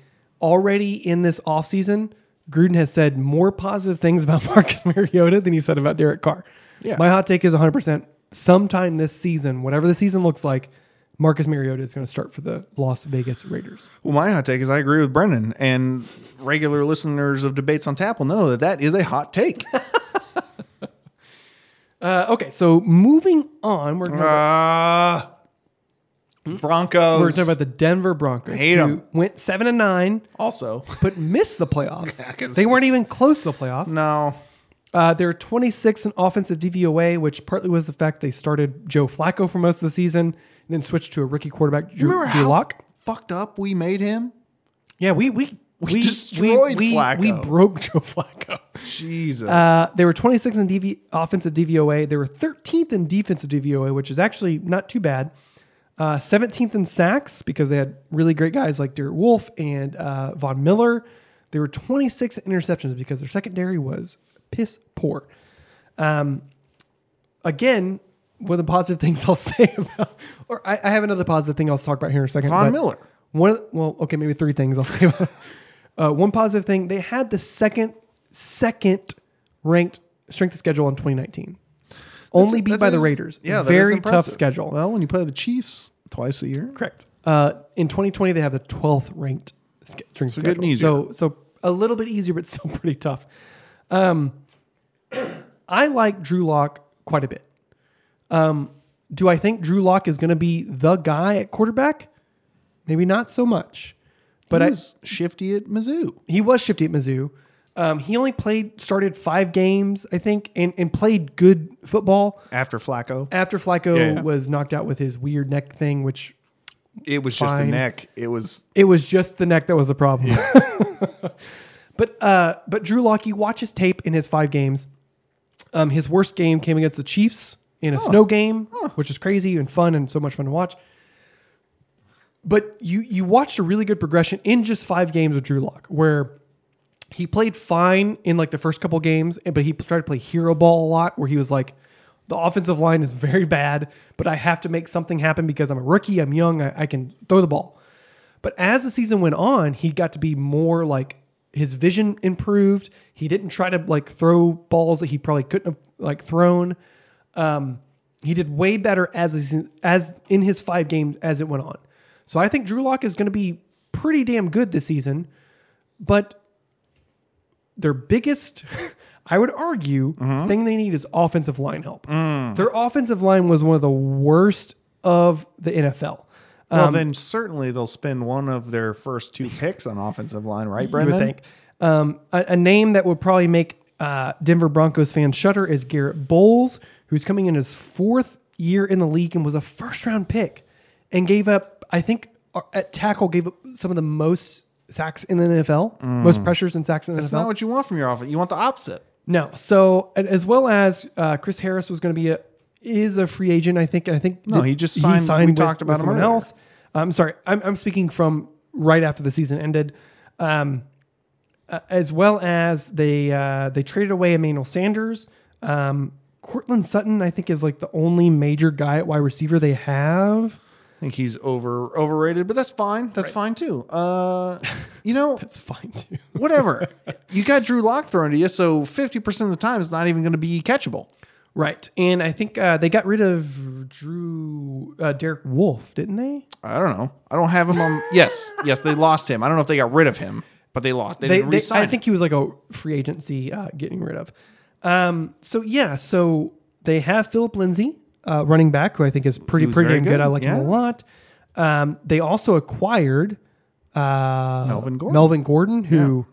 S1: already in this offseason, Gruden has said more positive things about Marcus Mariota than he said about Derek Carr.
S4: Yeah.
S1: My hot take is 100%. Sometime this season, whatever the season looks like, Marcus Mariota is going to start for the Las Vegas Raiders.
S4: Well, my hot take is I agree with Brennan, and regular listeners of Debates on Tap will know that that is a hot take.
S1: Uh, okay, so moving on, we're gonna,
S4: uh, Broncos.
S1: we're talking about the Denver Broncos,
S4: Hate 'em.
S1: who went seven and nine,
S4: also.
S1: but missed the playoffs.
S4: Yeah, 'cause
S1: they weren't
S4: this-
S1: even close to the playoffs.
S4: No.
S1: Uh, they were 26 in offensive DVOA, which partly was the fact they started Joe Flacco for most of the season, and then switched to a rookie quarterback, Drew,
S4: Remember
S1: Drew
S4: how
S1: Lock.
S4: fucked up we made him?
S1: Yeah, we we we,
S4: destroyed
S1: we,
S4: Flacco.
S1: We broke Joe Flacco.
S4: Jesus.
S1: Uh, they were 26 in DV, offensive DVOA. They were 13th in defensive DVOA, which is actually not too bad. Uh, 17th in sacks because they had really great guys like Derek Wolf and uh, Von Miller. They were 26 in interceptions because their secondary was piss poor. Um, again, one of the positive things I'll say about, or I, I have another positive thing I'll talk about here in a second.
S4: Von
S1: but
S4: Miller.
S1: One, of the- well, okay, maybe three things I'll say. About, uh, one positive thing they had the second second ranked strength of schedule in 2019. Only beat
S4: That
S1: by the
S4: is-
S1: Raiders.
S4: Yeah, that is
S1: very tough
S4: impressive.
S1: schedule.
S4: Well, when you play the Chiefs twice a year,
S1: correct. Uh, in 2020, they have the 12th ranked ske- strength so
S4: good
S1: schedule.
S4: and easier.
S1: So so a little bit easier, but still pretty tough. Um, I like Drew Lock quite a bit. Um, do I think Drew Lock is going to be the guy at quarterback? Maybe not so much. But
S4: he
S1: I,
S4: was shifty at Mizzou.
S1: he was shifty at Mizzou. Um, he only played started five games, I think, and, and played good football
S4: After Flacco,
S1: after Flacco
S4: Yeah, yeah.
S1: was knocked out with his weird neck thing, which
S4: it was just the
S1: fine.
S4: neck. It was
S1: it was just the neck that was the problem. but uh, but Drew Lock, you watch his tape in his five games. Um, his worst game came against the Chiefs in a snow game, which is crazy and fun and so much fun to watch. But you you watched a really good progression in just five games with Drew Lock, where he played fine in like the first couple games, and- but he tried to play hero ball a lot, where he was like, the offensive line is very bad, but I have to make something happen because I'm a rookie, I'm young, I, I can throw the ball. But as the season went on, he got to be more like his vision improved. He didn't try to like throw balls that he probably couldn't have like thrown. Um, he did way better as his- as in his five games as it went on. So I think Drew Lock is going to be pretty damn good this season. But their biggest, I would argue, thing they need is offensive line help. Their offensive line was one of the worst of the NFL.
S4: Well, then certainly they'll spend one of their first two picks on offensive line, right, Brendan?
S1: you would think. Um, a, a name that would probably make uh, Denver Broncos fans shudder is Garrett Bowles, who's coming in his fourth year in the league and was a first round pick and gave up, I think, uh, at tackle, gave up some of the most sacks in the NFL, most pressures and sacks in the
S4: Mm. That's
S1: NFL.
S4: not what you want from your offense. You want the opposite.
S1: No. So and as well as uh, Chris Harris was going to be a is a free agent. I think. And I think
S4: No, he just signed- we talked about him
S1: someone
S4: earlier.
S1: else. I'm sorry. I'm, I'm speaking from right after the season ended. Um, uh, as well as they uh, they traded away Emmanuel Sanders. Um, Cortland Sutton, I think, is like the only major guy at wide receiver they have.
S4: I think he's over overrated, but that's fine. That's fine too. Uh, you know,
S1: That's fine too.
S4: whatever. you got Drew Lock thrown to you, so fifty percent of the time it's not even going to be catchable.
S1: Right, and I think uh, they got rid of Drew uh, Derek Wolf, didn't they?
S4: I don't know. I don't have him on. yes, yes, they lost him. I don't know if they got rid of him, but they lost. They,
S1: they,
S4: didn't
S1: they-
S4: resign.
S1: I think he was like a free agency uh, getting rid of. Um, so yeah, so they have Philip Lindsay, uh, running back, who I think is pretty
S4: was
S1: pretty
S4: very
S1: damn good.
S4: good,
S1: I like him a
S4: yeah.
S1: lot. Um, they also acquired uh,
S4: Melvin Gordon.
S1: Melvin Gordon, who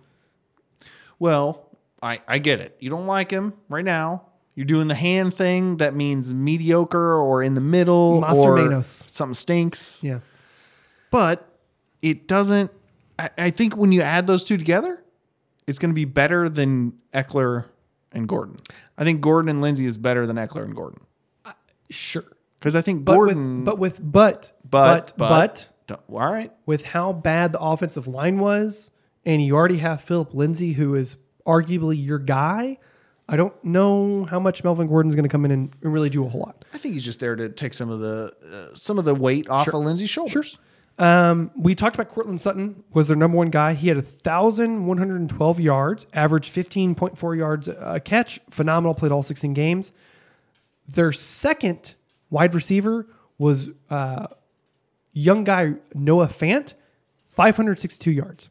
S4: Well, I I get it. You don't like him right now. You're doing the hand thing that means mediocre or in the middle or
S1: Masermanos.
S4: something stinks.
S1: yeah.
S4: but it doesn't. I, I think when you add those two together, it's going to be better than Eckler and Gordon. I think Gordon and Lindsey is better than Eckler and Gordon
S1: sure,
S4: because I think
S1: but
S4: Gordon.
S1: with but with but
S4: but,
S1: but but
S4: don't- all right,
S1: with how bad the offensive line was, and you already have Philip Lindsay, who is arguably your guy. I don't know how much Melvin Gordon's going to come in and, and really do a whole lot.
S4: I think he's just there to take some of the uh, some of the weight off of Lindsey's shoulders.
S1: we talked about Cortland Sutton was their number one guy. He had 1,112 yards, averaged 15.4 yards a catch, phenomenal, played all 16 games. Their second wide receiver was uh, young guy Noah Fant, 562 yards.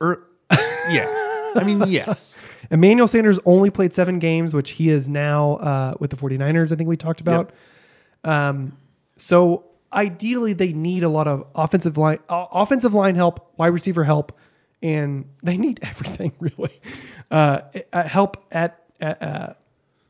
S4: Er- yeah, I mean yes,
S1: Emmanuel Sanders only played seven games, which he is now uh, with the 49ers, I think we talked about. Um, so ideally, they need a lot of offensive line, uh, offensive line help, wide receiver help, and they need everything really. Uh, uh, help at, at uh,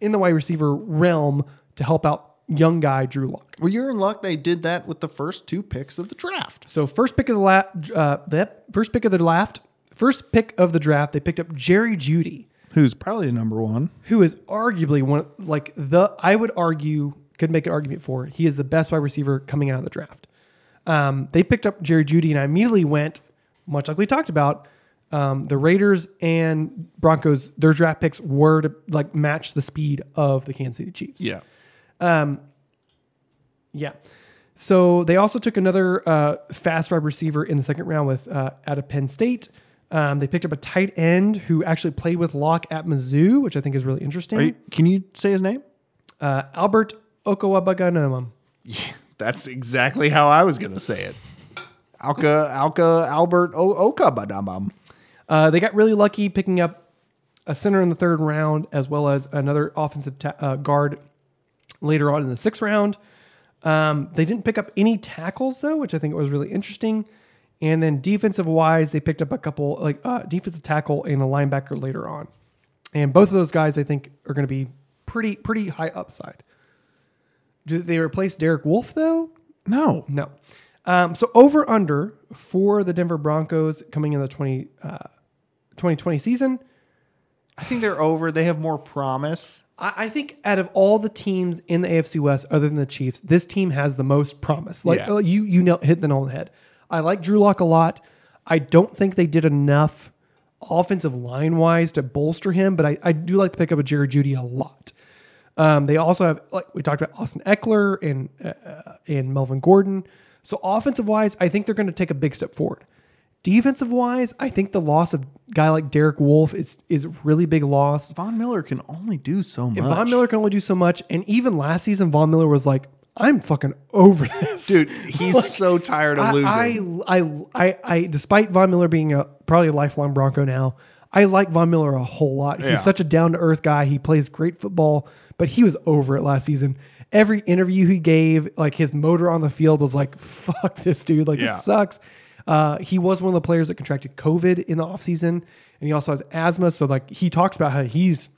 S1: in the wide receiver realm to help out young guy Drew Lock.
S4: well you're in luck. They did that with the first two picks of the draft.
S1: So first pick of the la- uh, the first pick of the draft, first pick of the draft, they picked up Jerry Judy.
S4: Who's probably the number one?
S1: who is arguably one like the I would argue could make an argument for he is the best wide receiver coming out of the draft. Um, they picked up Jerry Judy, and I immediately went, much like we talked about, um, the Raiders and Broncos. Their draft picks were to like match the speed of the Kansas City Chiefs.
S4: Yeah,
S1: Yeah. So they also took another uh, fast wide receiver in the second round with uh, out of Penn State. Um, they picked up a tight end who actually played with Locke at Mizzou, which I think is really interesting.
S4: Are you- can you say his name?
S1: Uh, Albert Okawabaganamam.
S4: That's exactly how I was gonna say it. Alka Alka Albert o- Okabadamam.
S1: Uh, they got really lucky picking up a center in the third round, as well as another offensive ta- uh, guard later on in the sixth round. Um, they didn't pick up any tackles though, which I think was really interesting. And then defensive wise, they picked up a couple like uh, defensive tackle and a linebacker later on. And both of those guys, I think, are going to be pretty pretty high upside. Do they replace Derek Wolf though?
S4: No,
S1: No. Um, so over under for the Denver Broncos coming in the 20, uh, 2020 season,
S4: I think they're over. They have more promise.
S1: I, I think out of all the teams in the AFC West, other than the Chiefs, this team has the most promise. Like
S4: Yeah.
S1: uh, you, you know, hit the nail on the head. I like Drew Lock a lot. I don't think they did enough offensive line wise to bolster him, but I, I do like to pick up a Jerry Judy a lot. Um, they also have, like we talked about, Austin Eckler and uh, and Melvin Gordon. So offensive wise, I think they're going to take a big step forward. Defensive wise, I think the loss of guy like Derek Wolf is is a really big loss.
S4: Von Miller can only do so much.
S1: Von Miller can only do so much. And even last season, Von Miller was like, I'm fucking over this.
S4: dude, he's so tired of losing.
S1: I, I, I, I, I, despite Von Miller being a probably a lifelong Bronco now, I like Von Miller a whole lot. He's
S4: Yeah.
S1: such a down to earth guy. He plays great football, but he was over it last season. Every interview he gave, like his motor on the field was like, fuck this dude. Like,
S4: Yeah.
S1: this sucks. Uh, he was one of the players that contracted COVID in the offseason, and he also has asthma. So, like, he talks about how he's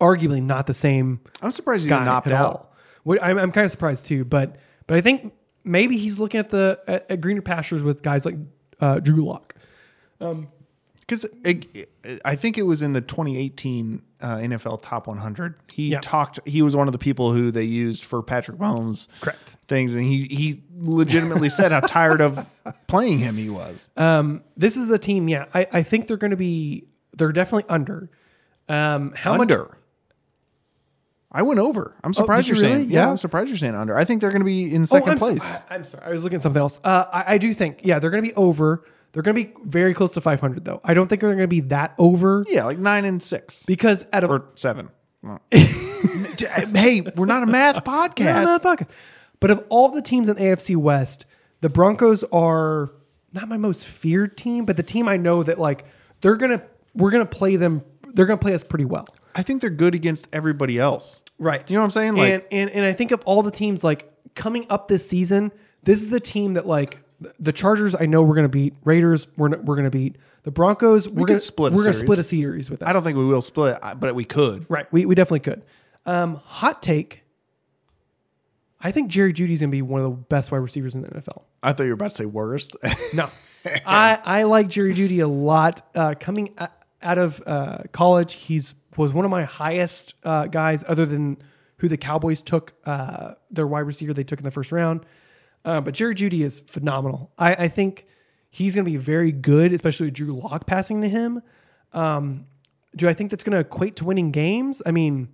S1: arguably not the same
S4: I'm surprised he
S1: guy
S4: got knocked
S1: at
S4: out.
S1: all. What, I'm, I'm kind of surprised too, but but I think maybe he's looking at the at, at greener pastures with guys like uh, Drew Lock.
S4: Because I think it was in the 2018 uh, NFL Top 100. He
S1: Yeah.
S4: talked. He was one of the people who they used for Patrick Mahomes
S1: Correct.
S4: things, and he he legitimately said how tired of playing him he was.
S1: This is a team. Yeah, I, I think they're going to be. They're definitely under. Um, how much?
S4: under. Oh, I went over. I'm surprised
S1: did
S4: you're
S1: you
S4: saying.
S1: really?
S4: Yeah.
S1: Yeah.
S4: I'm surprised you're saying under. I think they're going to be in
S1: Oh,
S4: second
S1: I'm so-
S4: place.
S1: I- I'm sorry. I was looking at something else. Uh, I, I do think, yeah, they're going to be over. They're going to be very close to 500, though. I don't think they're going to be that over
S4: yeah, like nine and six
S1: because out of
S4: or seven. No. hey, we're not a math
S1: No,
S4: podcast.
S1: no, it's not. but of all the teams in AFC West, the Broncos are not my most feared team, but the team I know that like they're gonna we're gonna play them. They're gonna play us pretty well.
S4: I think they're good against everybody else.
S1: Right.
S4: You know what I'm saying? Like-
S1: and, and and I think of all the teams like coming up this season, this is the team that like the Chargers I know we're gonna beat. Raiders we're not, we're gonna beat. The Broncos we are
S4: could
S1: gonna
S4: split a
S1: we're gonna
S4: series.
S1: split a series with them.
S4: I don't think we will split, I- but we could.
S1: right. We we definitely could. Um, hot take. I think Jerry Judy's gonna be one of the best wide receivers in the NFL.
S4: I thought you were about to say worst.
S1: No, I, I like Jerry Judy a lot. Uh, coming o- out of uh, college, he's was one of my highest uh, guys, other than who the Cowboys took uh, their wide receiver they took in the first round. Uh, but Jerry Judy is phenomenal. I, I think he's going to be very good, especially with Drew Lock passing to him. Um, do I think that's going to equate to winning games? I mean,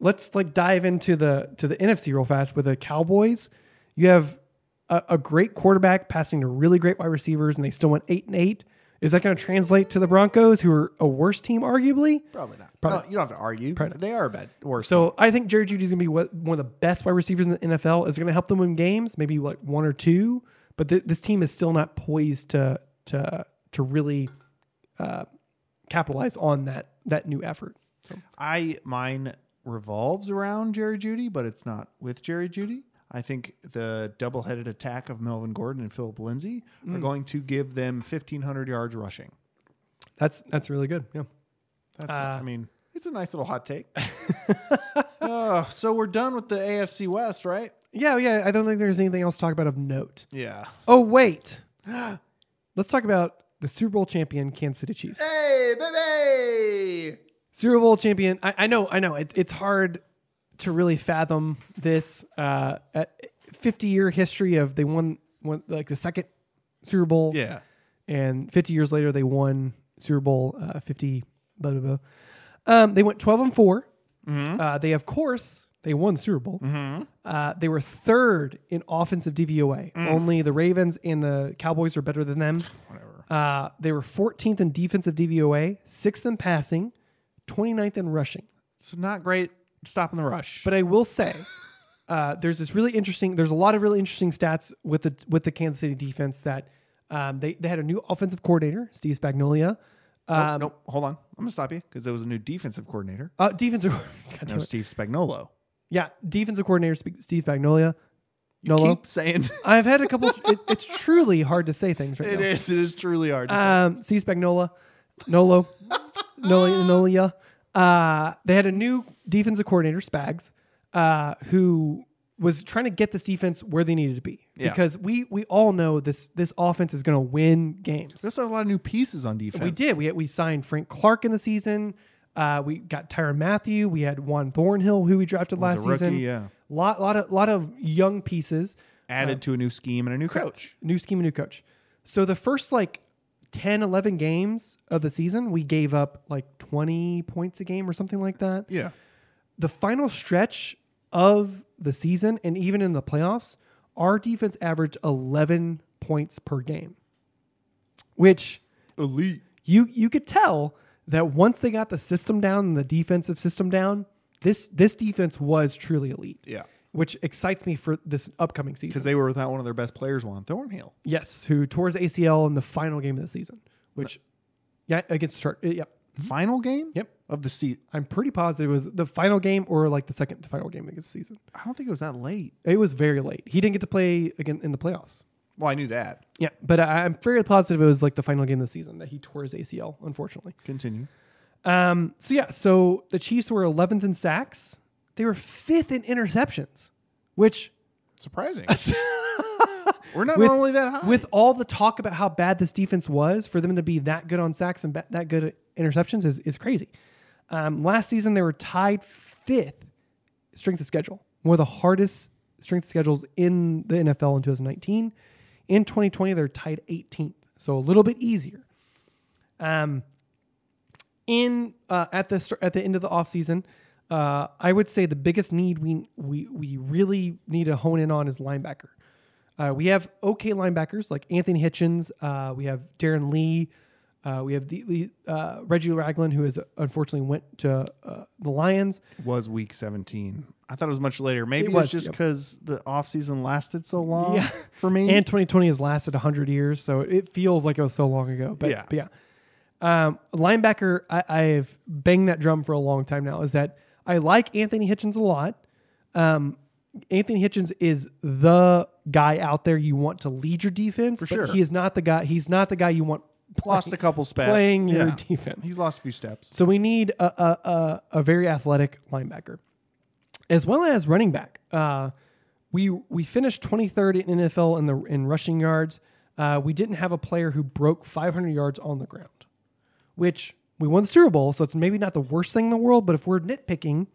S1: let's like dive into the to the NFC real fast with the Cowboys. You have a, a great quarterback passing to really great wide receivers, and they still went eight and eight. Is that going to translate to the Broncos, who are a worse team, arguably?
S4: Probably not.
S1: Probably.
S4: No, you don't have to argue. They are a bad worst.
S1: So I think Jerry Judy's going to be what- one of the best wide receivers in the NFL. Is going to help them win games, maybe like one or two. But th- this team is still not poised to to to really uh, capitalize on that that new effort.
S4: I mine revolves around Jerry Judy, but it's not with Jerry Judy. I think the double-headed attack of Melvin Gordon and Philip Lindsay are going to give them 1500 yards rushing.
S1: That's that's really good. Yeah.
S4: That's what, I mean, it's a nice little hot take. Uh, so we're done with the AFC West, right?
S1: Yeah, yeah. I don't think there's anything else to talk about of note.
S4: Yeah.
S1: Oh wait, let's talk about the Super Bowl champion Kansas City Chiefs.
S4: Hey, baby.
S1: Super Bowl champion. I, I know, I know. It, it's hard to really fathom this uh, fifty year history of they won, won like the second Super Bowl,
S4: Yeah.
S1: and fifty years later they won Super Bowl uh, fifty. Blah blah blah. Um, they went twelve and 4 Uh, they of course they won the Super Bowl. Uh, they were third in offensive DVOA. Only the Ravens and the Cowboys are better than them. Whatever. Uh, they were 14th in defensive DVOA, sixth in passing, 29th in rushing.
S4: So not great stopping the rush.
S1: But I will say, uh, there's this really interesting. There's a lot of really interesting stats with the with the Kansas City defense that um, they they had a new offensive coordinator, Steve Spagnuolo.
S4: nope, nope, hold on. I'm gonna stop you because there was a new defensive coordinator.
S1: Uh, defensive, God
S4: No,
S1: damn it.
S4: Steve Spagnolo.
S1: yeah, defensive coordinator Sp- Steve Spagnuolo. Nolo.
S4: Keep saying
S1: I've had a couple. it, it's truly hard to say things right
S4: it
S1: now.
S4: is. It is truly hard. To say.
S1: Um, C Spagnola, Nolo, Noli, Nolia. Uh, they had a new defensive coordinator, Spags, uh, who was trying to get this defense where they needed to be
S4: Yeah.
S1: because we we all know this this offense is going to win games.
S4: There's a lot of new pieces on defense.
S1: we did. We we signed Frank Clark in the season. Uh, we got Tyron Matthew. We had Juan Thornhill, who we drafted last
S4: a rookie,
S1: season.
S4: yeah.
S1: lot lot of lot of young pieces
S4: added to a new scheme and a new coach.
S1: new scheme, new coach. So the first like 10, 11 games of the season, we gave up like 20 points a game or something like that.
S4: Yeah.
S1: The final stretch of the season and even in the playoffs, our defense averaged 11 points per game, which
S4: Elite.
S1: you you could tell that once they got the system down and the defensive system down, this this defense was truly elite.
S4: Yeah.
S1: Which excites me for this upcoming season.
S4: Because they were without one of their best players, Juan Thornhill.
S1: Yes, who tore his ACL in the final game of the season, which, yeah, against Chart. uh, Yep,
S4: Final game?
S1: Yep.
S4: Of the seat.
S1: I'm pretty positive it was the final game or like the second to final game against the season.
S4: I don't think it was that late.
S1: It was very late. He didn't get to play again in the playoffs.
S4: Well, I knew that.
S1: Yeah, but I- I'm fairly positive it was like the final game of the season that he tore his ACL, unfortunately.
S4: Continue.
S1: Um, so yeah, so the Chiefs were 11th in sacks. They were fifth in interceptions, which
S4: Surprising. We're not
S1: With-
S4: normally that high.
S1: with all the talk about how bad this defense was, for them to be that good on sacks and ba- that good at interceptions is, is crazy. Um, last season, they were tied fifth strength of schedule, one of the hardest strength of schedules in the NFL in 2019. In 2020, they're tied 18th, so a little bit easier. Um, in uh, at the start- at the end of the offseason, uh, I would say the biggest need we we we really need to hone in on is linebacker. Uh, we have okay linebackers like Anthony Hitchens. Uh, we have Darren Lee. Uh, we have the, the uh, Reggie Ragland, who has unfortunately went to uh, the Lions.
S4: was week 17. I thought it was much later. Maybe
S1: It
S4: it
S1: was,
S4: was, just
S1: yep.
S4: because the offseason lasted so long
S1: Yeah.
S4: for me.
S1: And 2020 has lasted 100 years, so it feels like it was so long ago. But yeah,
S4: Yeah.
S1: but yeah. Um, linebacker, I, I've banged that drum for a long time now. Is that I like Anthony Hitchens a lot. Um, Anthony Hitchens is the guy out there you want to lead your defense. For
S4: sure.
S1: he is not the guy. He's not the guy you want
S4: lost a couple spat.
S1: playing your
S4: Yeah.
S1: defense.
S4: He's lost a few steps.
S1: So we need a, a, a, a very athletic linebacker, as well as running back. Uh, we we finished 23rd in NFL in the in rushing yards. Uh, we didn't have a player who broke 500 yards on the ground, which we won the Super Bowl, so it's maybe not the worst thing in the world. But if we're nitpicking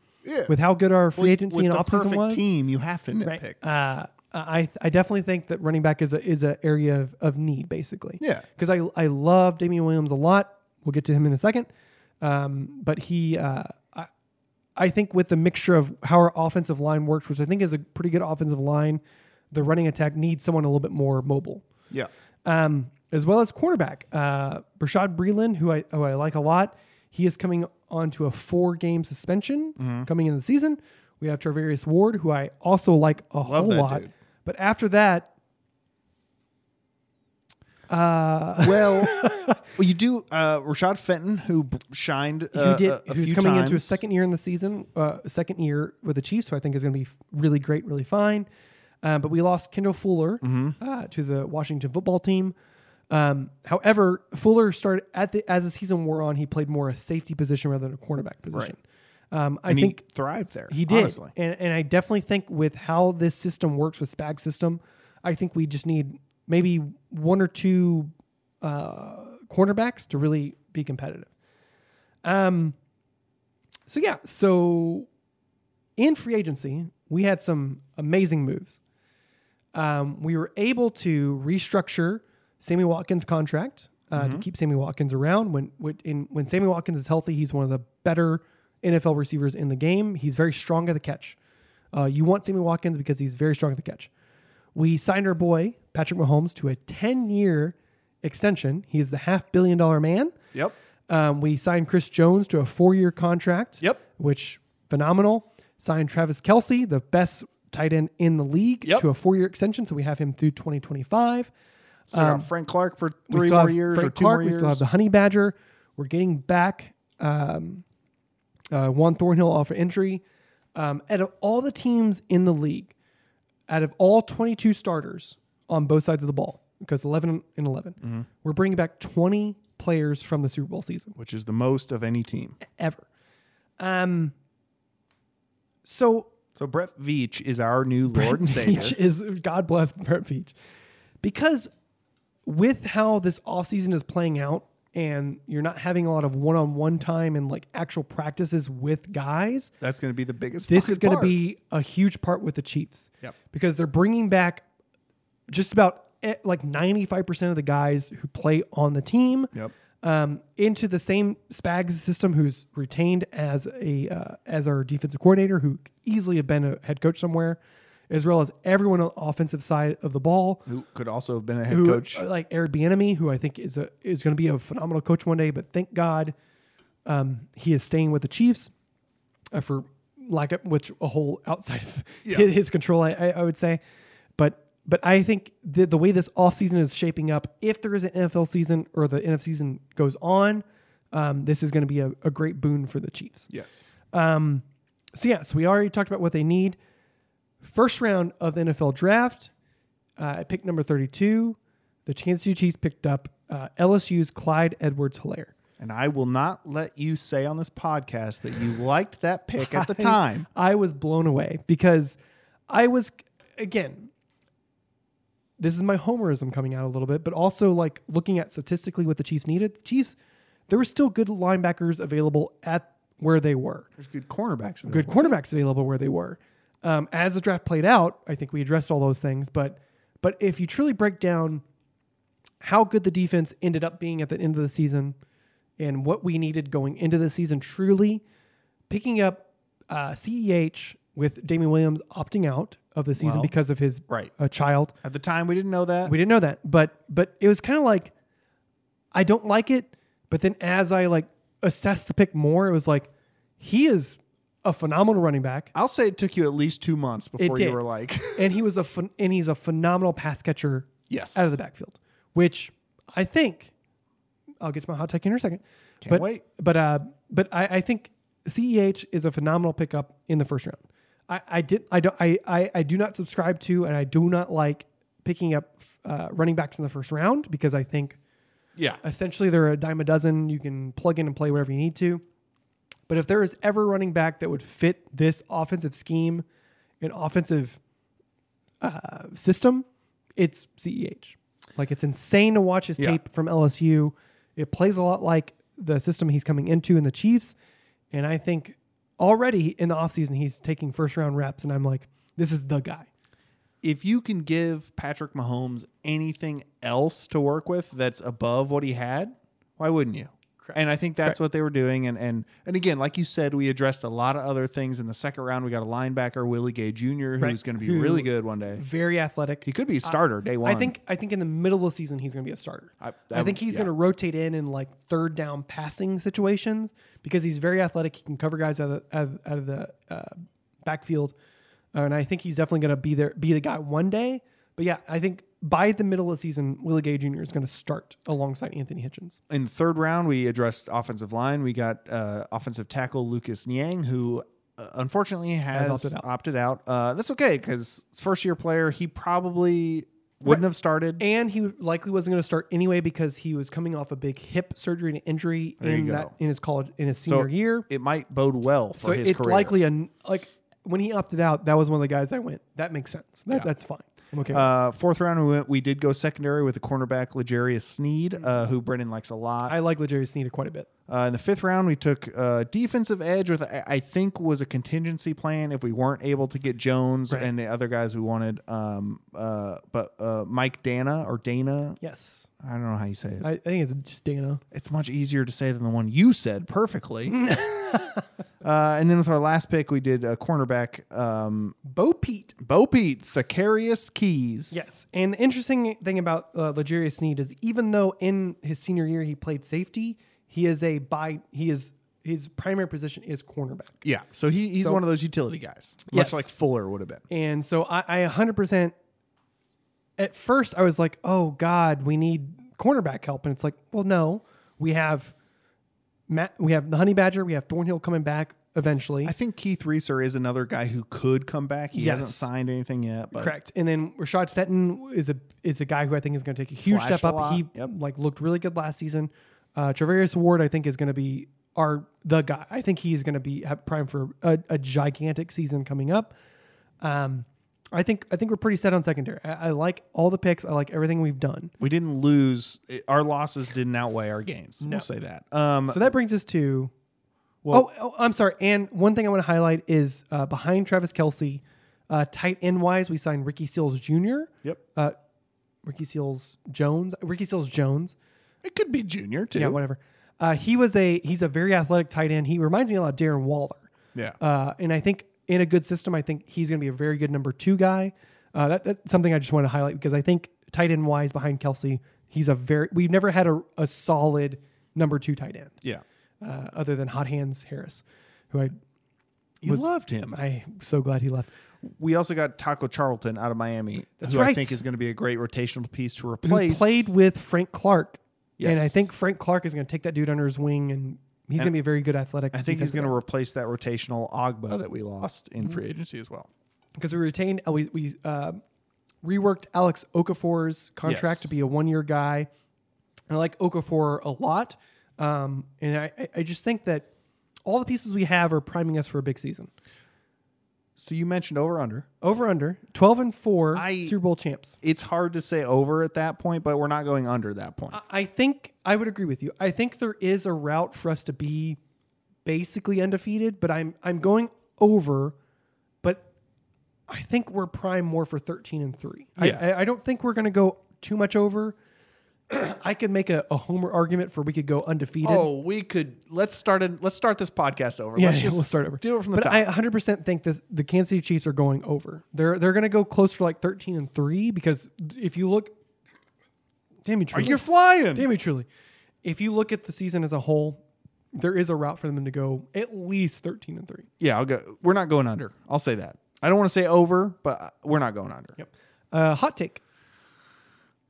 S1: with how good our free agency
S4: With
S1: and
S4: the
S1: offseason
S4: perfect
S1: was,
S4: team, you have to nitpick.
S1: uh, I I definitely think that running back is a is an area of, of need basically.
S4: Yeah.
S1: Because I I love Damian Williams a lot. We'll get to him in a second. Um, but he uh, I, I think with the mixture of how our offensive line works, which I think is a pretty good offensive line, the running attack needs someone a little bit more mobile
S4: yeah.
S1: um, as well as cornerback uh, Brashad Breeland, who I who I like a lot. He is coming onto a four game suspension
S4: Mm-hmm.
S1: coming in the season. We have Travarius Ward, who I also like a whole
S4: that
S1: lot.
S4: dude.
S1: But after that,
S4: Well, well, you do. Uh, Rashad Fenton, who b- shined,
S1: who
S4: uh,
S1: did
S4: a, a
S1: who's
S4: few
S1: coming
S4: times.
S1: into a second year in the season, uh, second year with the Chiefs, who I think is going to be really great, really fine. Uh, but we lost Kendall Fuller
S4: Mm-hmm.
S1: uh, to the Washington football team. Um, however, Fuller started at the as the season wore on, he played more a safety position rather than a cornerback position. Um, I
S4: and
S1: think
S4: he thrived there.
S1: he did,
S4: honestly.
S1: and and I definitely think with how this system works with Spag system, I think we just need maybe one or two uh, cornerbacks to really be competitive. Um. So yeah, so in free agency, we had some amazing moves. Um, we were able to restructure Sammy Watkins' contract uh, to keep Sammy Watkins around. When when, in, when Sammy Watkins is healthy, he's one of the better NFL receivers in the game. He's very strong at the catch. Uh, you want Sammy Watkins because he's very strong at the catch. We signed our boy Patrick Mahomes to a ten-year extension. He is the half billion-dollar man.
S4: Yep.
S1: Um, we signed Chris Jones to a four-year contract.
S4: Yep.
S1: Which phenomenal. Signed Travis Kelsey, the best tight end in the league,
S4: Yep.
S1: to a four-year extension. So we have him through 2025.
S4: So we got Frank Clark for
S1: We
S4: three
S1: still
S4: more
S1: have
S4: years
S1: Frank
S4: or two
S1: Clark. We
S4: more years.
S1: still have the Honey Badger. We're getting back um, uh, Juan Thornhill off of injury. Um, out of all the teams in the league, out of all 22 starters on both sides of the ball, because 11 and 11,
S4: Mm-hmm.
S1: we're bringing back 20 players from the Super Bowl season
S4: which is the most of any team.
S1: ever. Um, so
S4: So Brett Veach is our new Lord and Savior.
S1: Veach is God bless Brett Veach. Because with how this offseason is playing out and you're not having a lot of one-on-one time and like actual practices with guys,
S4: That's going to be the biggest.
S1: this is
S4: fucking
S1: going to
S4: part.
S1: be a huge part with the Chiefs.
S4: Yep.
S1: Because they're bringing back just about eh, like 95% of the guys who play on the team
S4: Yep.
S1: um, into the same Spags system, who's retained as a uh, as our defensive coordinator, who could easily have been a head coach somewhere, as well as everyone on the offensive side of the ball,
S4: Who could also have been a head
S1: who
S4: coach?
S1: uh, like Eric Bieniemy, who I think is a is going to be a phenomenal coach one day. But thank God, um, he is staying with the Chiefs uh, for lack of which a whole outside of his, his control, I, I, I would say. But but I think the, the way this offseason is shaping up, if there is an NFL season or the NFL season goes on, um, this is going to be a, a great boon for the Chiefs.
S4: yes.
S1: So yeah, so we already talked about what they need. First round of the NFL draft, uh, at pick number thirty-two, the Kansas City Chiefs picked up uh, LSU's Clyde Edwards-Hilaire.
S4: And I will not let you say on this podcast that you liked that pick at the time.
S1: I was blown away because I was again. This is my homerism coming out a little bit, but also like looking at statistically what the Chiefs needed. The Chiefs, there were still good linebackers available at where they were,
S4: There's good cornerbacks. for
S1: good
S4: them.
S1: cornerbacks available where they were. Um, as the draft played out, I think we addressed all those things, but but if you truly break down how good the defense ended up being at the end of the season and what we needed going into the season, truly picking up uh, CEH with Damian Williams opting out of the season
S4: Well,
S1: because of his
S4: right.
S1: a child.
S4: At the time, we didn't know that.
S1: We didn't know that, but but it was kind of like I don't like it, but then as I like assessed the pick more, it was like he is a phenomenal running back.
S4: I'll say it took you at least two months before you
S1: did.
S4: were like,
S1: and he was a phen- and he's a phenomenal pass catcher
S4: yes.
S1: out of the backfield, which I think I'll get to my hot take in a second. Can't but,
S4: wait.
S1: But uh, but I, I think Ceh is a phenomenal pickup in the first round. I, I did I don't I, I I do not subscribe to and I do not like picking up uh, running backs in the first round because I think
S4: Yeah.
S1: essentially they're a dime a dozen. You can plug in and play whatever you need to. But if there is ever a running back that would fit this offensive scheme and offensive uh, system, it's CEH. Like it's insane to watch his
S4: Yeah.
S1: tape from LSU. It plays a lot like the system he's coming into in the Chiefs. And I think already in the offseason, he's taking first round reps. And I'm like, this is the guy.
S4: If you can give Patrick Mahomes anything else to work with that's above what he had, why wouldn't you? And I think that's what they were doing. And, and and again, like you said, we addressed a lot of other things in the second round. We got a linebacker, Willie Gay Jr., who's
S1: Right.
S4: going to be
S1: Who-
S4: really good one day.
S1: Very athletic.
S4: He could be a starter day one.
S1: I think I think in the middle of the season he's going to be a starter. I,
S4: I-
S1: think
S4: I-
S1: he's
S4: yeah.
S1: going to rotate in in like third down passing situations because he's very athletic. He can cover guys out of, out of, out of the uh, backfield, Uh, and I think he's definitely going to be there, be the guy one day. But yeah, I think by the middle of the season, Willie Gay Jr. is going to start alongside Anthony Hitchens.
S4: in the third round, we addressed offensive line. We got uh, offensive tackle Lucas Niang, who uh, unfortunately has,
S1: opted
S4: opted
S1: out.
S4: out. Uh, that's okay because first year player, he probably wouldn't have started.
S1: And he likely wasn't going to start anyway because he was coming off a big hip surgery and injury in
S4: you
S1: that
S4: go.
S1: in his college in his
S4: So
S1: senior year.
S4: it might bode well for
S1: So
S4: his
S1: it's
S4: career.
S1: likely a like when he opted out, that was one of the guys I went. That makes sense. That, That's fine. I'm okay. with it.
S4: Uh, fourth round, we went. We did go secondary with the cornerback Legarius Sneed, uh, who Brendan likes a lot.
S1: I like Legarius Sneed quite a bit.
S4: Uh, in the fifth round, we took uh, defensive edge with I I think was a contingency plan if we weren't able to get Jones
S1: Right.
S4: and the other guys we wanted. Um, uh, but uh, Mike Dana or Dana,
S1: Yes,
S4: I don't know how you say it.
S1: I, I think it's just Dana.
S4: It's much easier to say than the one you said perfectly. uh, and then with our last pick, we did a cornerback, um,
S1: Bo Pete.
S4: Bo Peep, Thacarius Keys.
S1: Yes, and the interesting thing about uh, Legarius Sneed is even though in his senior year he played safety, he is a by he is his primary position is cornerback.
S4: Yeah. So he, he's one of those utility guys, much
S1: Yes.
S4: like Fuller would have been.
S1: And so I, I 100%, at first I was like, oh God, we need cornerback help. And it's like, well, no, we have Matt, we have the Honey Badger, we have Thornhill coming back eventually.
S4: I think Keith Reeser is another guy who could come back. He
S1: Yes.
S4: hasn't signed anything yet, but
S1: Correct. And then Rashad Fenton is a is a guy who I think is going to take a huge
S4: Flashed
S1: step
S4: a
S1: up.
S4: lot.
S1: He
S4: Yep.
S1: like looked really good last season. Uh, Travarius Ward, I think, is going to be our the guy. I think he's going to be have prime for a, a gigantic season coming up. Um, I think I think we're pretty set on secondary. I, I like all the picks. I like everything we've done.
S4: we didn't lose. It- Our losses didn't outweigh our gains. We'll say that. Um,
S1: So that brings us to.
S4: Well-
S1: oh, oh, I'm sorry. And one thing I want to highlight is uh, behind Travis Kelsey, uh, tight end wise, we signed Ricky Seals Jr.
S4: yep.
S1: Ricky Seals Jones. Ricky Seals Jones.
S4: it could be junior too.
S1: Yeah, whatever. Uh, he was a he's a very athletic tight end. He reminds me a lot of Darren Waller.
S4: Yeah.
S1: Uh, and I think in a good system, I think he's going to be a very good number two guy. Uh, that, that's something I just wanted to highlight because I think tight end wise behind Kelsey, he's a very we've never had a, a solid number two tight end
S4: yeah.
S1: uh, other than Hot Hands Harris, who I
S4: You loved him.
S1: I'm so glad he left.
S4: we also got Taco Charlton out of Miami,
S1: That's
S4: who
S1: right.
S4: I think is going to be a great rotational piece to
S1: Who
S4: replace.
S1: played with Frank Clark, and I
S4: Yes.
S1: think Frank Clark is going to take that dude under his wing, and he's going to be a very good athletic.
S4: I think he's
S1: defensive
S4: going to replace that Mm-hmm. rotational Ogba that we lost in free agency as well.
S1: because we retained uh, we we uh, reworked Alex Okafor's contract
S4: Yes.
S1: to be a one year guy. And I like Okafor a lot. Um, and I, I- I just think that all the pieces we have are priming us for a big season.
S4: So you mentioned over under.
S1: Over under 12 and 4
S4: I-
S1: Super Bowl champs.
S4: It's hard to say over at that point, but we're not going under at that point.
S1: I think I would agree with you. I think there is a route for us to be basically undefeated, but I'm I'm going over, but I think we're prime more for 13 and 3. I-
S4: Yeah.
S1: I, I don't think we're going to go too much over. I could make a, a homer argument for we could go undefeated.
S4: oh, we could let's start it. Let's start this podcast over.
S1: yeah,
S4: let's
S1: yeah,
S4: just
S1: we'll start over.
S4: Do it from the
S1: but
S4: top.
S1: I 100% think this the Kansas City Chiefs are going over. They're they're going to go close to like 13 and 3 because if you look Damn you,
S4: Are
S1: Truman.
S4: you flying?
S1: Damn you, truly. If you look at the season as a whole, there is a route for them to go at least 13 and 3.
S4: Yeah, I'll go. We're not going under. I'll say that. I don't want to say over, but we're not going under.
S1: Yep. Uh, hot take.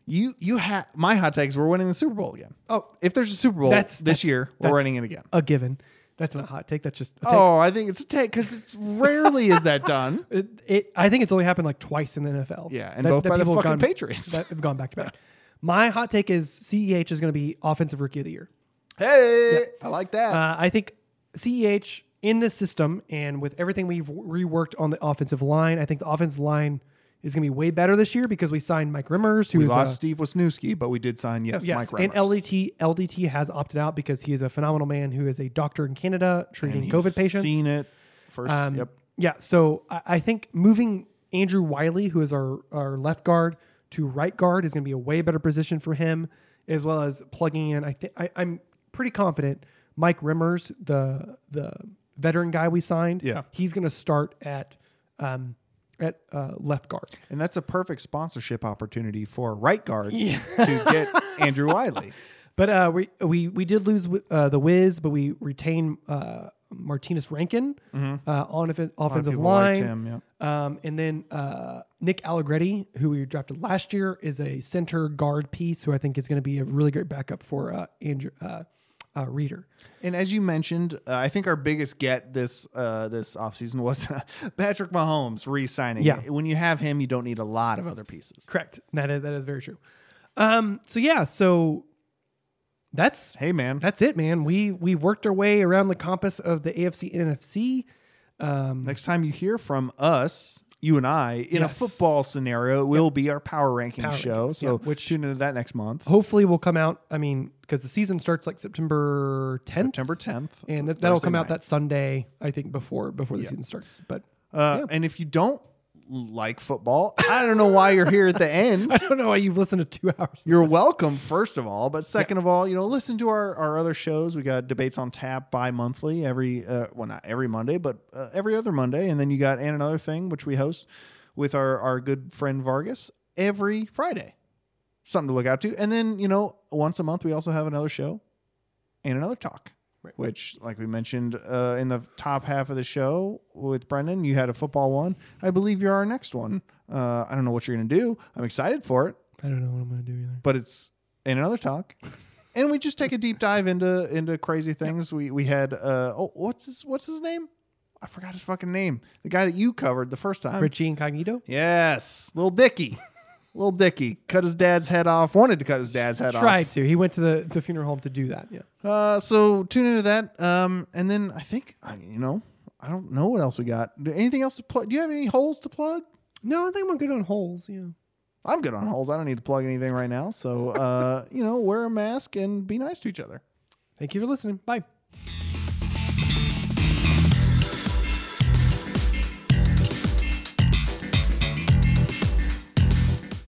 S4: You you ha my hot takes. We're winning the Super Bowl again.
S1: Oh,
S4: If there's a Super Bowl
S1: that's
S4: this
S1: that's-
S4: year, we're
S1: that's
S4: winning it again.
S1: A given. That's not a hot take. That's just a take.
S4: Oh, I think it's a take because it's rarely is that done.
S1: It, it, I think it's only happened like twice in the NFL.
S4: Yeah, and both by the
S1: people have
S4: fucking Patriots.
S1: that have gone back to back. My hot take is CEH is going to be offensive rookie of the year.
S4: Hey, I like that.
S1: Uh, I think CEH in this system and with everything we've reworked on the offensive line, I think the offensive line is going to be way better this year because we signed Mike Rimmers, who
S4: we
S1: is a-
S4: lost Steve Wisniewski, but we did sign yes,
S1: uh, Yes, E,
S4: Mike
S1: and
S4: Remmers.
S1: LDT LDT has opted out because he is a phenomenal man who is a doctor in Canada treating
S4: He's
S1: COVID patients.
S4: Seen it first.
S1: Um,
S4: yep.
S1: Yeah, so I, I think moving Andrew Wiley, who is our our left guard, to right guard is going to be a way better position for him, as well as plugging in. I think I'm pretty confident Mike Rimmers, the the veteran guy we signed,
S4: Yeah.
S1: he's going to start at um, at uh, left guard.
S4: And that's a perfect sponsorship opportunity for right guard to get Andrew Wiley.
S1: But uh, we we we did lose uh, the Wiz, but we retain uh, Martinez Rankin
S4: Mm-hmm.
S1: uh, on offen- offensive
S4: people liked
S1: line.
S4: him, yeah.
S1: Um, and then uh, Nick Allegretti, who we drafted last year, is a center guard piece who I think is going to be a really great backup for uh, Andrew uh, uh, Reader.
S4: And as you mentioned, uh, I think our biggest get this uh, this offseason was uh, Patrick Mahomes re-signing.
S1: Yeah.
S4: When you have him, you don't need a lot of other pieces.
S1: Correct. That is, that is very true. Um, so yeah, so that's
S4: Hey man,
S1: that's it, man. We we've worked our way around the compass of the AFC and NFC.
S4: next time you hear from us, you and I in a
S1: Yes.
S4: football scenario, it will be our power ranking
S1: Power
S4: show.
S1: rankings,
S4: so
S1: yeah, which- Oh,
S4: tune into that next month,
S1: Hopefully, will come out. I mean, because the season starts like September 10th.
S4: September 10th.
S1: and that, that'll
S4: Thursday
S1: come out
S4: night.
S1: that Sunday, I think, before before the season starts. But
S4: Uh, And if you don't like football, I don't know why you're here at the end.
S1: I don't know why you've listened to two hours.
S4: You're welcome, first of all, but second of all, you know, listen to our, our other shows. We got debates on tap bi-monthly every uh, well, not every Monday, but uh, every other Monday, and then you got and another thing which we host with our our good friend Vargas every Friday. Something to look out to, and then you know, once a month we also have another show and another talk. Which, like we mentioned uh, in the top half of the show with Brendan, you had a football one. I believe you're our next one. Uh, I don't know what you're going to do. I'm excited for it
S1: I don't know what I'm gonna do either.
S4: but it's in another talk. And we just take a deep dive into into crazy things. We we had uh oh what's his what's his name? I forgot his fucking name. The guy that you covered the first time.
S1: Richie Incognito,
S4: Yes, little Dicky, little Dicky cut his dad's head off. Wanted to cut his dad's head
S1: tried
S4: off.
S1: to. He went to the, the funeral home to do that. Yeah,
S4: Uh, so tune into that. Um, and then I think I you know I don't know what else we got. Anything else to plug? Do you have any holes to plug?
S1: no, I think I'm good on holes. Yeah,
S4: I'm good on holes. I don't need to plug anything right now. So uh, you know, wear a mask and be nice to each other.
S1: thank you for listening. Bye.